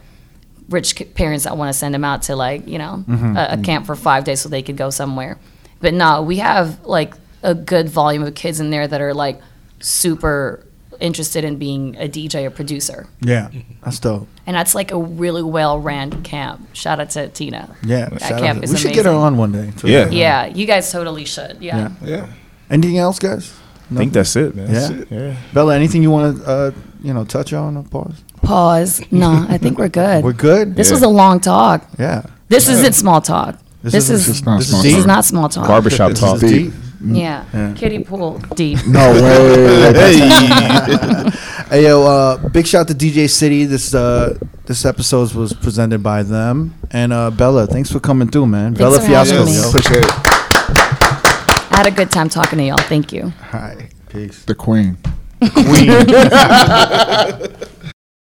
S4: rich ki- parents that want to send them out to like you know a, a camp for five days so they could go somewhere but no we have like a good volume of kids in there that are like super interested in being a dj or producer
S1: Yeah, that's dope.
S4: and that's like a really well ran camp shout out to tina
S1: Yeah,
S4: That
S1: shout out
S4: camp
S1: to-
S4: is
S1: we should get her
S4: amazing.
S1: on one day. too.
S5: Yeah.
S4: yeah you guys totally should
S1: Yeah.
S4: yeah.
S2: Yeah.
S1: Anything else, guys?
S5: I think that's it, man. That's
S1: Yeah.
S5: it. Yeah.
S1: Bella, anything you want to uh, you know touch on? Or pause.
S4: pause no i think we're good
S1: We're good.
S4: this
S5: Yeah.
S4: was a long talk
S1: yeah.
S4: this isn't small talk this, is
S3: just not
S1: this
S3: small
S1: is
S4: this
S1: deep.
S4: is not small talk
S5: Barbershop
S1: This
S5: talk.
S1: is deep.
S4: yeah. kiddie pool deep
S3: No way.
S5: Hey.
S1: Hey, yo, uh, big shout to DJ City. This uh, this episode was presented by them. And uh, Bella, thanks for coming through, man. Bella
S4: for having
S1: Fiasco.
S4: me.
S1: yo.
S3: Appreciate it.
S4: I had a good time talking to y'all. Thank you.
S1: Hi. Peace.
S3: The queen.
S1: Queen.